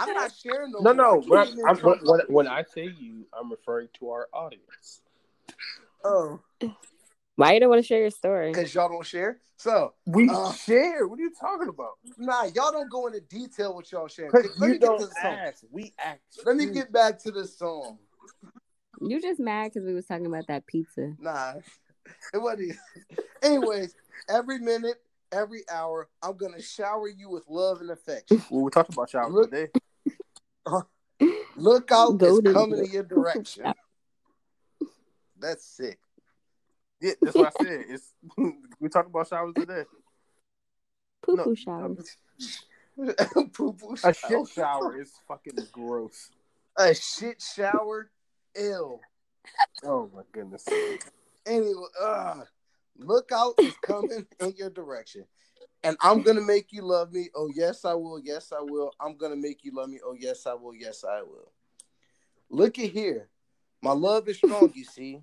I'm not sharing no.
No,
more.
no. When,
I keep getting in
I'm, when,
trouble.
when, when I say you, I'm referring to our audience.
Oh,
Why you don't want to share
*laughs*
your story?
because y'all don't share. So
We
Uh.
share. What are you talking about?
nah, y'all don't go into detail with y'all sharing.
Because
Let
you
me get
don't
to the song.
ask. We ask.
Let
Mm.
me get back to the song.
You just mad because we was talking about that pizza.
Nah, it wasn't. easy. *laughs* Anyways, every minute, every hour, I'm gonna shower you with love and affection.
Well, we talked about shower
Look-
today.
Look out,
Go
it's
to-
coming in your direction. That's sick. *laughs*
Yeah, that's what I said. It's *laughs* we talked about showers today.
Poo
No,
poo shower.
Poo poo
*laughs* A
shower.
Oh, shit shower is fucking gross.
A shit shower. Ill.
Oh my goodness.
Anyway, ugh. look out is coming in your direction. And I'm gonna make you love me. Oh yes, I will. Yes, I will. I'm gonna make you love me. Oh yes, I will. Yes, I will. Look at here. My love is strong, you see.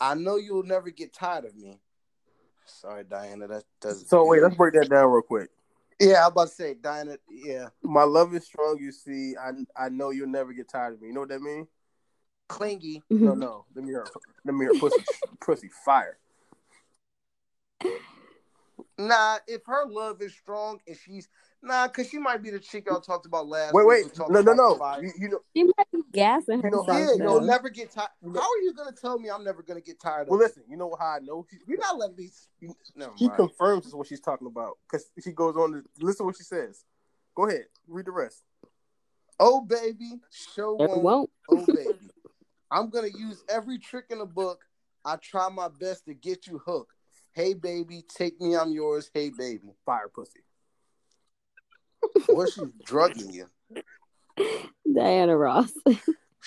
I know you will never get tired of me. Sorry, Diana. That doesn't
So wait, let's break that down real quick.
Yeah, I'm about to say Diana. Yeah.
My love is strong. You see, I I know you'll never get tired of me. You know what that means?
Clingy.
No, no. Let me hear. Let me hear. Pussy, *laughs* pussy, fire.
Nah, if her love is strong and she's nah, cause she might be the chick y'all talked about last
Wait,
week
wait.
who talked
No, no,
about the
no.
fire.
You, you know.
She might be gassing
You know,
herself.
Yeah,
though.
you'll never get tired.
know-
How are you gonna tell me I'm never gonna get tired
Well,
of it?
listen. You know how I know she,
You're not letting me. Never
she
mind.
confirms what she's talking about because she goes on to listen to what she says. Go ahead, read the rest.
Oh baby, show
It
won't.
won't.
Oh baby, I'm gonna use every trick in the book. I try my best to get you hooked. Hey baby, take me. I'm yours. Hey baby,
Fire, pussy.
what she's drugging you?
Diana Ross. *laughs*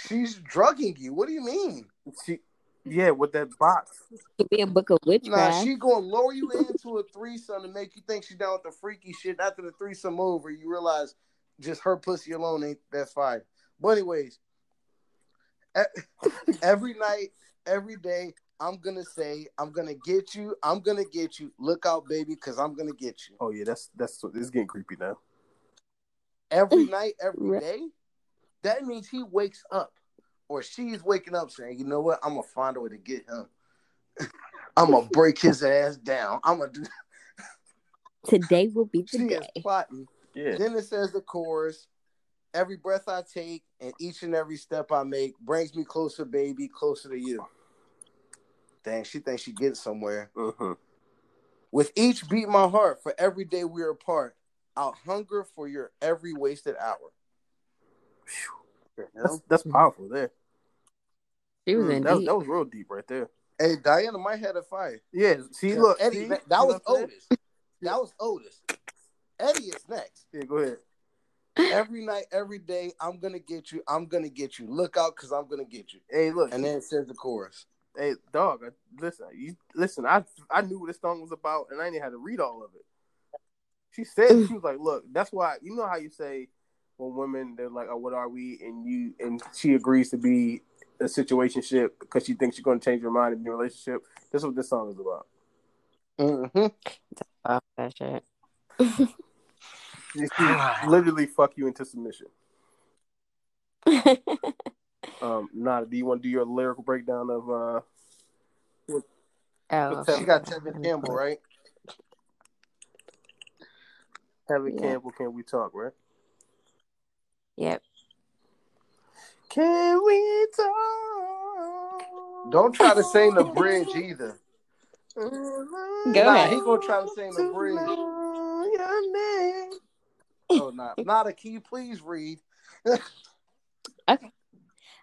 She's drugging you. What do you mean?
She, yeah, with that box.
Could be a book of
Nah,
witchcraft.
she gonna lure you into a threesome to make you think she down with the freaky shit. After the threesome over, you realize just her pussy alone ain't that fire. *laughs* But anyways, e- every night, every day, I'm gonna say, I'm gonna get you, I'm gonna get you. Look out, baby, because I'm gonna get you.
Oh yeah, that's that's it's getting creepy now.
Every night, every
Right.
day, that means he wakes up or she's waking up saying, you know what, I'm gonna find a way to get him. *laughs* I'm gonna break his ass down. I'm gonna do
Today will be
*laughs* she
the
is
day.
plotting.
Yeah.
*laughs* Then it says the chorus. Every breath I take and each and every step I make brings me closer, baby, closer to you. Dang, she thinks she getting somewhere.
Mm-hmm.
With each beat in my heart, for every day we're apart, I'll hunger for your every wasted hour.
That's that's powerful there.
She was
Mm,
in
that, was,
deep.
that was real deep right there.
Hey, Diana might have a fire.
Yeah. See, look,
Eddie,
see?
that,
See
that was
what I'm saying?
Otis. That was Otis. Eddie is next.
Yeah, go ahead.
Every night, every day, I'm gonna get you. I'm gonna get you. Look out, cause I'm gonna get you.
Hey, look.
And then it says the chorus.
hey, dog. I, listen, you listen. I I knew what this song was about, and I didn't have to read all of it. She said she was like, "Look, that's why you know how you say when women they're like, oh, what are we?' and you and she agrees to be a situationship because she thinks you're going to change your mind in your relationship. That's what this song is about.
Mm-hmm.
Fuck that *laughs* shit.
She literally fuck you into submission. Um, Nada, do you want to do your lyrical breakdown of uh?
oh,
She got Tevin Campbell, right?
Kevin
Yeah.
Campbell, can we talk, right?
Yep.
Can we talk?
Don't try to sing
*laughs*
the bridge either.
Go
nah,
ahead.
he gonna try to sing the bridge. Oh, nah. Nada, can you please read?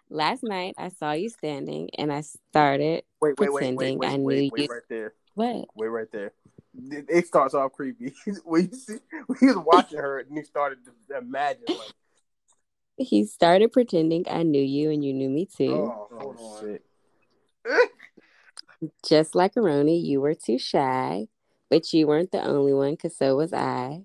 Last night I saw you standing, and I started
Wait, wait, wait, wait,
pretending
wait,
I knew
wait,
you.
wait, right there,
What?
wait, right there. It it starts off creepy. *laughs* when you see, when he was watching her, and he started to imagine, like,
He started pretending I knew you, and you knew me too.
Oh, hold
oh
on.
shit.
Just like Aroni, you were too shy, but you weren't the only one, because so was I.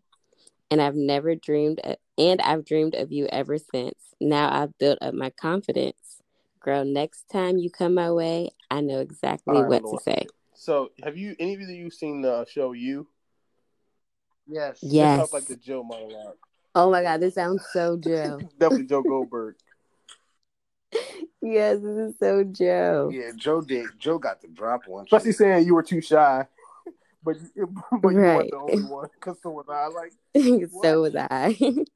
And I've never dreamed, of, and I've dreamed of you ever since. Now I've built up my confidence. Girl, next time you come my way, I know exactly
All right,
what
hold
to
on.
say.
So, have you any of you seen the show You?
Yes.
That
Yes.
sounds like the Joe monologue.
Oh my God, this sounds so Joe.
*laughs* Definitely Joe Goldberg.
yes, this is so Joe.
Yeah, Joe did. Joe got the drop one.
Especially saying you were too shy, *laughs* but you, but you weren't
Right.
the only one. Because so was I. Like,
*laughs* so was I. *laughs*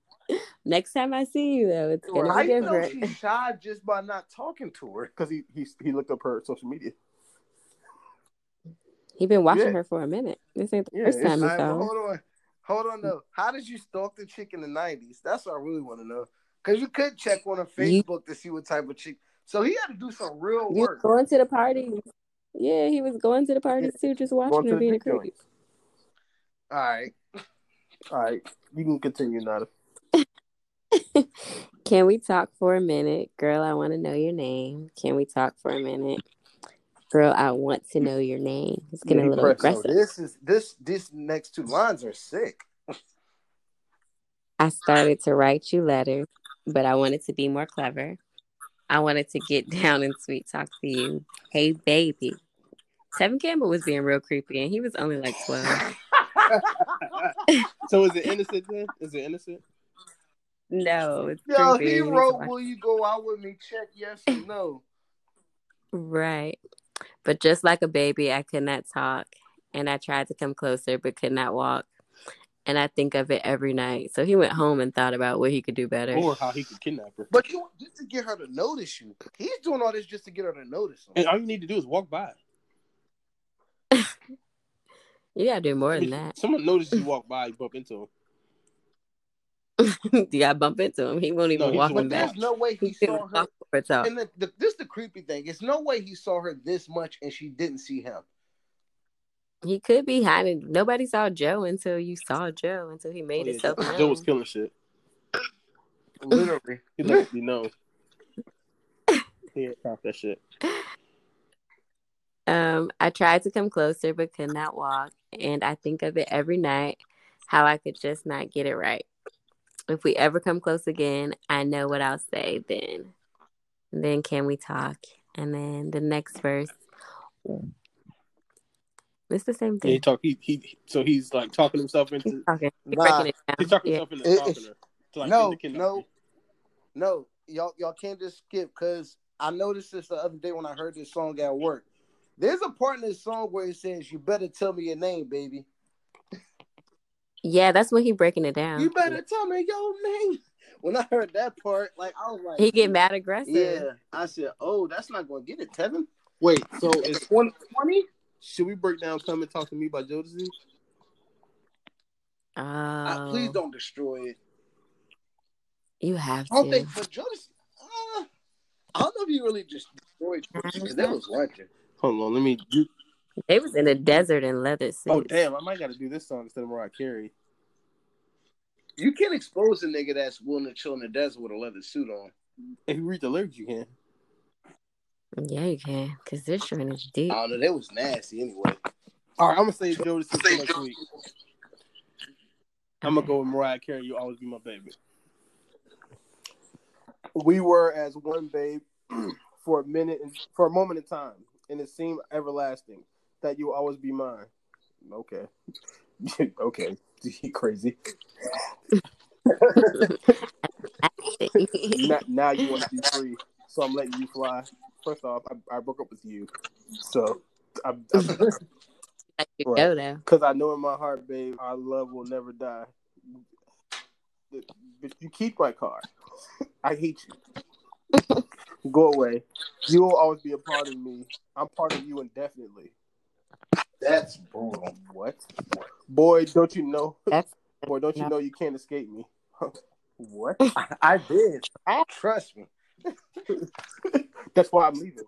Next time I see you, though, it's gonna
How
be
you know
different.
she's shy just by not talking to
*laughs*
her?
because he, he he looked up her social media.
He been watching
Yeah.
her for a minute. This ain't the
Yeah,
first
it's-
time
All
he
right, but
saw her.
hold on. Hold on though. How did you stalk the chick in the nineties? That's what I really want to know. Cause you could check on her
You-
Facebook to see what type of chick. So he had to do some real
You was
work.
going to the parties? Yeah, he was going to the parties too, just
Going
watching
to
her
the
being a
dick
creep.
joints.
All right.
All right, you can continue, Nada.
*laughs* Can we talk for a minute? Girl, I want to know your name. Can we talk for a minute? Girl, I want to know your name. It's
Yeah,
getting
he
a little
pressed.
So
aggressive.
this is this this next two lines are sick.
I started to write you letters, but I wanted to be more clever. I wanted to get *laughs* down and sweet talk to you. Hey, baby. Tevin Campbell was being real creepy, and he was only like 12.
So is it innocent then? Is it innocent?
No, it's
Yo,
creepy.
he
You need to
wrote,
watch.
"Will you go out with me?" Check yes or no.
Right. But just like a baby, I could not talk. And I tried to come closer, but could not walk. And I think of it every night. So he went home and thought about what he could do better.
Or how he could kidnap her.
But you just to get her to notice you. He's doing all this just to get her to notice him.
And all you need to do is walk by.
You gotta do more
I mean,
than that. *laughs*
someone notices you walk by, you bump into him.
you gotta bump into him. He won't
No, he
even
just
walk
went
him
But
back.
there's no way he
He didn't
saw her.
walk or talk.
And the, the, this the creepy thing. It's no way he saw her this much and she didn't see
*laughs*
him.
He could be hiding. Nobody saw Joe until you saw Joe until he
Oh,
made
yeah,
himself known.
Joe was killing shit.
Literally.
He let it be
*laughs*
known. He had cop that shit.
Um, I tried to come closer but could not walk, and I think of it every night how I could just not get it right. If we ever come close again, I know what I'll say then. And then can we talk? And then the next verse, It's the same
Yeah, he
thing.
talk. He, he so he's like talking himself into.
Okay. You're
Nah.
breaking it down.
He's talking
Yeah.
himself into
It-
talking to like
no,
into kidnapping.
no, no. Y'all, y'all can't just skip because I noticed this the other day when I heard this song at work. There's a part in this song where it says, "You better tell me your name, baby.
Yeah, that's when he breaking it down.
You better tell me your name." *laughs* When I heard that part, like I was like,
He get mad aggressive.
Yeah, I said, "Oh, that's not going to get it, Tevin."
Wait. So is
Twenty twenty.
should we break down "Come and Talk to Me" by Jodeci?
Oh,
Uh, please don't destroy it.
You have
I don't
to.
think, but Jonas, uh, I don't know if you really just destroyed Jodeci, 'cause that was legend.
Hold on. Let me. do-
They was in the desert in leather suits.
Oh damn! I might got to do this song instead of Mariah Carey.
You can't expose a nigga that's willing to chill in the desert with a leather suit on.
If you read the lyrics, you can.
Yeah, you can, cause this joint is deep.
I don't know. That was nasty anyway.
All right. I'm gonna save Jodeci for next week. I'm gonna go with Mariah Carey. You always be my baby. We were as one babe *clears throat* for a minute, for a moment in time, and it seemed everlasting that you will always be mine. Okay, *laughs* okay, *laughs* You crazy.
*laughs*
now, now you want to be free, so I'm letting you fly. First off, I, I broke up with you, so I'm, I'm
Like you
Right.
go though.
Because I know in my heart, babe, our love will never die. But you keep my car. *laughs* I hate you. Go away. You will always be a part of me. I'm part of you indefinitely.
That's brutal.
What? Boy, don't you know?
That's
Boy, don't you
No.
know you can't escape me? what?
I did. Trust me.
That's why I'm leaving.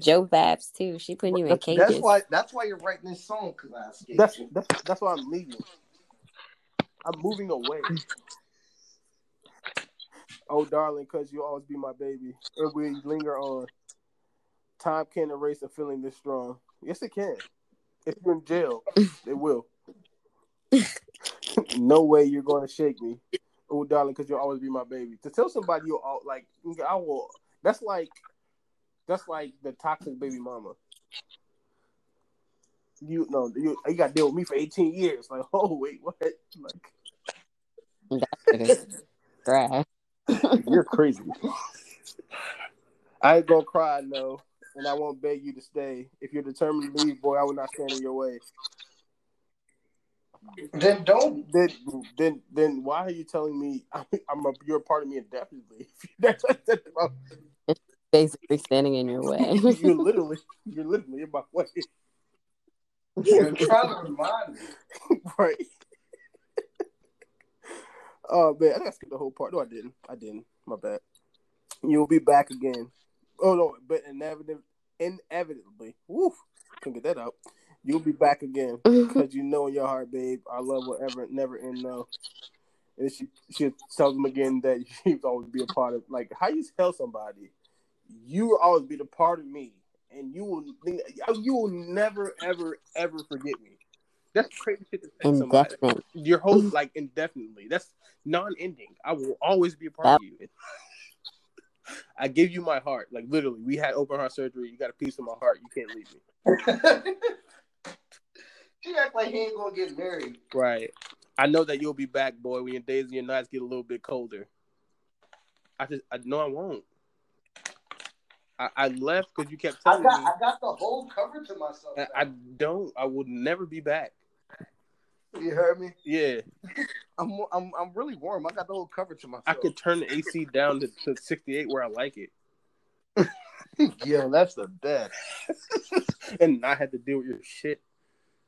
Joe Vibes too. She putting you in
That's-
cages.
That's why. That's why you're writing this song because I escaped.
That's that's that's why I'm leaving. I'm moving away. Oh, darling, because you'll always be my baby, and we linger on. Time can't erase a feeling this strong. Yes, it can. If you're in jail, it will. no way you're going to shake me. Oh, darling, because you'll always be my baby. To tell somebody you'll all like, I will. That's like, that's like the toxic baby mama. You no, you, you got to deal with me for 18 years. Like, *laughs* oh wait, what? Like, *laughs*
Bruh.
You're crazy. I ain't gonna cry, no, and I won't beg you to stay. If you're determined to leave, boy, I will not stand in your way.
Then
*laughs*
don't.
Then, then, then, why are you telling me *laughs* I'm, I'm a, you're a part of me indefinitely? *laughs* That's- that's about-
Basically standing in your way. *laughs*
you're literally, you're literally in my way,
You're trying to remind me. *laughs*
*laughs* right? Oh man, I think I skipped the whole part. No, I didn't. I didn't. My bad. You'll be back again. Oh no, but inevitably, inevitably, woof, couldn't get that out. You'll be back again. Because you know in your heart, babe, our love will ever never end. No, and she she tells him again that *laughs* you've always be a part of. Like, how you tell somebody you will always be the part of me, and you will you will never ever ever forget me. That's crazy shit to say to somebody.
Indefinite.
Your whole like indefinitely. That's non-ending. I will always be a part of you. *laughs* I give you my heart. Like literally, we had open heart surgery. You got a piece of my heart. You can't leave me.
she act like he ain't gonna get married.
Right. I know that you'll be back, boy, when your days and your nights get a little bit colder. I just, I know I won't. I, I left because you kept
I
telling
got.
me
I got the whole cover to myself.
I, I don't. I will never be back.
you heard me?
Yeah,
I'm. I'm. I'm really warm. I got the whole cover to myself.
I
*laughs*
could turn the AC down to, to 68 where I like it,
Yo, that's the best.
*laughs* and not have to deal with your shit.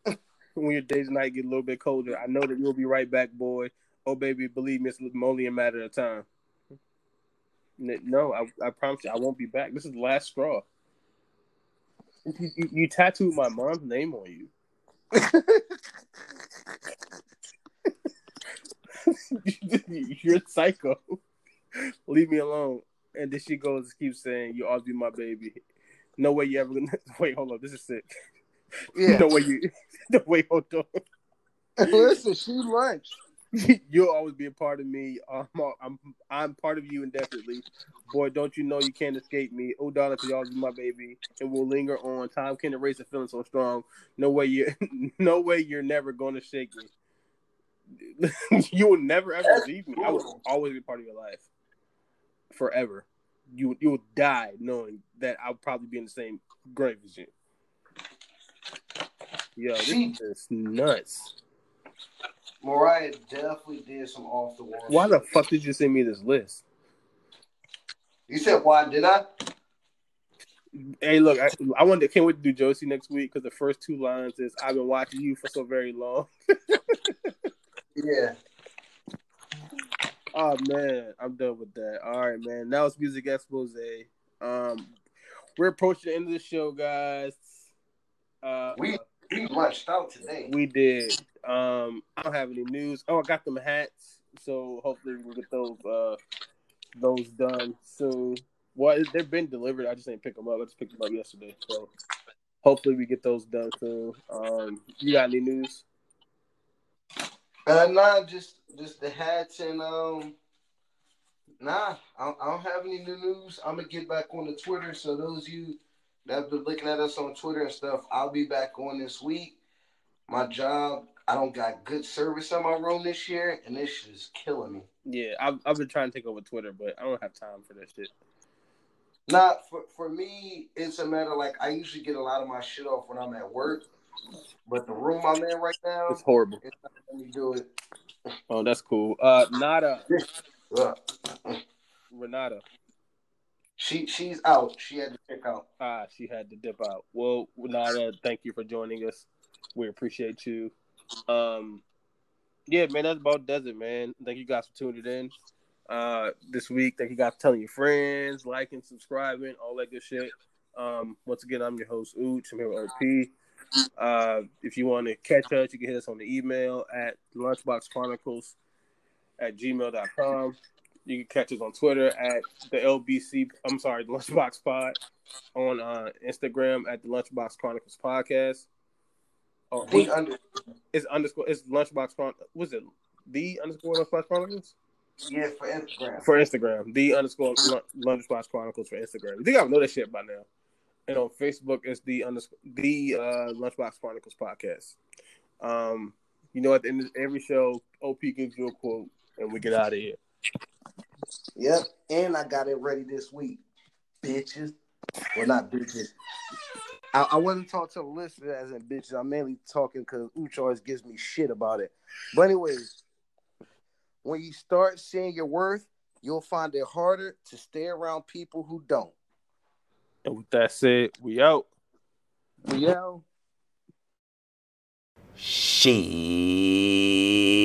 *laughs* When your days and night get a little bit colder, I know that you'll be right back, boy. Oh baby, believe me, it's only a matter of time. N- No, I, I promise you, I won't be back. This is the last straw. You, you, you tattooed my mom's name on you. *laughs* You're psycho. Leave me alone. And then she goes, keeps saying, "You always be my baby." No way you ever gonna *laughs* wait. Hold on, this is sick. *laughs*
Yeah. *laughs*
No way you. No way. Hold on.
Listen, she lunch.
*laughs* You'll always be a part of me. Um, I'm, I'm I'm part of you indefinitely. Boy, don't you know you can't escape me? Oh, darling, for y'all be my baby, and we'll linger on. Time can't erase a feeling so strong. No way you, *laughs* no way you're never gonna shake me. *laughs* you will never ever leave me. I will always be part of your life, forever. You you will die knowing that I'll probably be in the same grave as you. Yo, this is just nuts.
Mariah definitely did some off the wall.
Why the
shit.
fuck did you send me this list?
You said why did I?
Hey, look, I, I wanted. Can't wait to do Josie next week because the first two lines is "I've been watching you for so very long." *laughs*
Yeah.
Oh man, I'm done with that. All right, man. That was music expose. Um, we're approaching the end of the show, guys. Uh,
We we lunched out today.
we did. Um, I don't have any news. Oh, I got them hats, so hopefully we'll get those uh those done soon. Well, they've been delivered. I just didn't pick them up. I just picked them up yesterday, so hopefully we get those done soon. Um, you got any news?
Uh, nah, just just the hats and um. Nah, I don't, I don't have any new news. I'm gonna get back on the Twitter. So those of you that have been looking at us on Twitter and stuff, I'll be back on this week. My job, I don't got good service in my room this year, and this shit is killing me.
Yeah, I've, I've been trying to take over Twitter, but I don't have time for that shit.
Nah, for for me, it's a matter like I usually get a lot of my shit off when I'm at work, but the room I'm in right now,
It's horrible.
let me do it.
Oh, that's cool. Uh, Nada,
Look,
Renata.
she she's out. She had to check out.
Ah, she had to dip out. Well, Renata, thank you for joining us. We appreciate you. Um, yeah, man, that's about does it, man. Thank you guys for tuning in. Uh, this week, thank you guys for telling your friends, liking, subscribing, all that good shit. Um, once again, I'm your host, Ooch. I'm here with OP. Uh, if you want to catch us, you can hit us on the email at lunchboxchronicles at gmail.com. You can catch us on Twitter at the LBC, I'm sorry, Lunchbox Pod, on uh, Instagram at the Lunchbox Chronicles Podcast. Oh,
The under,
it's underscore, it's Lunchbox Chron. Was it the underscore Lunchbox Chronicles?
yeah, for Instagram.
For Instagram, the underscore Lun- Lunchbox Chronicles for Instagram. You think I know that shit by now. And on Facebook, it's the underscore, the uh, Lunchbox Chronicles Podcast. Um, you know, at the end of every show, OP gives you a quote, and we get out of here.
Yep, and I got it ready this week, bitches. Well, not bitches. I, I wasn't talking to the listeners as in bitches. I'm mainly talking because Uch always gives me shit about it. But anyways, when you start seeing your worth, you'll find it harder to stay around people who don't.
And with that said, we out.
You know.
Shit.